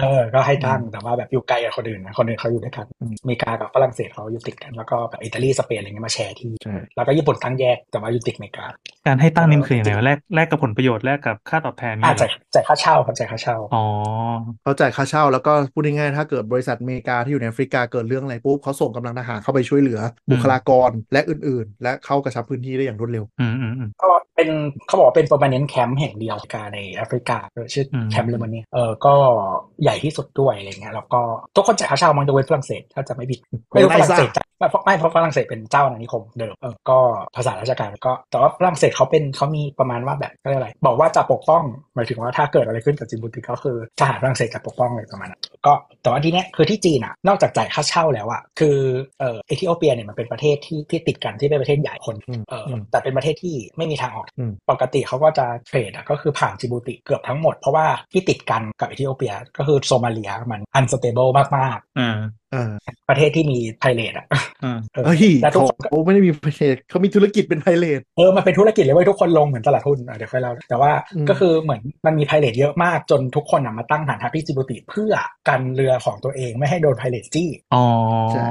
เออ ก็ให้ตั้งแต่ว่าแบบอยู่ไกลกับคนอื่นนะคนอื่นเขาอยู่ด้วยกัน อืม อเมริกากับฝรั่งเศสเขาอยู่ติดกันแล้วก็แบบอิตาลีสเปนอะไรเงี้ยมาแชร์ที่ ใช่ แล้วก็ญี่ปุ่นตั้งแยกแต่ว่าอยู่ติดอเมริกา การให้ตั้งนี่มันคืออย่างไรวะแลกแลกกับผลประโยชน์แลกกับค่าตอบแทนนี่ อ่า เหร จ่าย อ จ่ายค่าเช่าครับจ่ายค่าเช่า อ๋อ เขาจ่ายค่าเช่าแล้วก็พูดง่ายๆถ้าเกิดบริษัทอเมริกาที่อยู่ในแอฟริกาเกิดเรื่องอะไรปุ๊บเขาส่งกำลังทหารเข้าไปช่วยเหลือ บุคลากรและอื่นๆ และเข้ากระชับพื้นที่ได้อย่างรวดเร็ว อืมอืมอืม ก็เป็นเขาบอกว่าเป็น permanent camp แห่งเดียวกาในแอฟริกาเออชื่ออ ม แคมป์เลมอนเนี่ยเออก็ใหญ่ที่สุดด้วยอะไรเงี้ยแล้วก็ทุกคนจ่ายค่าเช่ามันจะเว้นฝรั่งเศสถ้าจะไม่ผิดไม่รู้ฝรั่งเศสจ่าย ไม่เพราะไม่เพราะฝรั่งเศสเป็นเจ้าอาณานิคมเดิมเออก็ภาษาราชการก็แต่ว่าฝรั่งเศสเขาเป็นเขามีประมาณว่าแบบก็เรียกอะไร บอกว่าจะปกป้องหมายถึงว่าถ้าเกิดอะไรขึ้นกับจิมบูติก็คือทหารฝรั่งเศสจะปกป้องอะไรประมาณนั้นก็แต่ว่าทีเนี้ยคือที่จีนอ่ะนอกจากจ่ายค่าเช่าแล้วอ่ะคือเออเอธิโอเปียเนี่ยมันเป็นประเทศที่ที่ติดกันที่เป็นประเทศใหญ่คน อืม เอออ ม แต่เป็นประเทศที่ไม่มีทางออก อืม ปกติเขาก็จะเทรดอะก็คือผ่านจิบูติเกือบทั้งหมด เพราะว่าที่ติดกันกับเอธิโอเปียก็คือโซมาเลียมันอันสเตเบิลมาก อ่า อ่า ๆ ประเทศที่มีไพเรตอะ อ่า เออ เฮ้ย แล้วทุกคนก็ เขาไม่ได้มีไพเรทเขามีธุรกิจเป็นไพเรท เออมันเป็นธุรกิจเลยเว้ยทุกคนลงเหมือนตลาดหุ้นอ่ะเดี๋ยวค่อยเล่าแต่ว่า อืม ก็คือเหมือนมันมีไพเรตเยอะมากจนทุกคนอะมาตั้งฐานทัพที่จิบูติเพื่อกันเรือของตัวเองไม่ให้โดนไพเรตจี้ อ๋อ ใช่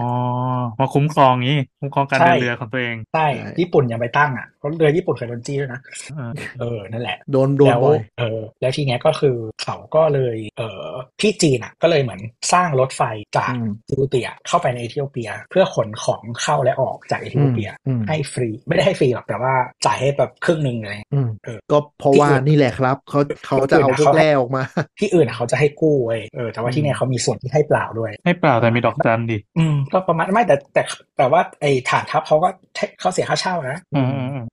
มาคุ้มครองงี้ คุ้มครองการ ใช่ เดินเรือของตัวเอง ใช่ ใช่ ญี่ปุ่นยังไปตั้งอ่ะเพราะเรือญี่ปุ่นเคยโดนจี้ด้วยนะ อ่า เออนั่นแหละ โดนโดน แล้ว บ่อย เออแล้วทีเนี้ยก็คือเขาก็เลยเออที่จีนอ่ะก็เลยเหมือนสร้างรถไฟจาก อืม จิบูติอะเข้าไปในเอธิโอเปีย เพื่อขนของเข้าและออกจากเอธิโอเปีย อืม ให้ฟรี ไม่ได้ให้ฟรีหรอกแต่ว่าจ่ายให้แบบครึ่งหนึ่งเลย อืม เออ ก็เพราะว่า ที่อื่น นี่แหละครับเขาเขาจะ ที่อื่น เอาพวกเขาให้ แร่ออกมา ที่อื่นอะเขาจะให้กู้เว้ยเออแต่ว่าที่เนี่ยเขามีส่วนที่ให้เปล่าด้วย ให้เปล่าแต่มีดอกจันดิ อืมก็ประมาณไม่แต่แต่แต่ว่าไอ้ฐานทัพเขาก็ใช้เขาเสียค่าเช่านะ อ่าอ่าอ่า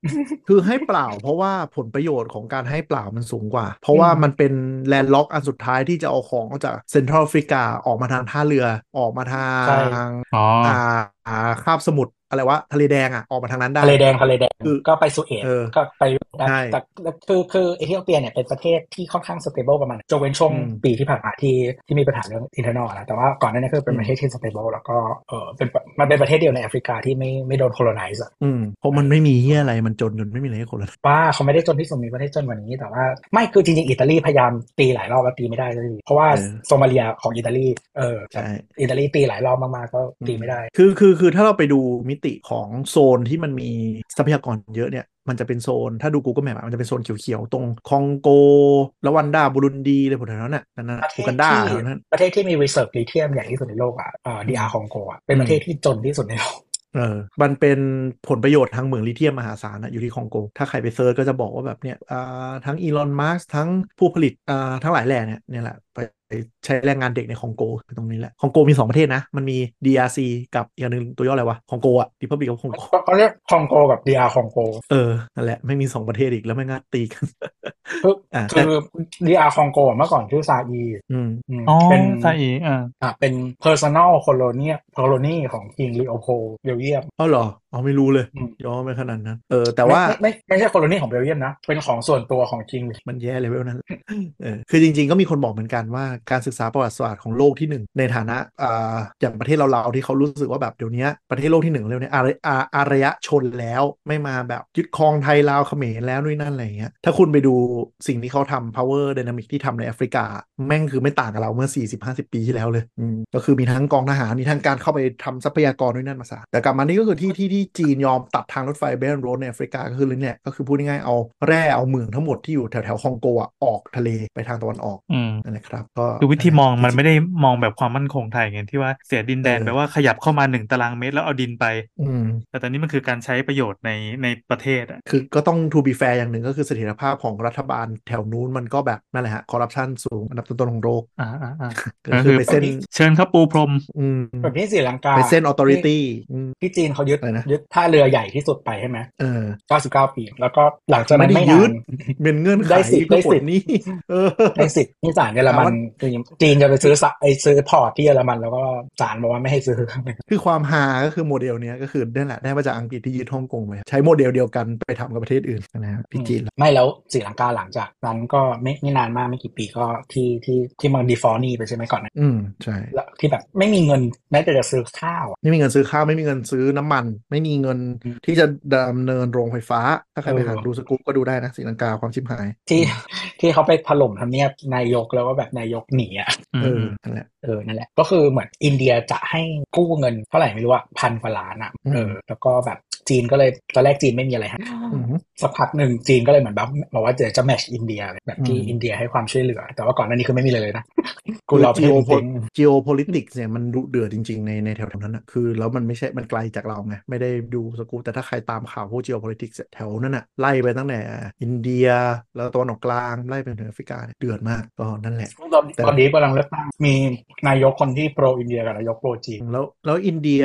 คือให้เปล่า เพราะว่าผลประโยชน์ของการให้เปล่ามันสูงกว่า เพราะว่ามันเป็นแลนด์ล็อกอันสุดท้ายที่จะเอาของออกจากเซ็นทรัลแอฟริกาออกมาทางท่าเรือออกมาทา ใช่ ง อ๋อ อ่าอ่าคาบสมุทรอะไรวะทะเลแดงอ่ะออกมาทางนั้นได้ ทะเลแดงทะเลแดง คือ ก็ไปสุเอต เออ ก็ไป ใช่ แต่คือคือเอธิโอเปียเนี่ยเป็นประเทศที่ค่อนข้างสเตเบิลประมาณจกเว้นช่วง อืม ปีที่ผ่านมาที่ที่มีปัญหาเรื่องอินเทอร์นอลนะแต่ว่าก่อนหน้านี้คือเป็นประเทศที่สเตเบิลแล้วก็เออเป็นมันเป็นประเทศเดียวในแอฟริกาที่ไม่ไม่โดนโคโลไนซ์อะ ืมเพราะมันไม่มีเฮียอะไรมันจนจนไม่มีอะไรให้คนละ ว่าเขาไม่ได้จนที่สุดมีประเทศจนกว่านี้แต่ว่าไม่คือจริงๆ อิตาลีพยายามตีหลายรอบแล้วตีไม่ได้สักทีเพราะว่าโซมาเลียของอิตาลีเออ ใช่ อิตาลีตีหลายรอบมากๆก็ตีไม่ได้ คือคือคือถ้าเราไปดูมิติของโซนที่มันมีทรัพยากรเยอะเนี่ย มันจะเป็นโซนถ้าดู Google Map อะมันจะเป็นโซนเขียวๆ ตรงคองโกรวันดาบุรุนดีอะไรพวกนั้นน่ะนั่นน่ะ ประเท อู ศ กันดา ที่ แถวนั้น ประเทศที่มีรีเซิร์ฟลิเทียมใหญ่ที่สุดในโลกอ่ะเอ่อดีอาร์คองโกอ่ะเป็นประเทศที่จนที่สุดในโลก เออมันเป็นผลประโยชน์ทางเหมืองลิเทียมมหาศาลอะอยู่ที่คองโก ถ้าใครไปเซิร์ชก็จะบอกว่าแบบเนี่ยอ่าทั้งอีลอนมาร์กทั้งผู้ผลิตอ่าทั้งหลายแหล่เนี่ยเนี่ยแหละไปใช้แรงงานเด็กในคองโกคือตรงนี้แหละคองโกมีสองประเทศนะมันมี DRC กับอีกอันหนึงตัวย่ออะไรวะคองโกอะดิพับบิกกับคองโก ก็ก็เรียกคองโกกับดีอาร์คองโก เออ นั่นแหละ ไม่มีสองประเทศอีกแล้วไม่งาตีกัน คือ อ่ะ คื แต่ อดีอาร์คองโกเมื่อก่อนชื่อซาอี อืม อืม อ๋อ เป็น ซาอีอ่า อ่ะเป็น personal colony colony ของ King Leopold เบลเยียม เอ้าเหรออ๋อไม่รู้เลย อืม ย้อนไปขนาดนั้น เออ แต่ว่า ไม่ไม่ไม่ไม่ใช่ colony ของเบลเยียมนะ เป็นของส่วนตัวของ King มันแย่เลเวลนั้นแหละ เออ คือจริงๆ ก็มีคนบอกเหมือนกันว่าการศึกษาประวัติศาสตร์ของโลกที่หนึ่งในฐานะอ่าอย่างประเทศเราๆที่เขารู้สึกว่าแบบเดี๋ยวนี้ประเทศโลกที่หนึ่งเร็วเนี่ยอารยอาอารยชนแล้วไม่มาแบบยึดครองไทยลาวเขมรแล้วนู่นนนั่นอะไรอย่างเงี้ย ถ้าคุณไปดูสิ่งที่เขาทำ power dynamic ที่ทำในแอฟริกา แม่งคือไม่ต่างกับเราเมื่อ 40-50 ปีที่แล้วเลยอืมก็คือมีทั้งกองทหาร มีทั้งการเข้าไปทำทรัพยากรด้วยนั่นมาซะแต่กลับมานี่ก็คือที่ที่ที่จีนยอมตัดทางรถไฟเบนโรดในแอฟริกาก็คือเนี่ยก็คือพูดง่ายๆเอาแร่เอาเหมืองทั้งหมดที่อยู่แถวแถวๆคองโกอะออกทะเลไปทางตะวันออก อืม นั่นแหละครับก็ คือวิธีมองมัจนริ ไม่ได้มองแบบความมั่นคงไทยไงที่ว่าเสียดินแดน เออ แปลว่าขยับเข้ามาหนึ่งตารางเมตรแล้วเอาดินไป อืม แต่ตอนนี้มันคือการใช้ประโยชน์ในในประเทศอ่ะ คือก็ต้อง to be fair อย่างหนึ่งก็คือเสถียรภาพของรัฐบาลแถวนู้นมันก็แบบนั่นแหละฮะคอร์รัปชันสูงอันดับต้นๆของโลก อ่าอ่าอ่า ก็คือไปเส้น เชิญครับปูพรม อืม แบบที่ศรีลังกา ไปเส้นออโตริตี้ ที่จีนเขายึด อะไรนะ ยึดท่าเรือใหญ่ที่สุดไปใช่ไหม เออ 99 ปี แล้วก็หลังจากนั้น ไม่ ไม่ ได้ยึ นาน ด เป็นเงื่อนไข ได้สิทธิ์ เพื่อ ได้ ปล สิทธิ์ ดหนี้เออ ได้สิทธิ์นี่ศาลเยอรมันคือจีนจะไปซื้อสะไอซื้อพอร์ตที่เยอรมันแล้วก็ศาลบอกว่าไม่ให้ซื้อ คือความฮาก็คือโมเดลเนี้ยก็คือนั่นแหละได้มาจากอังกฤษที่ยึดฮ่องกงไปใช้โมเดลเดียวกันไปทำกับประเทศอื่นนะฮะพี่จีน ไม่แล้วศรีลังกาหลังจากนั้นก็ไม่ไม่นานมากไม่กี่ปีก็ที่ที่ที่มันดีฟอนี่ไปใช่ไหมก่อนนะ อืมใช่ แล้วที่แบบไม่มีเงินแม้แต่จะซื้อข้าวอะ ไม่มีเงินซื้อข้าว ไม่มีเงินซื้อน้ำมัน ไม่มีเงิน อืม ที่จะดำเนินโรงไฟฟ้า ถ้าใครไป เออ หาดูสกู๊ปก็ดูได้นะสีลังกาความชิบหาย ที่ที่เขาไปถล่มทำเนียบนายกแล้วก็แบบนายกหนีอ่ะ อืม เออนั่อืมนแหละ เออนั่นแหละก็คือเหมือนอินเดียจะให้กู้เงินเท่าไหร่ไม่รู้อะพันกว่าล้านอ่ะ อืม เออแล้วก็แบบจีนก็เลยตอนแรกจีนไม่มีอะไรให้ อืม สักพักหนึ่งจีนก็เลยเหมือนแบบบอกว่าเดี๋ยวจะแมชอินเดียแบบที่ อืม อินเดียให้ความช่วยเหลือ แต่ว่าก่อนหน้านี้คือไม่มีเลย เลยนะกูรอประเทศมึง Geopo- จริง geopolitics เนี่ยมันดุเดือดจริง ๆ ในในแถวๆนั้นนะคือแล้วมันไม่ใช่มันไกลจากเราไงไม่ได้ดูสกู๊ปแต่ถ้าใครตามข่าวพวก geopolitics เนี่ยแถวนั้นน่ะไล่ไปตั้งแต่อินเดียแล้วตะวันออกกลางไล่ไปถึงแอฟริกาเนี่ยเดือดมากก็นั่นแหละ ตอน แต่ ตอนนี้กำลังเลือกตั้งมีนายกคนที่โปรอินเดียกับนายกโปรจีน แล้วแล้วอินเดีย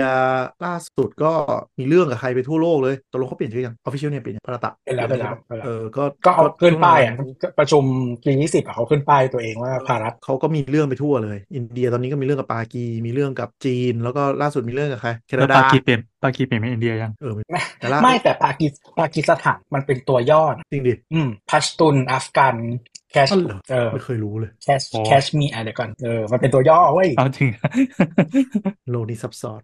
ล่าสุดก็มีเรื่องกับใครไปทั่วโลกเลยตกลงเขาเปลี่ยนชื่อยังออฟฟิเชียลเนี่ยเปลี่ยนยังพรตะ เป็นแล้วเป็นแล้วเป็นแล้ว เออก็ ก็เอาขึ้นป้ายอะ ช่วงหลัง ประชุมปียี่สิบเขาขึ้นป้ายตัวเองว่าภารัฐ เขาก็มีเรื่องไปทั่วเลย อินเดียตอนนี้ก็มีเรื่องกับปากีมีเรื่องกับจีน แล้วก็ล่าสุดมีเรื่องกับใครแค แล้ว นาดา ปากีเปลี่ยนปากีเปลี่ยนเป็นอินเดียยัง เออ ไม่ แต่ละ ไม่แต่ปากีสปากีสถานมันเป็นตัวย่อนะ จริงดิ อืมพัชตุนอัฟกันแคช อ๋อเหรอ เออ ไม่เคยรู้เลย แคช โอ้ แคชมีอะไรก่อนเออมันเป็นตัวย่อเว้ย เอาจริง โลกนี้ซับซ้อน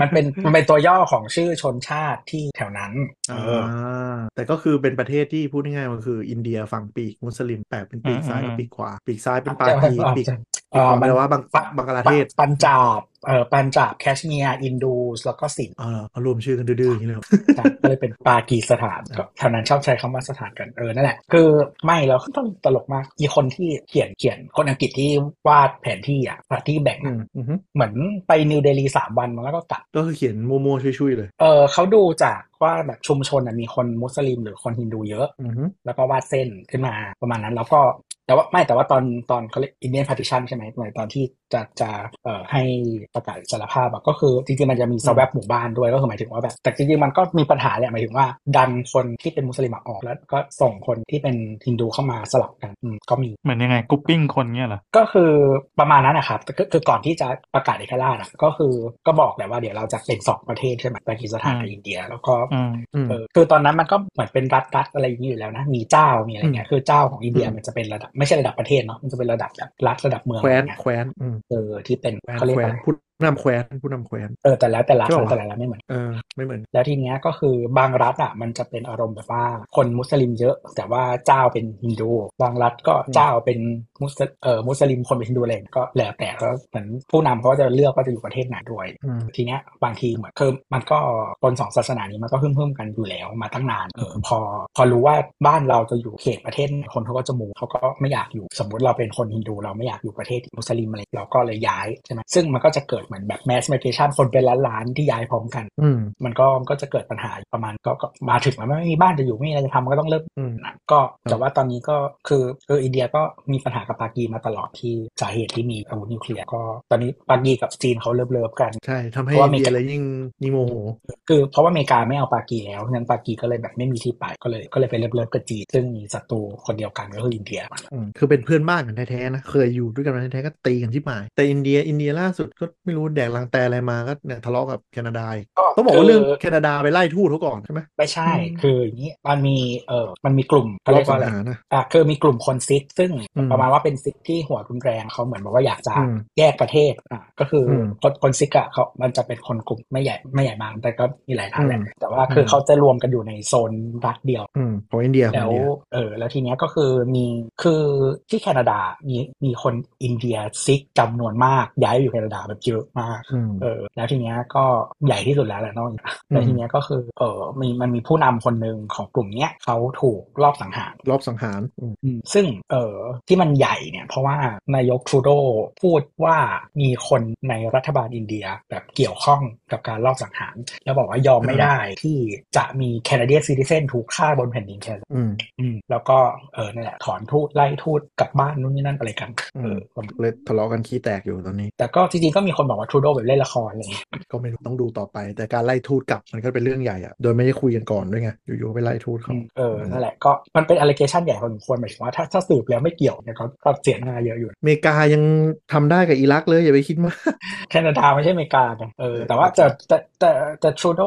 มันเป็นมันเป็นตัวย่อของชื่อชนชาติที่แถวนั้นเอออ าแต่ก็คือเป็นประเทศที่พูดง่ายๆมันคือ อินเดียฝั่งปีกมุสลิมแปดเป็นปีกซ้ายกับปีกขวาปีกซ้ายเป็นปากีปีก เอ่อ แปลว่าบัง ปั บังกลาเทศ ปัญจาบเอ่อปัญจาบแคชเมียร์อินดูสแล้วก็สิน เออเอารวมชื่อกันดื้อๆอย่างนี้เลยเหรอ จ้ะก็เลยเป็นปากีส ถาน ครับ แถวนั้นชอบใช้คำว่าสถานกันเออนั่นแหละ คือไม่แล้วก็ต้องตลกมากมีคนที่เขียนเขียนคนอังกฤษที่วาดแผนที่อ่ะแผนที่แบ่ง อื อะ มอือฮึ เหมือนไปนิวเดลีสามวันมาแล้วก็กลับ ก็คือเขียนมั่วๆช่วยๆเลย เออเขาดูจากว่าแบบชุมชนน่ะมีคนมุสลิมหรือคนฮินดูเยอะ อือฮึ แล้วก็วาดเส้นขึ้นมาประมาณนั้นแล้วก็แต่ว่าไม่แต่ว่าตอนตอนเขาเรียกอินเดียนพาร์ติชันใช่ไหมหมายตอนที่จะจะเอ่อให้ประกาศอิสารภาพอะก็คือจริงๆมันจะมีสแวบหมู่บ้านด้วยก็คือหมายถึงว่าแบบแต่จริงๆมันก็มีปัญหาแหละหมายถึงว่าดันคนที่เป็นมุสลิมอะออกแล้วก็ส่งคนที่เป็นฮินดูเข้ามาสลับกันอืมก็มี เหมือนยังไงกรุ๊ปปิ้งคนเงี้ยเหรอ ก็คือประมาณนั้นนะครับคือคือก่อนที่จะประกาศเอกราชอะก็คือก็บอกแหละว่าเดี๋ยวเราจะเป็นสองประเทศใช่ไหมปากีสถานกับ อืม อินเดีย แล้วก็ อืม อืม เออคือตอนนั้นมันก็เหมือนเป็นรัฐรัฐอะไรอย่างนี้อยู่แล้วนะ มีเจ้ามีอะไรเงี้ยคือเจ้าของอินเดีย อืม มันจะเป็นระดับไม่ใช่ระดับประเทศเนาะมันจะเป็นระดับแบบรัฐระดับเมือง แคว้น อะไรเงี้ย แคว้นอืม เออที่เป็น แคว้น เขาเรีย แค ก ว้ อะ น ไร ผู้นำแคว้นผู้นำแคว้น เออแต่แล้วแต่ละ ใช่ รัปะฐวะ แต่ละรัฐไม่เหมือน เออไม่เหมือน แล้วทีเนี้ยก็คือบางรัฐอ่ะมันจะเป็นอารมณ์แบบว่าคนมุสลิมเยอะ แต่ว่าเจ้าเป็นฮินดูบางรัฐก็ อืม เจ้าเป็นมุสลิมเออมุสลิมคนเป็นฮินดูอะไรเงี้ยก็แล้วแต่แล้วเหมือนผู้นำเขาก็จะเลือกว่าจะอยู่ประเทศไหนด้วย อืม ทีเนี้ยบางทีเหมือนคือมันก็คนสองศาสนานี้มันก็เพิ่มเพิ่มๆกันอยู่แล้วมาตั้งนานเออพอพอรู้ว่าบ้านเราจะอยู่เขตประเทศไหนคนเขาก็จะมูเขาก็ไม่อยากอยู่สมมติเราเป็นคนฮินดูเราไม่อยากอยู่ประเทศมุสลิมอะไรเราก็เลยย้ายใช่ไหมซึ่งมันก็จะเกิดเหมือนแบบแมส m ม g เ a ชันคนเป็นล้านๆที่ย้ายพร้อมกัน อืม มันก็ก็จะเกิดปัญหาประมาณก็ก็มาถึงมันไม่มีบ้านจะอยู่ไม่มีอะไรจะทำมันก็ต้องเลิก อืม นะก็แต่ว่าตอนนี้ก็คือคืออินเดียก็มีปัญหากับปากีมาตลอดที่สาเหตุที่มีอาวุธนิวเคลียร์ก็ ตอนนี้ปากีกับจีนเขาเลิฟเลิฟๆกัน ใช่ทำให้ เพราะว่า อิน มี เดียเลยยิ่งยิ่งโมโห คือเพราะว่าอเมริกาไม่เอาปากีแล้วฉะนั้นปากีก็เลยแบบไม่มีที่ไปก็เลยก็เลยไปเลิฟเลิฟๆกับจีนซึ่งมีศัตรูคนเดียวกันก็คืออินเดีย อืมคือเป็นเพื่อนบ้านกันแท้ๆนะ เคยอยู่ด้วยกันมาแท้ๆก็ตีกันที่หมาย แต่อินเดียอินเดียล่าสุดก็ไม่รู้แดกลังแตอะไรมาก็เนี่ยทะเลาะกับแคนาดาอีกต้องบอกว่าเรื่องแคนาดาไปไล่ทูตเขาก่อนใช่ไหม ไม่ใช่ อืม คืออย่างนี้มันมีเออมันมีกลุ่ม ทะ เขาเรี เลาะ ยก ปั ว่า ญ อะไร หานะ อ่ะคือมีกลุ่มคนซิกซึ่ง อืม ประมาณว่าเป็นซิกที่หัวรุนแรงเขาเหมือนบอกว่าอยากจะ อืม แยกประเทศอ่ะก็คืออ ม คนคนซิกอะเขามันจะเป็นคนกลุ่มไม่ใหญ่ไม่ใหญ่มากแต่ก็มีหลายท่านแหละ อืม แต่ว่าคืออ ม เขาจะรวมกันอยู่ในโซนรัฐเดียว อืมของอินเดียของ แล้ อิ วน เดีย เออแล้วทีเนี้ยก็คือมีคือที่แคนาดามีมีคนอินเดียซิกจำนวนมากย้ายไปอยู่แคนาดาแบบเยอะมาก อืม เออแล้วทีเนี้ยก็ใหญ่ที่สุดแล้วแหละนอกจากแล้วทีเนี้ยก็คือเออมีมันมีผู้นำคนหนึ่งของกลุ่มเนี้ยเขาถูกลอบสังหาร รอบสังหารอืม อืมซึ่งเออที่มันใหญ่เนี่ยเพราะว่านายกทรูโดพูดว่ามีคนในรัฐบาลอินเดียแบบเกี่ยวข้องกับการลอบสังหาร แล้วบอกว่ายอมไม่ได้ที่จะมีแคนาเดียนซิติเซนถูกฆ่าบนแผ่นดินแคนาดา อืม อืมแล้วก็เออนั่นแหละถอนทูตไล่ทูตกลับบ้านนู่นนี่นั่นอะไรกัน อื เอ ม อประมาณ เลยทะเลาะกันขี้แตกอยู่ตอนนี้ แต่ก็จริงๆก็มีคนบอกว่าทรูโดแบบเล่นละครอะไรอย่างเงี้ย ก็ไม่รู้ต้องดูต่อไป แต่การไล่ทูตกลับมันก็เป็นเรื่องใหญ่อะโดยไม่ได้คุยกันก่อนด้วยไงอยู่ๆไปไล่ทูตเขา อืมเออ อืม นั่นแหละ ก็มันเป็น allegation ใหญ่พอสมควรหมายถึงว่าถ้าถ้าสืบแล้วไม่เกี่ยวเนี่ยก็ก็เสียหน้าเยอะอยู่นะ อเมริกายังทำได้กับอิรักเลยอย่าไปคิดมาก แคนาดาไม่ใช่อเมริกานะเออ เออ แต่ว่าจะแต่แต่แต่ทรูโด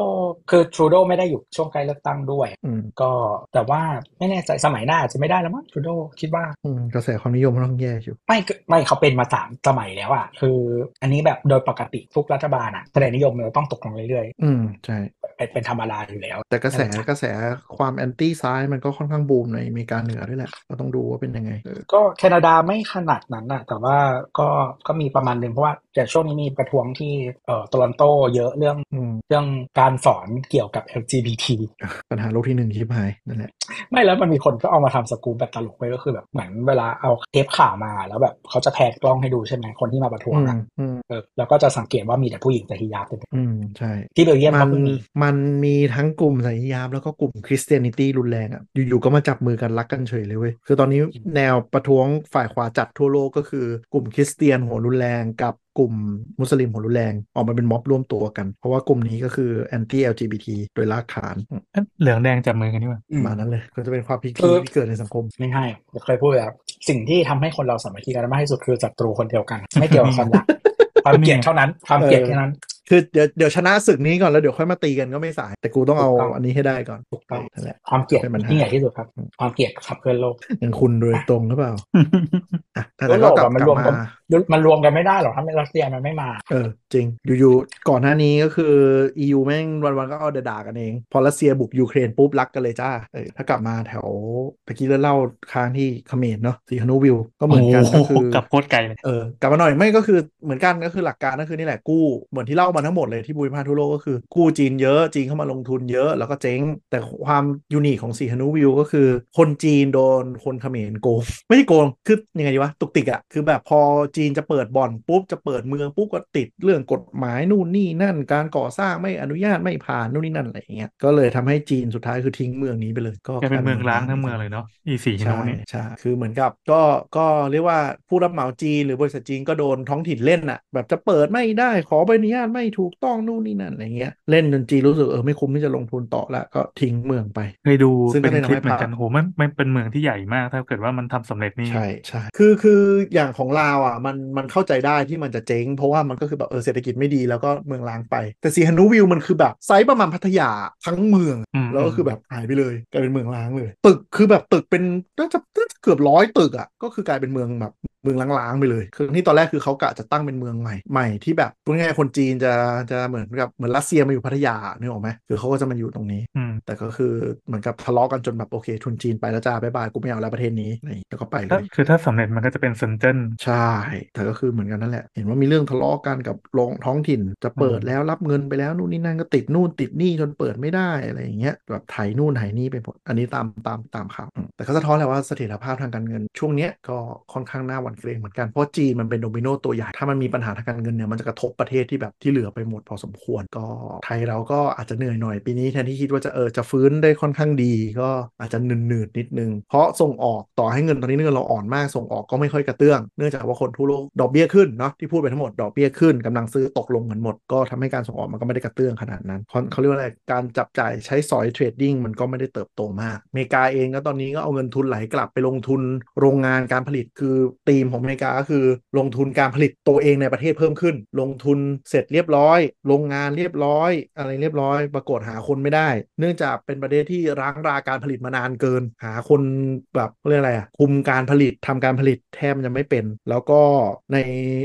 คือทรูโดไม่ได้อยู่ช่วงใกล้เลือกตั้งด้วย อืม ก็แต่ว่าไม่แน่ใจสมัยหน้าอาจจะไม่ได้แล้วมั้งทรูโดคิดว่า อืมกระแสความนิยมมันต้องแย่อยู่ ไม่คือไม่เขาเป็นมาสามสมัยแล้วอ่ะคือ อันนี้แบบโดยปกติทุกรัฐบาลอ่ะคะแนนนิยมมันจะต้องตกลงเรื่อย อืมใช่ ๆเป็นเป็นธรรมดาอยู่แล้ว แต่กระแส นั่นแหละ กระแสความแอนตี้ซ้ายมันก็ค่อนข้างบูมในอเมริกาเหนือด้วยแหละก็ต้องดูว่าเป็นยังไงเออ ก็แคนาดาไม่ขนาดนั้นนะแต่ว่าก็ก็มีประมาณหนึ่งเพราะว่าอย่างช่วงนี้มีประท้วงที่เอ่อโตลอนโตเยอะเรื่อง อืม เรื่องการสอนเกี่ยวกับ LGBT ปัญหาโลกที่หนึ่งชิบหายนั่นแหละ ไม่แล้วมันมีคนก็เอามาทำสกู๊ปแบบตลกไปก็คือแบบเหมือนเวลาเอาเทปข่าวมาแล้วแบบเขาจะแพนกล้องให้ดูใช่ไหมคนที่มาประท้ว อื ง ม อะ อืม เออแล้วก็จะสังเกตว่ามีแต่ผู้หญิงแต่ฮิญาบเต็มไปหมด อืมใช่ ที่เบลเยียม มั เขา น เพิ่งมี มัน มันมีทั้งกลุ่มสัญญามแล้วก็กลุ่มคริสเตียนิตี้รุนแรงอ่ะอยู่ๆก็มาจับมือกันรักกันเฉยเลยเว้ยคือตอนนี้แนวประท้วงฝ่ายขวาจัดทั่วโลกก็คือกลุ่มคริสเตียนหัวรุนแรงกับกลุ่มมุสลิมหัวรุนแรงออกมาเป็นม็อบร่วมตัวกัน เพราะว่ากลุ่มนี้ก็คือแอนตี้ LGBT โดยลากฐาน เอ๊ะเหลืองแดงจับมือกันดีกว่า อืม มานั้นเลยก็จะเป็นความพิก เอ ลี อ ที่เกิดในสังคม ไม่ให้เคยพูดแล้วสิ่งที่ทำให้คนเราสามัคคีกันมากที่สุดคือศัตรูคนเดียวกัน ไม่เกี่ยวกับความรักความเกลียดเท่านั้น ความเกลียดแค่นั้น คือเดี๋ยวเดี๋ยวชนะศึกนี้ก่อนแล้วเดี๋ยวค่อยมาตีกันก็ไม่สาย แต่กูต้องเอา ถูกต้อง อันนี้ให้ได้ก่อน ถูกต้อง นั่นแหละ ความเกลียด เป็นปัญหา ยิ่งใหญ่ที่สุดครับ ความเกลียดขับเคลื่อนโลก อย่างคุณโดยตรงหรือเปล่าอ่ะแต่ ยุ แต่ โร ก็ ป กลับ อะมัน กลั รว บ ม มา กันมันรวมกันไม่ได้หรอกถ้าไม่รัสเซียมันไม่มา เออจริง อยู่ๆก่อนหน้านี้ก็คือ EU แม่งวันๆก็เอาแต่ด่ากันเอง พอรัสเซียบุกยูเครนปุ๊บรักกันเลยจ้าเออถ้ากลับมาแถวตะกี้เล่าค้างที่เขมรเนาะสีฮานุวิวก็เหมือนกันก็คือ โโหลับโคตรไกลเลย เออกลับมาหน่อยไม่ก็คือเหมือนกันก็คือหลักการก็คือนี่แหละกู้เหมือนที่เล่ามาทั้งหมดเลยที่บุยพาทั่วโลกก็คือ กู้จีนเยอะจีนเข้ามาลงทุนเยอะแล้วก็เจ๊ง แต่ความยูนิคของสีฮานุวิวก็คือ คนจีนโดนคนเขมรโกง ไม่ใช่โกงคือยังไงดีวะตุกติกอะคือแบบพอจีนจะเปิดบ่อนปุ๊บจะเปิดเมืองปุ๊บก็ติดเรื่องกฎหมายนู่นนี่นั่นการก่อสร้างไม่อนุญาตไม่ผ่านนู่นนี่นั่นอะไรอย่างเงี้ยก็เลยทำให้จีนสุดท้ายคือทิ้งเมืองนี้ไปเลยก็ แกเป็นเมืองร้างทั้งเมือง ย เลยเนาะอีสี ใช่ โน่นนี่ ใช่คือเหมือนกับก็ก็เรียกว่าผู้รับเหมาจีนหรือบริษัทจีนก็โดนท้องถิ่นเล่นน่ะ แบบจะเปิดไม่ได้ขอใบอนุญาตไม่ถูกต้องนู่นนี่นั่นอะไรเงี้ยเล่นจนจีนรู้สึกเออไม่คุ้มที่จะลงทุนต่อละก็ทิ้งเมืองไป เคยดู ซึ่งก็ เป็น ได้ คลิปเหมือนกัน น้อยมาก โหมันมันเป็นเมืองที่ใหญ่มาก ถ้าเกิดว่ามันทำสำเร็จนี่ ใช่ใช่คือคืออย่างของลาวอ่ะมันมันเข้าใจได้ที่มันจะเจ๊ง เพราะว่ามันก็คือแบบเออเศรษฐกิจไม่ดีแล้วก็เมืองล้างไป แต่ซีฮันนูวิวมันคือแบบไซส์ประมาณพัทยาทั้งเมือง อืม แล้วก็คือแบบหายไปเลยกลายเป็นเมืองล้างเลย ตึกคือแบบตึกเป็นน่าจะน่าจะเกือบร้อยตึกอ่ะก็คือกลายเป็นเมืองแบบเมืองล้างๆไปเลย คือที่ตอนแรกคือเขากะจะตั้งเป็นเมืองใหม่ใหม่ที่แบบพูดง่ายๆคนจีนจะจะเหมือนกับเหมือนรัสเซียมาอยู่พัทยานึกออกไหมคือเขาก็จะมาอยู่ตรงนี้ อืม แต่ก็คือเหมือนกับทะเลาะกันจนแบบโอเค ทุนจีนไปแล้วจ้าบ๊ายบายกูไม่เอาแล้วประเทศนี้อะไรอย่างงี้แล้วก็ไปเล ถ้าย คือถ้าสำเร็จมันก็จะเป็นเซนเจน ใช่แต่ก็คือเหมือนกันนั่นแหละ เห็นว่ามีเรื่องทะเลาะกันกับโรงท้องถิ่น จะเปิด อืม แล้วรับเงินไปแล้วนู่นนี่นั่นก็ติดนู่นติดนี่จนเปิดไม่ได้อะไรอย่างเงี้ยแบบไถนู่นไถนี่ไปหมดอันนี้ตามตามตามข่าวอืมแต่ก็สะท้อนแหละว่าเสถียรภาพทางการเงิน ช่วงเนี้ยก็ค่อนข้างน่าหวั่นเกรงเหมือนกันเพราะจีนมันเป็นโดมิโนตัวใหญ่ถ้ามันมีปัญหาทางการเงินเนี่ยมันจะกระทบประเทศที่แบบที่เหลือไปหมดพอสมควรก็ไทยเราก็อาจจะเหนื่อยหน่อยปีนี้แทนที่คิดว่าจะเออจะฟื้นได้ค่อนข้างดี ก็อาจจะหนืดๆนิดนึง เพราะส่งออกต่อให้เงินตอนนี้เงินเราอ่อนมากส่งออกก็ไม่ค่อยกระเตื้อง เนื่องจากว่าคนทั่วโลกดอกเบี้ยขึ้นเนาะที่พูดไปทั้งหมดดอกเบี้ยขึ้นกำลังซื้อตกลงกันหมดก็ทำให้การส่งออกมันก็ไม่ได้กระเตื้องขนาดนั้นเพราะเขาเรียกว่าอะไรการจับจ่ายใช้สอยเทรดดิ้งมันก็ไม่ได้เติบโตมากอเมริกาเองก็ตอนนี้ก็เอาเงินทุนไหลกลับไปลงทุนโรงงานการผลิตคือธีมของอเมริกาก็คือลงทุนการผลิตตัวเองในประเทศเพิ่มขึ้น ลงทุนเสร็จเรียบร้อย โรงงานเรียบร้อย อะไรเรียบร้อย ปรากฏหาคนไม่ได้ เนื่องจากเป็นประเทศที่ร้างราการผลิตมานานเกิน หาคนแบบเรียกอะไรอะคุมการผลิตทำการผลิตแทบจะไม่เป็น แล้วก็ใน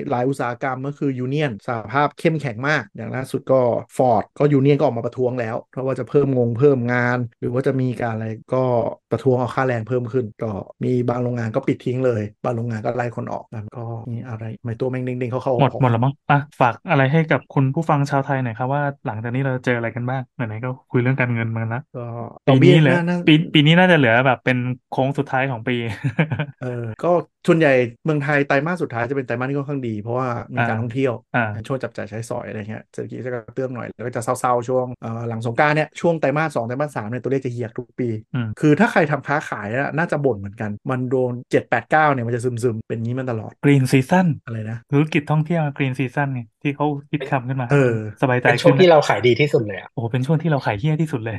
หลายอุตสาหกรรมก็คือยูเนียนสหภาพเข้มแข็งมาก อย่างล่าสุดก็ฟอร์ดก็ยูเนียนก็ออกมาประท้วงแล้ว เพราะว่าจะเพิ่มงงเพิ่มงาน หรือว่าจะมีการอะไรก็ประท้วงเอาค่าแรงเพิ่มขึ้น ก็มีบางโรงงานก็ปิดทิ้งเลย บางโรงงานก็ไล่คนออกแล้วก็มีอะไรไม่ตัวแม่งเด้งๆเขาเข้าๆอ หม อ ด ก หมดแล้วมั้งอ่ะฝากอะไรให้กับคุณผู้ฟังชาวไทยหน่อยครับว่าหลังจากนี้เราเจออะไรกันบ้างไหนๆก็คุยเรื่องการเงินมาแล้ว ก็ดอปีกเบี้ นี้ ย เหลือ น่า ปีปีนี้น่าจะเหลือแบบเป็นโค้งสุดท้ายของปี เออก็ส่วนใหญ่เมืองไทยไตรมาสสุดท้ายจะเป็นไตรมาสที่ค่อนข้างดี เพราะว่ามี อ่า การท่องเที่ยว อ่า ช่วงจับจ่ายใช้สอยอะไรเงี้ยเศรษฐกิจจะกระเตื้องหน่อย แล้วก็จะเศร้าๆ ช่วงเอ่อหลังสงกรานต์เนี่ยช่วงไตรมาสสองไตรมาสสามเนี่ยตัวเลขจะเหี่ยกทุกปี อืม คือถ้าใครทำค้าขายอะน่าจะบ่นเหมือนกัน มันโดน 7 8 9เนี่ยมันจะซึมๆ เป็นงี้มันตลอด กรีนซีซั่น อะไรนะ ธุรกิจท่องเที่ยวกรีนซีซั่นไงที่เขาคิดคำขึ้นมา เออ สบายใจ เป็นช่ ขึ้ วง น ที่ นะ เราขายดีที่สุดเลยอะ โอ้โหเป็นช่วงที่เราขายเหี้ยที่สุดเลย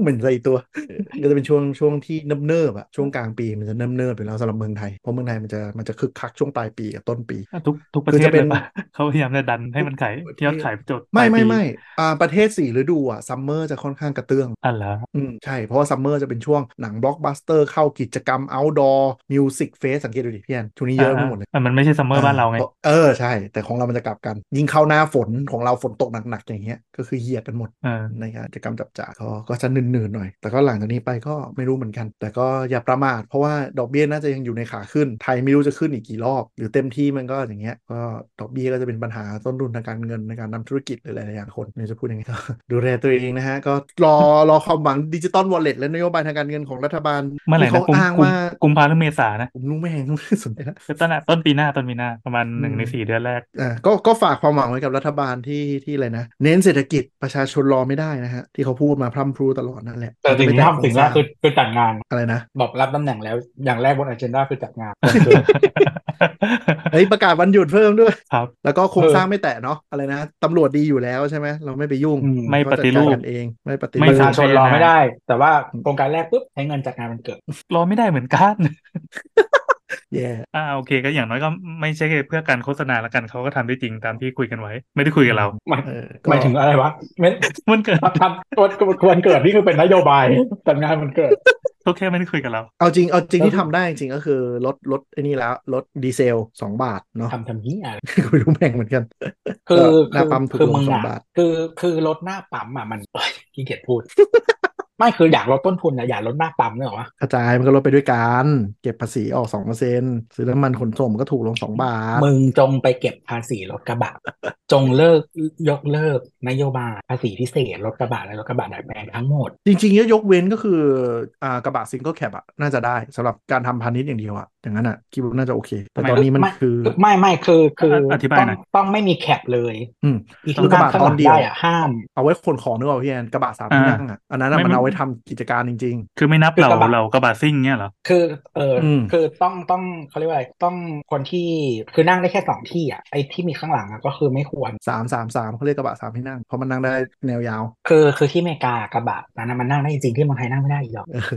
เหมือนใจตัว ก็จะเป็นช่วงช่วงที่เนิบๆอะช่วงกลางปีมันจะเนิบๆอยู่แล้วสำหรับเมืองไทยเพราะเมืองไทยมันจะมันจะคึกคักช่วงปลายปีกับต้นปี ทุกทุกประ คือ เทศ จะเป็ เล น ยปะเขาพยายามจะดันให้มันขาย ทุกประเทศ ยอดขายจด ไม่ ปลาย ไม่ ปี ไม่อ่าประเทศสี่ฤดูอะซัมเมอร์จะค่อนข้างกระเตื้อง อ่ะเหรอ อืมใช่เพราะว่าซัมเมอร์จะเป็นช่วงหนังบล็อกบัสเตอร์เข้ากิจกรรม outdoor music fest สังเกตดูดิพี่แอนช่วงนี้เยอะไปหมดเลย อ่ะมันไม่ใช่ซัมเมอร์บ้านเราไง เออใช่ แต่ของเรามันจะกลับกัน ยิ่งเข้าหน้าฝนของเราฝนตกหนักๆอย่างเงี้ยก็คือเหียกันหมด เออ ในการกิจกรรมจับจ่ายก็ก็ จจะหนื่นๆหน่อย แต่ก็หลังจากนี้ไปก็ไม่รู้เหมือนกัน แต่ก็อย่าประมาท เพราะว่าดอกเบี้ยน่าจะยังอยู่ในขาขึ้น ไทยไม่รู้จะขึ้นอีกกี่รอบ หรือเต็มที่มันก็อย่างเงี้ย ก็ดอกเบี้ยก็จะเป็นปัญหาต้นทุนทางการเงินในการทำธุรกิจหรือหลายๆอย่างคนเนี่ยจะพูดยังไงก็ ดูแลตัวเองนะฮะ ก็รอรอความหวังดิจิตอลวอลเล็ตและนโยบายทางการเงินของรัฐบาล เมื่อไหร่ ที่ นะ เขาอ้าง กุม ว่า กุมภาหรือเมษานะ ผมรู้แม่งไม่สนใจ ละ คือต้นอะต้นปีหน้าต้นปีหน้าประมาณ อืม หนึ่งในสี่เดือนแรก อ่าก็ก็ฝากความหวังไว้กับรัฐบาลที่ที่อะไรนะ เน้นเศรษฐกิจประชาชนรอไม่ได้นะฮะ ที่เขาพูดมาพร่ำพรูตลอดนั่นแหละ แต่สิ่งที่ทำสิ่งแรกคือคือจัดงาน อะไรนะ บอกรับตำแหน่งแล้วอย่างแรกบนอันเจนดาคือจัดงาน เฮ้ยประกาศวันหยุดเพิ่มด้วย ครับ แล้วก็โครง เออ สร้างไม่แตะเนาะอะไรนะตำรวจดีอยู่แล้วใช่ไหมเราไม่ไปยุ่ง อืม ไม่ ก็จัด ปฏิรูป การกันเองไม่ปฏิรูปไม่ประชาชนรอ ไม่ ไม่ได้ แต่ว่าโครงการแรกปุ๊บใช้เงินจัดงานมันเกิด รอไม่ได้เหมือนกัน แย่ อ่าโอเคก็อย่างน้อยก็ไม่ใช่เพื่อการโฆษณาละกันเขาก็ทำได้จริงตามที่คุยกันไว้ ไม่ได้คุยกับเรา หมาย เออ หมายถึงอะไรวะไม่ มันเกิด ทำควรควรเกิดนี่คือเป็นนโยบายจัดงานมันเกิด โอเคไม่ได้คุยกับเรา เอาจริงเอาจริง ก็ ที่ทำได้จริงก็คือลดลดไอ้นี่แล้วลดดีเซลสองบาทเนาะ ทำทำนี้อะไร คุยรู้แม่งเหมือนกัน คือ หน้าปั๊มถูก คือ ล มึ ง ง สอง อ่ะ บาท คือคือลดหน้าปั๊มอ่ะมันเอ้ยขี้เกียจพูด ไม่คืออยากลดต้นทุนอ่ะอยากลดหน้าปั๊มเนกอะวะ กระจายมันก็ลดไปด้วยกันเก็บภาษีออกสองเปอร์เซ็นต์ซื้อน้ำมันขนส่งมันก็ถูกลงสองบาท มึงจงไปเก็บภาษีรถกระบะ จงเลิกยกเลิกนโยบายภาษีพิเศษรถกระบะและรถกระบะดัดแปลงทั้งหมด จริงๆเนี่ยยกเว้นก็คืออ่ากระบะซิงเกิลแคบอะน่าจะได้สำหรับการทำพาณิชย์อย่างเดียวอะอย่างนั้นอะคิดว่าน่าจะโอเค แต่ ทำไม ตอนนี้มันคือ ไม่ไม่คือคือ อธิบาย ต้อง หน่อย ต้องไม่มีแคปเลย อืม อีก รถกระบะ ข้างห ตอ ลั น ง เดียว ได้อ่ะห้าม เอาไว้ขนของนึกออกพี่แอนกระบะสามที่ อ่า นั่งอะอันนั้นอะ ไม่ มัน มัน เอาไว้ทำกิจการจริง คือไม่นับ คือ เรา กระบะ เรากระบะซิ่งเนี่ยเหรอ คือเอออ ม คือต้องต้องเขาเรียกว่าอะไรต้องคนที่คือนั่งได้แค่สองที่อ่ะไอ้ที่มีข้างหลังอ่ะก็คือไม่ควร ๆสามสามสามเขาเรียกกระบะสามที่นั่ง เพราะมันนั่งได้แนวยาว คือคือที่อเมริกากระบะนั้นนะมันนั่งได้จริงๆที่เมืองไทยนั่งไม่ได้อีกหรอก เออ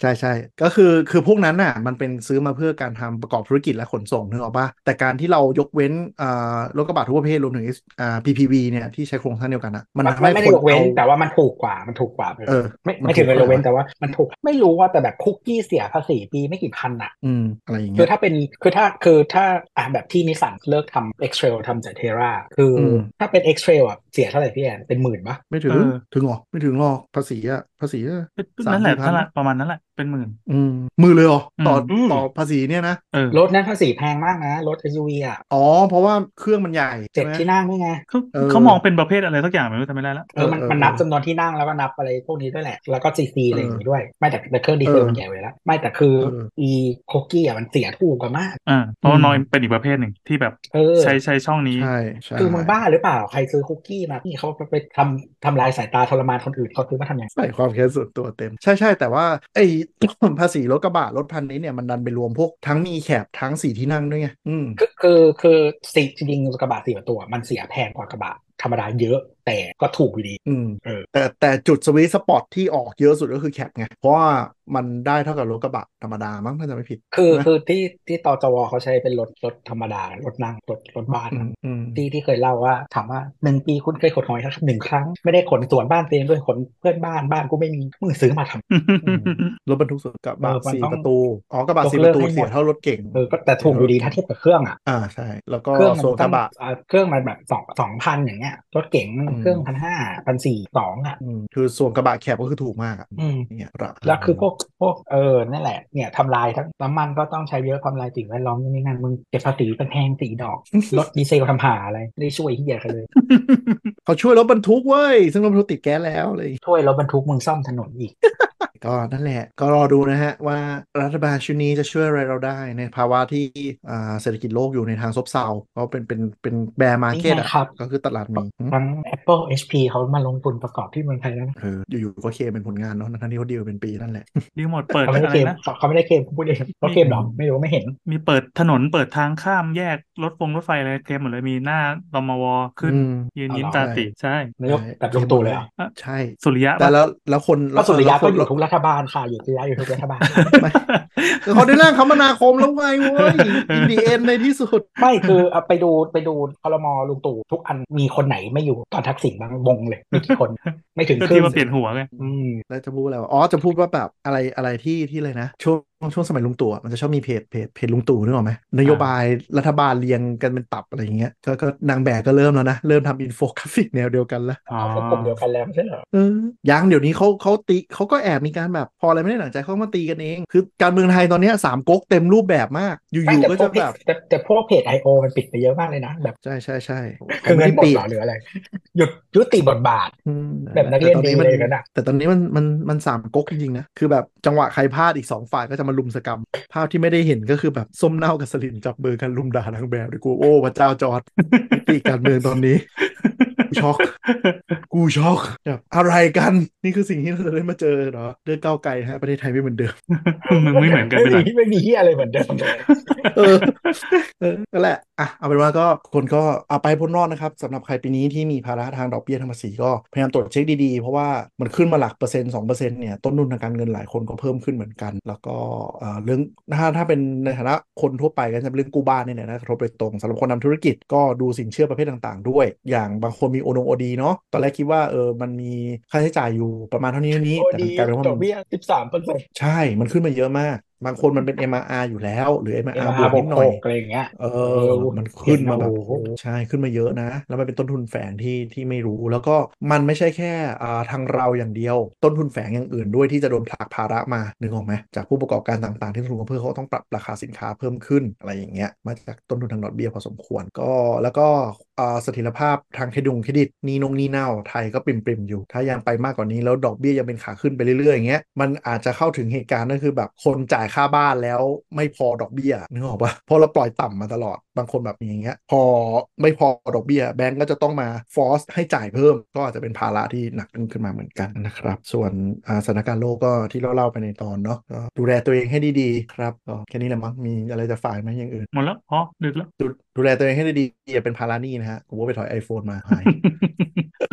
ใช่ใช่ก็คือคือพวกนั้นน่ะมันเป็นซื้อมาเพื่อการทำประกอบธุรกิจและขนส่งนึกออกปะแต่การที่เรายกเว้นอ่ารถกระบะทุกประเภทรวมถึงอ่า PPV เนี่ยที่ใช้โครงสร้างเดียวกันอะมันทำให้ ไม่ ค ได้ น ยกเว้น เอา แต่ว่ามันถูกกว่ามันถูกกว่า เออ ไม่ มัน ไม่ถึงกับ ถูกกว่า ยกเว้นแต่ว่ามันถูกไม่รู้ว่าแต่แบบคุกกี้เสียภาษีปีไม่กี่พันอ่ะ อืมอะไรอย่างเงี้ย คือถ้าเป็นคือถ้าคือถ้าอ่ะแบบที่นิสสันเลิกทำเอ็กเทรลทำจากเทราคืออ ม ถ้าเป็นเอ็กเทรลอ่ะเสียเท่าไหร่พี่แอนเป็นหมื่นปะ ไม่ถึง เออ ถึงหรอไม่ถึงหรอกภาษีอะภาษีอะ สาม นั่นแหละ สี่พัน นั่นแหละประมาณนั้นแหละเป็นหมื่น อืมมือเลยเหรอต่ออ ม ต่อภาษีเนี่ยนะ เออ รถนั้นภาษีแพงมากนะรถ SUV อ่ะ อ๋อ เพราะว่าเครื่องมันใหญ่ เจ็ ใช่ ด ไหม ที่นั่งด้วยไง เขา เออ เขามองเป็นประเภทอะไรสักอย่างไม่รู้จำไม่ได้ละ เออมัน เออ มันนับ เออ จำนวนที่นั่งแล้วก็นับอะไรพวกนี้ด้วยแหละ แล้วก็ซีซีอะไรอย่างนี้ด้วย ไม่แต่แต่เครื่องดีเซล เออ มันใหญ่ไว้แล้วไม่แต่คือ เออ อีคุกกี้อ่ะมันเสียถูกกว่ามาก อ่าเพราะว่า อืม น้อยเป็นอีกประเภทหนึ่งที่แบบ เออ ใช้ใช้ช่องนี้ ใช่ใช่ คือมึงบ้าหรือเปล่าใครซื้อคุกกี้มาพี่เขาไปทำทำลายสายตาทรมานคนอื่นเขาซื้อมาทำอย่างไร ใส่ความแค้นส่วนตัวเต็ม ใช่ใช่แต่ว่าไอ้ ภาษีรถกระบะรถพันนี้เนี่ยมันดันไปรวมพวกทั้งมีแคบทั้งสี่ที่นั่งด้วยไงอืม คือคือคือสีจริงๆกระบะสี่ประตูอะมันเสียแพงกว่ากระบะธรรมดาเยอะแต่ก็ถูกอยู่ดี อืม เออ แต่แต่จุดสวิตสปอตที่ออกเยอะสุดก็คือแคบไงเพราะว่ามันได้เท่ากับรถกระบะธรรมดามั้งถ้าจะไม่ผิด คือ นะ คือที่ที่ตจวเขาใช้เป็นรถรถธรรมดา รถนั่งรถรถบ้าน อื อะ มอืม ที่ที่เคยเล่าว่าถามว่าหนึ่งปีคุณเคยขนหอยแค่หนึ่งครั้งไม่ได้ขนสวนบ้านเองด้วยขนเพื่อนบ้านบ้านกูไม่มีมึงซื้อมาทำ รถบรรทุกส่วนกระบะ เออมัน สี่ ต้อง ประตูอ๋อกระบะ ยก สี่ป เลิระกตู ให้หมด เสียเท่ารถเก่ง เออก็แต่ถูกอยู่ดีถ้าเทียบกับเครื่องอ่ะ อ่าใช่ แล้วก็ เครื่องมัน ส่วนก ตั้ ระ ง บะ อ่าเครื่องมันแบบสองสองพันอย่างเงี้ยรถเก๋ง อืม เครื่องพันห้าพันสี่สองอ่ะ อืมคือส่วนกระบะแคบก็คือถูกมากอ่ะ อืม เนี่ยประมาณ แล้วคือพวกพวกเออนั่นแหละเนี่ยทำลายทั้งน้ำมันก็ต้องใช้เยอะทำลายสิ่งแวดล้อมนู่นนี่นั่นมึงเก็บภาษีเป็นแพงสี่ดอกรถดีเซลทำหาอะไรไม่ได้ช่วยที่เดียกันเลย เขาช่วยรถบรรทุกเว้ย ซึ่งรถบรรทุกติดแก๊สแล้วเลย ช่วยรถบรรทุกมึงซ่อมถนนอีก ก็นั่นแหละ ก็รอดูนะฮะ ว่ารัฐบาลชุดนี้จะช่วยอะไรเราได้ในภาวะที่อ่าเศรษฐกิจโลกอยู่ในทางซบเซาก็เป็นเป็นเป็นแบร์มาร์เก็ต นี่ อ่ะ ไงครับ ก็คือตลาดหมีอืม ทั้ง Apple HP เขามาลงทุนประกอบที่เมืองไทยแล้วนะ เอออยู่ๆก็เคลมเป็นผลงานเนาะทั้งๆที่เขาดีลเป็นปีนั่นแหละ ดีหมดเปิด เขา อะ ไม่ได้ ไร เคลม นะ เขาเขาไม่ได้เคลมเขาพูดเองเขาเคลมหรอไม่รู้ไม่เห็น มีเปิดถนนเปิดทางข้ามแยกรถฟงรถไฟอะไรเคลมหมดเลยมีหน้าตมวขึ้น อืม ยืน เอา ยิ้ม เหรอ ตา ใช่ ติใช่ นายกแบบลงตู่เลยเหรอ ใช่ สุริยะ แต่ ปะ แล้วแล้วคน ก็สุริยะ แล้วค ก็ น อยู่ทุกรัฐบาลค่ะอยู่สุริยะอยู่ทุกรัฐบาล ไม่ เขาได้ร่ างคมนาคมแล้วไงเว้ ย EDN ในที่สุด ไม่คือเอาไปดูไปดูครมลุงตู่ทุกอันมีคนไหนไม่อยู่ตอนทักษิณบ้างวงเลยไม่กี่คน ไม่ถึง ก็ ครึ่ ที่ ง มาเปลี่ยนหัวไง อืม แล้วจะพูดอะไรวะอ๋อ จะพูดว่าแบบอะไรอะไรที่ที่เลยนะ ช่วง ช่วงสมัยลุงตู่อะมันจะชอบมีเพจเพจเพจลุงตู่นึกออกไหมนโยบายรัฐบาลเรียงกันเป็นตับอะไรอย่างเงี้ยก็ก็นางแบกก็เริ่มแล้วนะเริ่มทำอินโฟกราฟิกแนวเดียวกันละ อ๋อ เขาเป็นกลุ่มเดียวกันแล้วไม่ใช่เหรอ เออยังเดี๋ยวนี้เขาเขาตีเขาก็แอบมีการแบบพออะไรไม่ได้หนังใจเขาก็มาตีกันเอง คือการเมืองไทยตอนเนี้ยสามก๊กเต็มรูปแบบมากอ ไม่ ยู่ๆ แต่ ก็ พว จะ กเพ แบ จ บ แต่แต่พวกเพจ I.O. มันปิดไปเยอะมากเลยนะแบบ ใช่ใช่ใช่ คือเงินหมด ปิด เหรอหรืออะไร หยุดยุติบทบาท อืม แบบนักเรียน แต่ตอ ดีเลย มั กันอะ แต่ตอนนี้มันมันมันสามก๊กจริงๆนะคือแบบจังหวะใครพลาดอีกสองฝ่ายก็จะมาลุมสกรรมภาพที่ไม่ได้เห็นก็คือแบบส้มเน่ากับสลิมจับมือกันลุมด่านางแบบเลยกูโอ้พระเจ้าจอร์ดมิติการเมืองตอนนี้ กูช็อก กูช็อกแบบอะไรกัน นี่คือสิ่งที่เราจะได้มาเจอเหรอเลือกก้าวไกลฮะประเทศไทยไม่เหมือนเดิม มึงไม่เหมือนกันไปไหน ไม่มีไม่มีเหียอะไรเหมือนเดิมเลย เออเออนั่นแหละอ่ะเอาเป็นว่าก็คนก็เอาไปพ้นรอดนะครับสำหรับใครปีนี้ที่มีภาระทางดอกเบี้ยทางภาษีก็พยายามตรวจเช็คดีๆ เพราะว่ามันขึ้นมาหลักเปอร์เซ็นต์สองเปอร์เซ็นต์เนี่ยต้นทุนทางการเงินหลายคนก็เพิ่มขึ้นเหมือนกัน แล้วก็เอ่อเรื่องถ้าถ้าเป็นในฐานะคนทั่วไปก็จะเป็นเรื่องกู้บ้านเนี่ยนะกระทบโดยตรงสำหรับคนทำธุรกิจก็ดูสินเชื่อประเภทต่างๆ ด้วย อย่างบางคนมีโอนงโอดีเนาะตอนแรกคิดว่าเออมันมีค่าใช้จ่ายอยู่ประมาณเท่านี้เท่านี้ โอ้ แต่ ดี มันกลายเป็นว่า ด มั อก น เบี้ยสิบสามเปอร์เซ็นต์ ใช่ มันขึ้นมาเยอะมาก บางคนมันเป็น MRR อยู่แล้ว หรือ เอ็ MRR บว มาก บ นิ ก ดห ห น่อย กอะไรอย่างเงี้ย เอ เอ อ อ มันขึ้นมาแบบ เห็นนะโอ้โห ใช่ ขึ้นมาเยอะนะ แล้วมันเป็นต้นทุนแฝงที่ที่ไม่รู้ แล้วก็มันไม่ใช่แค่อ่าทางเราอย่างเดียว ต้นทุนแฝงอย่างอื่นด้วยที่จะโดนผลักภาระมา นึกออกไหมจากผู้ประกอบการต่างๆ ที่ลงทุนกับเพื่อเขาต้องปรับราคาสินค้าเพิ่มขึ้นอะไรอย่างเงี้ย มาจากต้นทุนทางดอกเบี้ยพอสมควร ก็ แล้วก็อ่าเสถิรภาพทางเครดิตเครดิตหนี่นงหนี่เน่าไทยก็ปริมๆอยู่ ถ้ายังไปมากกว่านี้แล้วดอกเบี้ยยังเป็นขาขึ้นไปเรื่อยๆอย่างเงี้ย มันอาจจะเข้าถึงเหตุการณ์ก็คือแบบคนจ่ายค่าบ้านแล้วไม่พอดอกเบี้ยนึกออกปะเพราะเราปล่อยต่ำมาตลอดบางคนแบบอย่างเงี้ย พอไม่พอดอกเบี้ยแบงก์ก็จะต้องมาฟอสให้จ่ายเพิ่ม ก็อาจจะเป็นภาระที่หนักขึ้นมาเหมือนกันนะครับ ส่วนอ่าสถานการณ์โลกก็ที่เราเล่าไปในตอนเนาะก็ดูแลตัวเองให้ดีๆครับก็แค่นี้แหละมั้งมีอะไรจะฝากไหมอย่างอื่น หมดแล้วอ๋อดึกแล้ว ดูดูแลตัวเองให้ดีๆอย่าเป็นภาระหนี้นะฮะผมว่าไปถอย iPhone มาหาย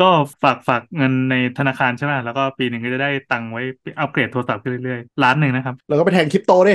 ก็ฝากฝากเงินในธนาคารใช่ไหมแล้วก็ปีหนึ่งก็จะได้ตังค์ไว้อัปเกรดโทรศัพท์ขึ้นเรื่อยๆล้านหนึ่งนะครับ แล้วก็ไปแทงคริปโตดิ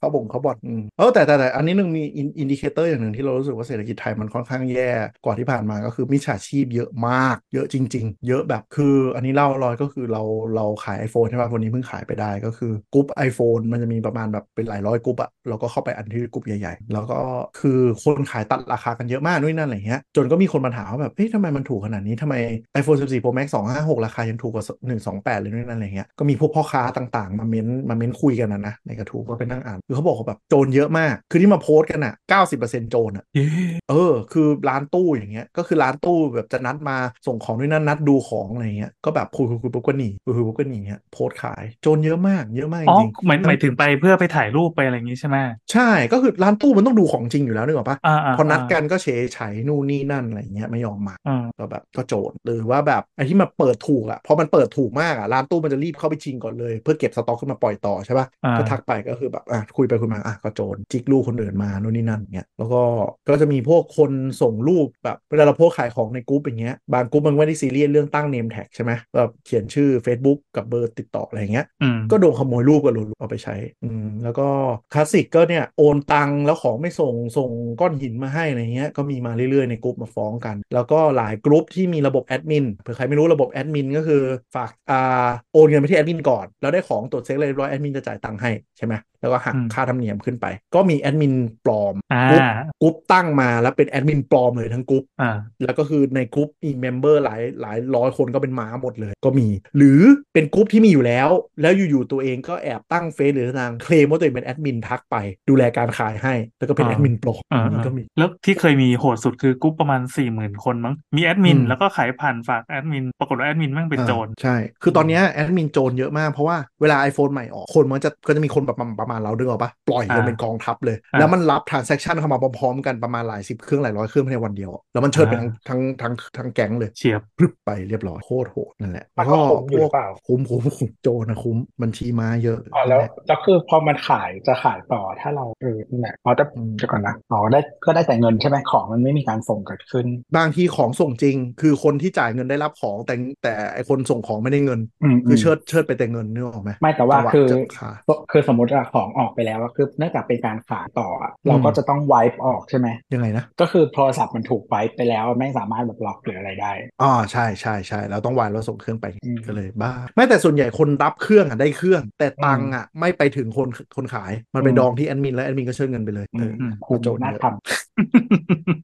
เขาบ่งเขาบอดอืมเออแต่แต่แต่อันนี้หนึ่งมีอินดิเคเตอร์อย่างหนึ่งที่เรารู้สึกว่าเศรษฐกิจไทยมันค่อนข้างแย่กว่าที่ผ่านมาก็คือมิจฉาชีพเยอะมาก เยอะจริง ๆ เยอะแบบคือ อันนี้เล่าลอยก็คือเราเราขาย iPhone ใช่ป่ะวันนี้เพิ่งขายไปได้ก็คือกรุ๊ป iPhone มันจะมีประมาณแบบเป็นหลายร้อยกรุ๊ปอะเราก็เข้าไปอันที่กรุ๊ปใหญ่ๆ แล้วก็คือคนขายตัดราคากันเยอะมากนู่นนนั่นอะไรเงี้ยจนก็มีคนมาถามว่าแบบเฮ้ยทำไมมันถูกขนาดนี้ทำไม iPhone 14 Pro Max 256 ราคายังถูกกว่า 128 เลยนู่นนั่นอะไรเงี้ยก็มีพวกพ่อค้าต่างๆ มาเม้นมาเม้นคุยกันนะนะในกระทู้ก็ไปนั่งอ่านคือเขาบอกว่าแบบโจรเยอะมาก คือที่มาโพสต์กันอ่ะ 90%โจรอ่ะ เย้ เออ คือร้านตู้อย่างเงี้ย ก็คือร้านตู้แบบจะนัดมาส่งของด้วยนั่นนัดดูของอะไรเงี้ย ก็แบบคุยคุยคุยปุ๊บก็หนีคุยคุยปุ๊บก็หนีเงี้ยโพสต์ขายโจรเยอะมาก เยอะมากจ อ๋อ ริง หมายหมายถึงไปเพื่อไปถ่ายรูปไปอะไรอย่างงี้ใช่ไหม ๆ ใช่ ก็คือร้านตู้มันต้องดูของจริงอยู่แล้วนึกออกปะ อ่าอ่า พอนัด า กันก็เฉยไฉนู่นนี่นั่นอะไรเงี้ยไม่ยอมมา อ่า ก็แบบก็โจรหรือว่าแบบไอ้ที่มาเปิดถูกอ่ะพอมันเปิดถูกมากอ่ะร้านตู้มันจะรีบเข้าไปชิงก่อนเลย เพื่อเก็บสต็อกขึ้นมาปล่อยต่อใช่ปะ อ่า ก็ทักไปก็คือแบบอ่ะคุยไปคุยมาอ่ะก็โจรจิกลูกคนอื่นมานู่นนี่นั่นเงี้ยแล้วก็ก็จะมีพวกคนส่งรูปแบบเวลาเราโพสต์ขายของในกรุ๊ปอย่างเงี้ยบางกรุ๊ปมันไม่ได้ซีเรียสเรื่องตั้งเนมแท็กใช่ไหมแบบเขียนชื่อ Facebook กับเบอร์ติดต่ออะไรอย่างเงี้ย อืม ก็โดนขโมยรูปกันหลุดเอาไปใช้อืมแล้วก็คลาสสิกก็เนี่ยโอนตังค์แล้วของไม่ส่งส่งก้อนหินมาให้อะไรเงี้ยก็มีมาเรื่อยๆในกรุ๊ปมาฟ้องกัน แล้วก็หลายกรุ๊ปที่มีระบบแอดมินเผื่อใครไม่รู้ระบบแอดมินก็คือฝากอ่าโอนเงินไปที่แอดมินก่อนแล้วได้ของตรวจเช็คเลยบร้อยแอดมินจะจ่ายตังค์ให้ใช่ไหมแล้วก็หักค่าธรรมเนียมขึ้นไป ก็มีแอดมินปลอม อ่าก รุ๊ปกรุ๊ปตั้งมาแล้วเป็นแอดมินปลอมเลยทั้งกรุ๊ป อ่า แล้วก็คือในกรุ๊ปอีเมมเบอร์หลายหลายร้อยคนก็เป็นม้าหมดเลยก็มี หรือเป็นกรุ๊ปที่มีอยู่แล้ว แล้วอยู่ๆตัวเองก็แอบตั้งเฟซหรือทางเคลมว่าตัวเองเป็นแอดมินทักไป ดูแลการขายให้ แล้วก็เป็น อ่า แอดมินปลอม อ่า นี่ อ่า ก็มี แล้วที่เคยมีโหดสุดคือกรุ๊ปประมาณสี่หมื่นคนมั้งมีแอดมิน อืม แล้วก็ขายผ่านฝากแอดมินปรากฏว่าแอดมินแม่งเป็นโจร อ่าใช่ คือตอนเนี้ยแอดมินโจรเยอะมาก เพราะว่าเวลา iPhone ใหม่ออก คนมันจะก็จะมีคนแบบประมาณเราดึงออกปะปล่อยกัน อ่า เป็นกองทัพเลย อ่า แล้วมันรับ transaction เข้ามาพร้อมๆกันประมาณหลายสิบเครื่องหลายร้อยเครื่องภายในวันเดียว แล้วมันเชิดเป็น อ่า ทั้งทั้งทั้งทั้งแก๊งเลย เฉียบ พรึบไปเรียบร้อยโคตรโหดนั่นแหละ มันก็ แล้ว คุ้มอยู่หรือเปล่า คุ้มคุ้มคุ้มโจรนะคุ้มบัญชีม้าเยอะ อ๋อแล้ว นั่นหะ แล้วคือพอมันขายจะขายต่อถ้าเราเออนี่นแหละอ๋อแต่ อืม เดี๋ยวก่อนนะอ๋อได้ก็ได้แต่เงินใช่ไหมของมันไม่มีการส่งเกิดขึ้น บางทีของส่งจริง คือคนที่จ่ายเงินได้รับของแต่แต่ไอคนส่งของไม่ได้เงิน อืม คือ ม เชิดเชิดไปแต่เงินนึกออกไหม ไม่แต่ว่า จังหะ คือ จะขาด คือสมมติอะของ ของออกไปแล้วอะคือเนื่องจากเป็นการขายต่ออะเราก็จะต้อง wipe ออกใช่ไหม ยังไงนะ ก็คือโทรศัพท์มันถูก wipe ไปแล้วไม่สามารถแบบล็อกหรืออะไรได้ อ๋อใช่ใช่ใช่เราต้องวานเราส่งเครื่องไป อืม ก็เลยบ้าไม่แต่ส่วนใหญ่คนรับเครื่องอ่ะได้เครื่อง แต่ตังค์อ่ะไม่ไปถึงคนคนขายมันไป อืม ดองที่แอดมินแล้วแอดมินก็เชิญเงินไปเลยเออ อืม คุณ โจทย์เยอะ น่าท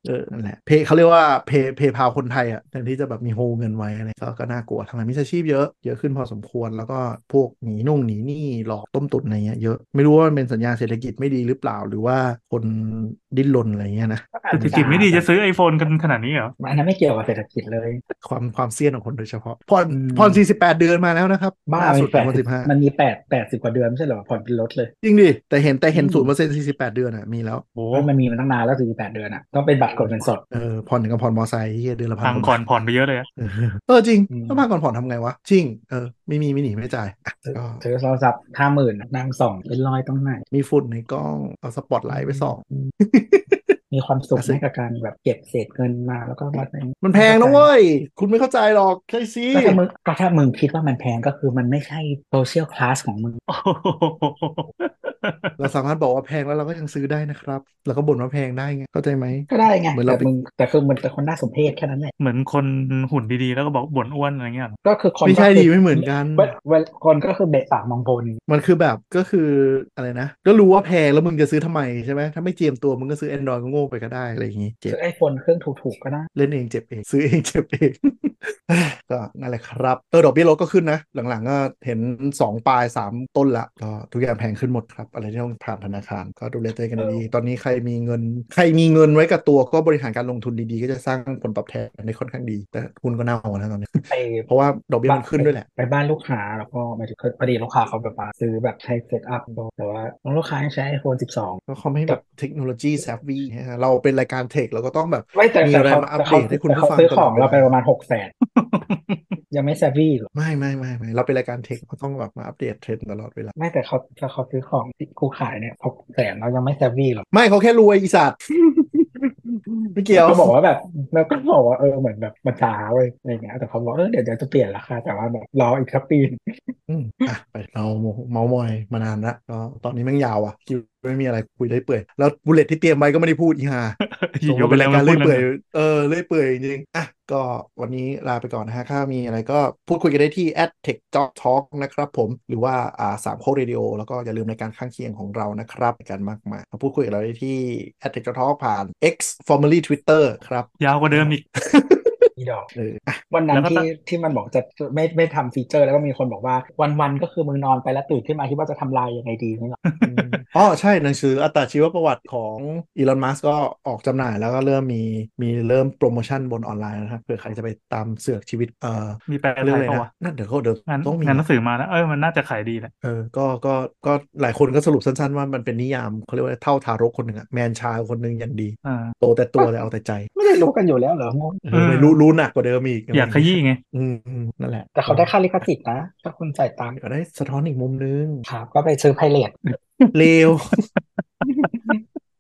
เออนั่นแหละเพเขาเรียกว่าเพเพพาคนไทยอ่ะแทนที่จะแบบมีโฮเงินไว้อะไรก็ก็น่ากลัวทางนั้นมิจฉาชีพเยอะเยอะขึ้นพอสมควรแล้วก็พวกหนีนุ่งหนีหนี้หลอกต้มตุ๋นอะไรเงี้ยเยอะไม่รู้ว่ามันเป็นสัญญาณเศรษฐกิจไม่ดีหรือเปล่าหรือว่าคนดิ้นรนอะไรเงี้ยนะ ำ เศรษฐกิจไม่ดีจะซื้อ iPhone กันขนาดนี้เหรอ อันนั้นไม่เกี่ยวกับเศรษฐกิจเลย ความความเสี่ยงของคนโดยเฉพาะผ่อน อืม ผ่อน48 เดือนมาแล้วนะครับ บ้า ล่สุด แปด วันสิบห้า มันมีแปดแปดสิบกว่าเดือนไม่ใช่เหรอผ่อนเป็นรถเลย จริงดิ แต่เห็นแต่เห็น อืม ศูนย์เปอร์เซ็นต์สี่สิบแปดเดือนอ่ะ มีแล้ว โอ้ เพราะมันมีมาตั้งนานแล้วสี่แปดเดือนอ่ะต้องเป็นบัตรกดเงินสด เออผ่อนถึงกับผ่อนมอไซค์เหี้ยเดือนละพัน ตังค์ก่อนผ่อนไปเยอะเลยอะ เออเออจริง อืม ถ้าพักก่อนผ่อนทำไงวะ จริง เออ ไม่มีไม่หนีไม่จ่ายอ่ะก็ ซื้อโทรศัพท์ห้าหมื่นนางส่องเป็นรอยตรงไหน มีฝุ่นในกล้องเอาสปอตไลท์ไปส่อง มีความสุข อ่ะสิ ไหมกับการแบบเก็บเศษเงินมาแล้วก็มา มันแพงนะเว้ย คุณไม่เข้าใจหรอกใช่สิ ก็ถ้ามึงก็ถ้ามึงคิดว่ามันแพงก็คือมันไม่ใช่โซเชียลคลาสของมึง โอ้โห เราสามารถบอกว่าแพงแล้วเราก็ยังซื้อได้นะครับ เราก็บ่นว่าแพงได้ไงเข้าใจไหม ก็ได้ไง เหมือนเรา แต่ ไป มึงแต่คือมันแต่คนน่าสมเพชแค่นั้นแหละ เหมือนคนหุ่นดีๆ แล้วก็บอกบ่นอ้วนอะไรเงี้ยเหรอ ก็คือคน ไม่ใช่ ก็คือ ดีไม่เหมือนกัน เว้ยเว้ยคนก็คือเบะปากมองบน มันคือแบบก็คืออะไรนะ ก็รู้ว่าแพงแล้วมึงจะซื้อทำไมใช่ไหมถ้าไม่เจียมตัวมึงก็ซื้อ Android ก็โง่ไปก็ได้อะไรอย่างงี้เจ็บ ซื้อไอโฟนเครื่องถูกๆก็ได้ เล่นเองเจ็บเอง ซื้อเองเจ็บเอง ก็นั่นแหละครับเออดอกเบี้ยรถก็ขึ้นนะ หลังๆก็เห็น 2 ปลาย 3 ต้นละก็ทุกอย่างแพงขึ้นหมดครับ อะไรที่ต้องผ่านธนาคาร ก็ดูแลตัวเองกันดีๆตอนนี้ใครมีเงิน ใครมีเงินไว้กับตัวก็บริหารการลงทุนดีๆ ก็จะสร้างผลตอบแทนได้ค่อนข้างดี แต่คุณก็น่าห่วงนะตอนนี้ ไป เพราะว่าดอกเบี้ยมันขึ้นด้วยแหละ ไปบ้านลูกค้าแล้วก็หมายถึงพอดีลูกค้าเขาแบบว่าซื้อแบบใช้เซตอัพแต่ว่าลูกค้ายังใช้ไอโฟน12 ก็เขาไม่แบบเทคโนโลยีแซฟวีนะฮะเราเป็นรายการเทคเราก็ต้องแบบ ไม่แต่ มี แต่ อะไร เขา มาอัป แต่ เดตเขาให้คุณ แต่ ผู้ เขา ฟัง ซื้อ ตลอด ของ เวลา เราไปประมาณหกแสนยังไม่แซฟวี่หรอก ไม่ไม่ไม่ไม่เราเป็นรายการเทคเราต้องแบบมาอัปเดตเทรนด์ตลอดเวลา ไม่แต่เขาแต่เขาซื้อของที่กูขายเนี่ยหกแสนเรายังไม่แซฟวี่หรอก ไม่เขาแค่รวยอีสัตว์ ไม่เกี่ยว ก็บอกว่าแบบแล้วก็บอกว่าเออเหมือนแบบมันช้าเว้ยอะไรเงี้ยแต่เขาบอกเออเดี๋ยวเดี๋ยวจะเปลี่ยนราคาแต่ว่าแบบรออีกสักปี อืมอ่ะไปเราเมาส์มอยมานานละก็ตอนนี้แม่งยาวอ่ะคิดว่าไม่มีอะไรคุยได้เปื่อย แล้วบุลเลตที่เตรียมไว้ก็ไม่ได้พูดอีห่าส่ง อยู่ มา ๆ เป็น แล้ รา วย การ พู เลื่ ด อยเปื่เรื่อ อย งนั้น เออเลื่อยเปื่อยจริงๆอ่ะก็วันนี้ลาไปก่อนนะฮะถ้ามีอะไรก็พูดคุยกันได้ที่ at tech job talk นะครับผมหรือว่าอ่าสามโคกเรดิโอแล้วก็อย่าลืมในการข้างเคียงของเรานะครับกันมากมายมาพูดคุยกับเราได้ที่ at tech job talk ผ่าน x formerly twitter ครับ ยาวกว่าเดิมอีก อีดอก เอออ่ะ วันนั้ แล้ น วก็ตั้ ที่ ง ที่มันบอกจะไม่ไม่ทำฟีเจอร์แล้วก็มีคนบอกว่าวันๆก็คือมึงนอนไปแล้วตื่นขึ้นมาคิดว่าจะทำลายยังไงดีนี่หรอ อืมอ๋อใช่หนังสืออัตราชีวประวัติของอีลอนมัสก็ออกจำหน่ายแล้วก็เริ่มมีมีเริ่มโปรโมชั่นบนออนไลน์นะครับเผื่อใครจะไปตามเสือกชีวิตเอ่อ มีแปล เรื่อง ไท อะไรยปะ นะ วะ นั่นเดี๋ยวเขาเดี๋ยว งาน ต้องมี งานหนังสือมาแล้วเอ้ยมันน่าจะขายดีแหละ เออ ก็ ก็ ก็หลายคนก็สรุปสั้นๆ ว่ามันเป็นนิยามเขาเรียกว่าเท่าทารกคนหนึ่งอะแมนชายคนหนึ่งอย่างดี อ่า โตแต่ตัวแต่เอาแต่ใจ ไม่ได้รู้กันอยู่แล้วเหรองง เออไม่รู้รู้หนักกว่าเดิมอีก อยากขยี้ไง อืมอืมนั่นแหละ แต่เขาได้ค่าลิขสิทธิ์นะถ้าคุณใส่ตาม เดี๋ยวได้สะท้อนอีกมุมนึง ครับก็ไปซื้อไพเรต เลว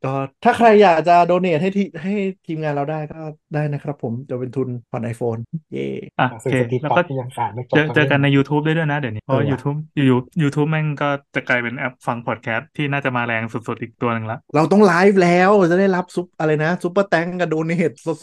ก็ถ้าใครอยากจะโดเนทให้ทีให้ทีมงานเราได้ก็ได้นะครับผมจะเป็นทุนผ่อน iPhone เย่ อ่ะ หนัง โอ สือ เค สตี แล้ว ป๊อ ก็ ปที่ยังขายไม่จบ เจอเจอกันใน ทั้งล่ม YouTube ได้ด้วยนะเดี๋ยวนี้ เพราะ เออว่ะ YouTube อยู่ๆ YouTube แม่งก็จะกลายเป็นแอปฟังพอดแคสต์ที่น่าจะมาแรงสุดๆ อีกตัวหนึ่งละ เราต้องไลฟ์แล้วจะได้รับซุปอะไรนะซุปเปอร์แตงกับโดเนทสด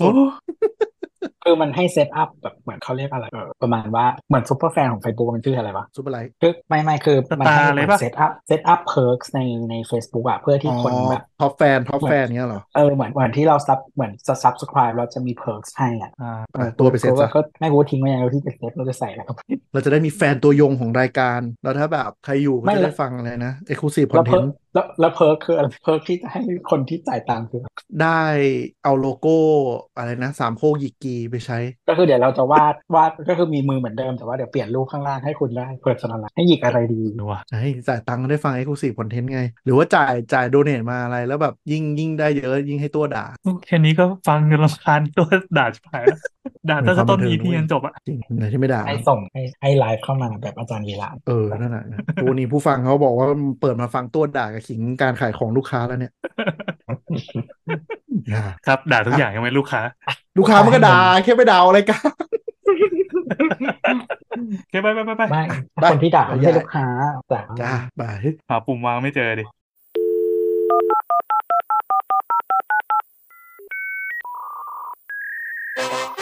คือมันให้เซตอัพแบบเหมือนเขาเรียกอะไรเออประมาณว่าเหมือนซูเปอร์แฟนของ Facebook มันชื่ออะไรวะ ๆซุปเปอร์ไลฟ์ คือไม่ไม่คือมัน สตา ให้ ร์ เห เล มือนยปะ เซตอัพเซตอัพเพิร์กในใน Facebook อะเพื่อที่คนแบบ ท็อปแฟนท็อปแฟนเงี้ยเหรอ เออเหมือนเหมือนที่เราซับเหมือนซับสไคร b ์เราจะมีเพิร์กให้อ่ะ อ่า เออ ตัวไปเซ็ตซะ ก็ไม่รู้ทิ้งไว้ยังเราที่จะเซตเราจะใส่แล้วก็ เราจะได้มีแฟนตัวยงของรายการ แล้วถ้าแบบใครอยู่ก็ ไม่ จะ แล้ว ได้ฟังอะไรนะ เอ็กซ์คลูซีฟคอ แล้ น ว เท เพิ น ร์ก ต์ แล้วแล้วเพิร์กคืออะไร เพิร์กที่จะให้คนที่จ่ายตังค์คือ ได้เอาโลโก้อะไรนะ สามโคกหยิกกีไปใช้ ก็คือเดี๋ยวเราจะวาดวาดก็คือมีมือเหมือนเดิมแต่ว่าเดี๋ยวเปลี่ยนรูปข้างล่างให้คุณได้เปิดสนามให้หยิกอะไรดี ดูว่ะ ใช่จ่ายตังค์ก็ได้ฟัง Exclusive Content ไง หรือว่าจ่ายจ่ายโดเนทมาอะไรแล้วแบบยิ่งยิ่งได้เยอะยิ่งให้ตัวด่า แค่นี้ก็ฟังจนรำคาญตัวด่าชิบหายแล้วด่าตั้งแต่ต้น มี EP ความบันเทิงด้วย ยันจบอ่ะ จริงไหนที่ไม่ด่า ให้ส่งให้ให้ไลฟ์เข้ามาแบบอาจารย์วีระ เออ นั่นแหละนะวันนี้ผู้ฟังเขาบอกว่าเปิดมาฟังตัวด่ากับขิงการขายของลูกค้าแล้วเนี่ยอย่า ครับ ด่าทุกอย่างยังไม่ลูกค้า ลูกค้ามันก็ด่าแค่ไม่ด่าอะไรกัน เคไปไปไปไป ไม่ ได้ คนที่ด่าไม่ ได้ ใช่ลูกค้าด่า จ้าบาย หาปุ่มวางไม่เจอดิ Thank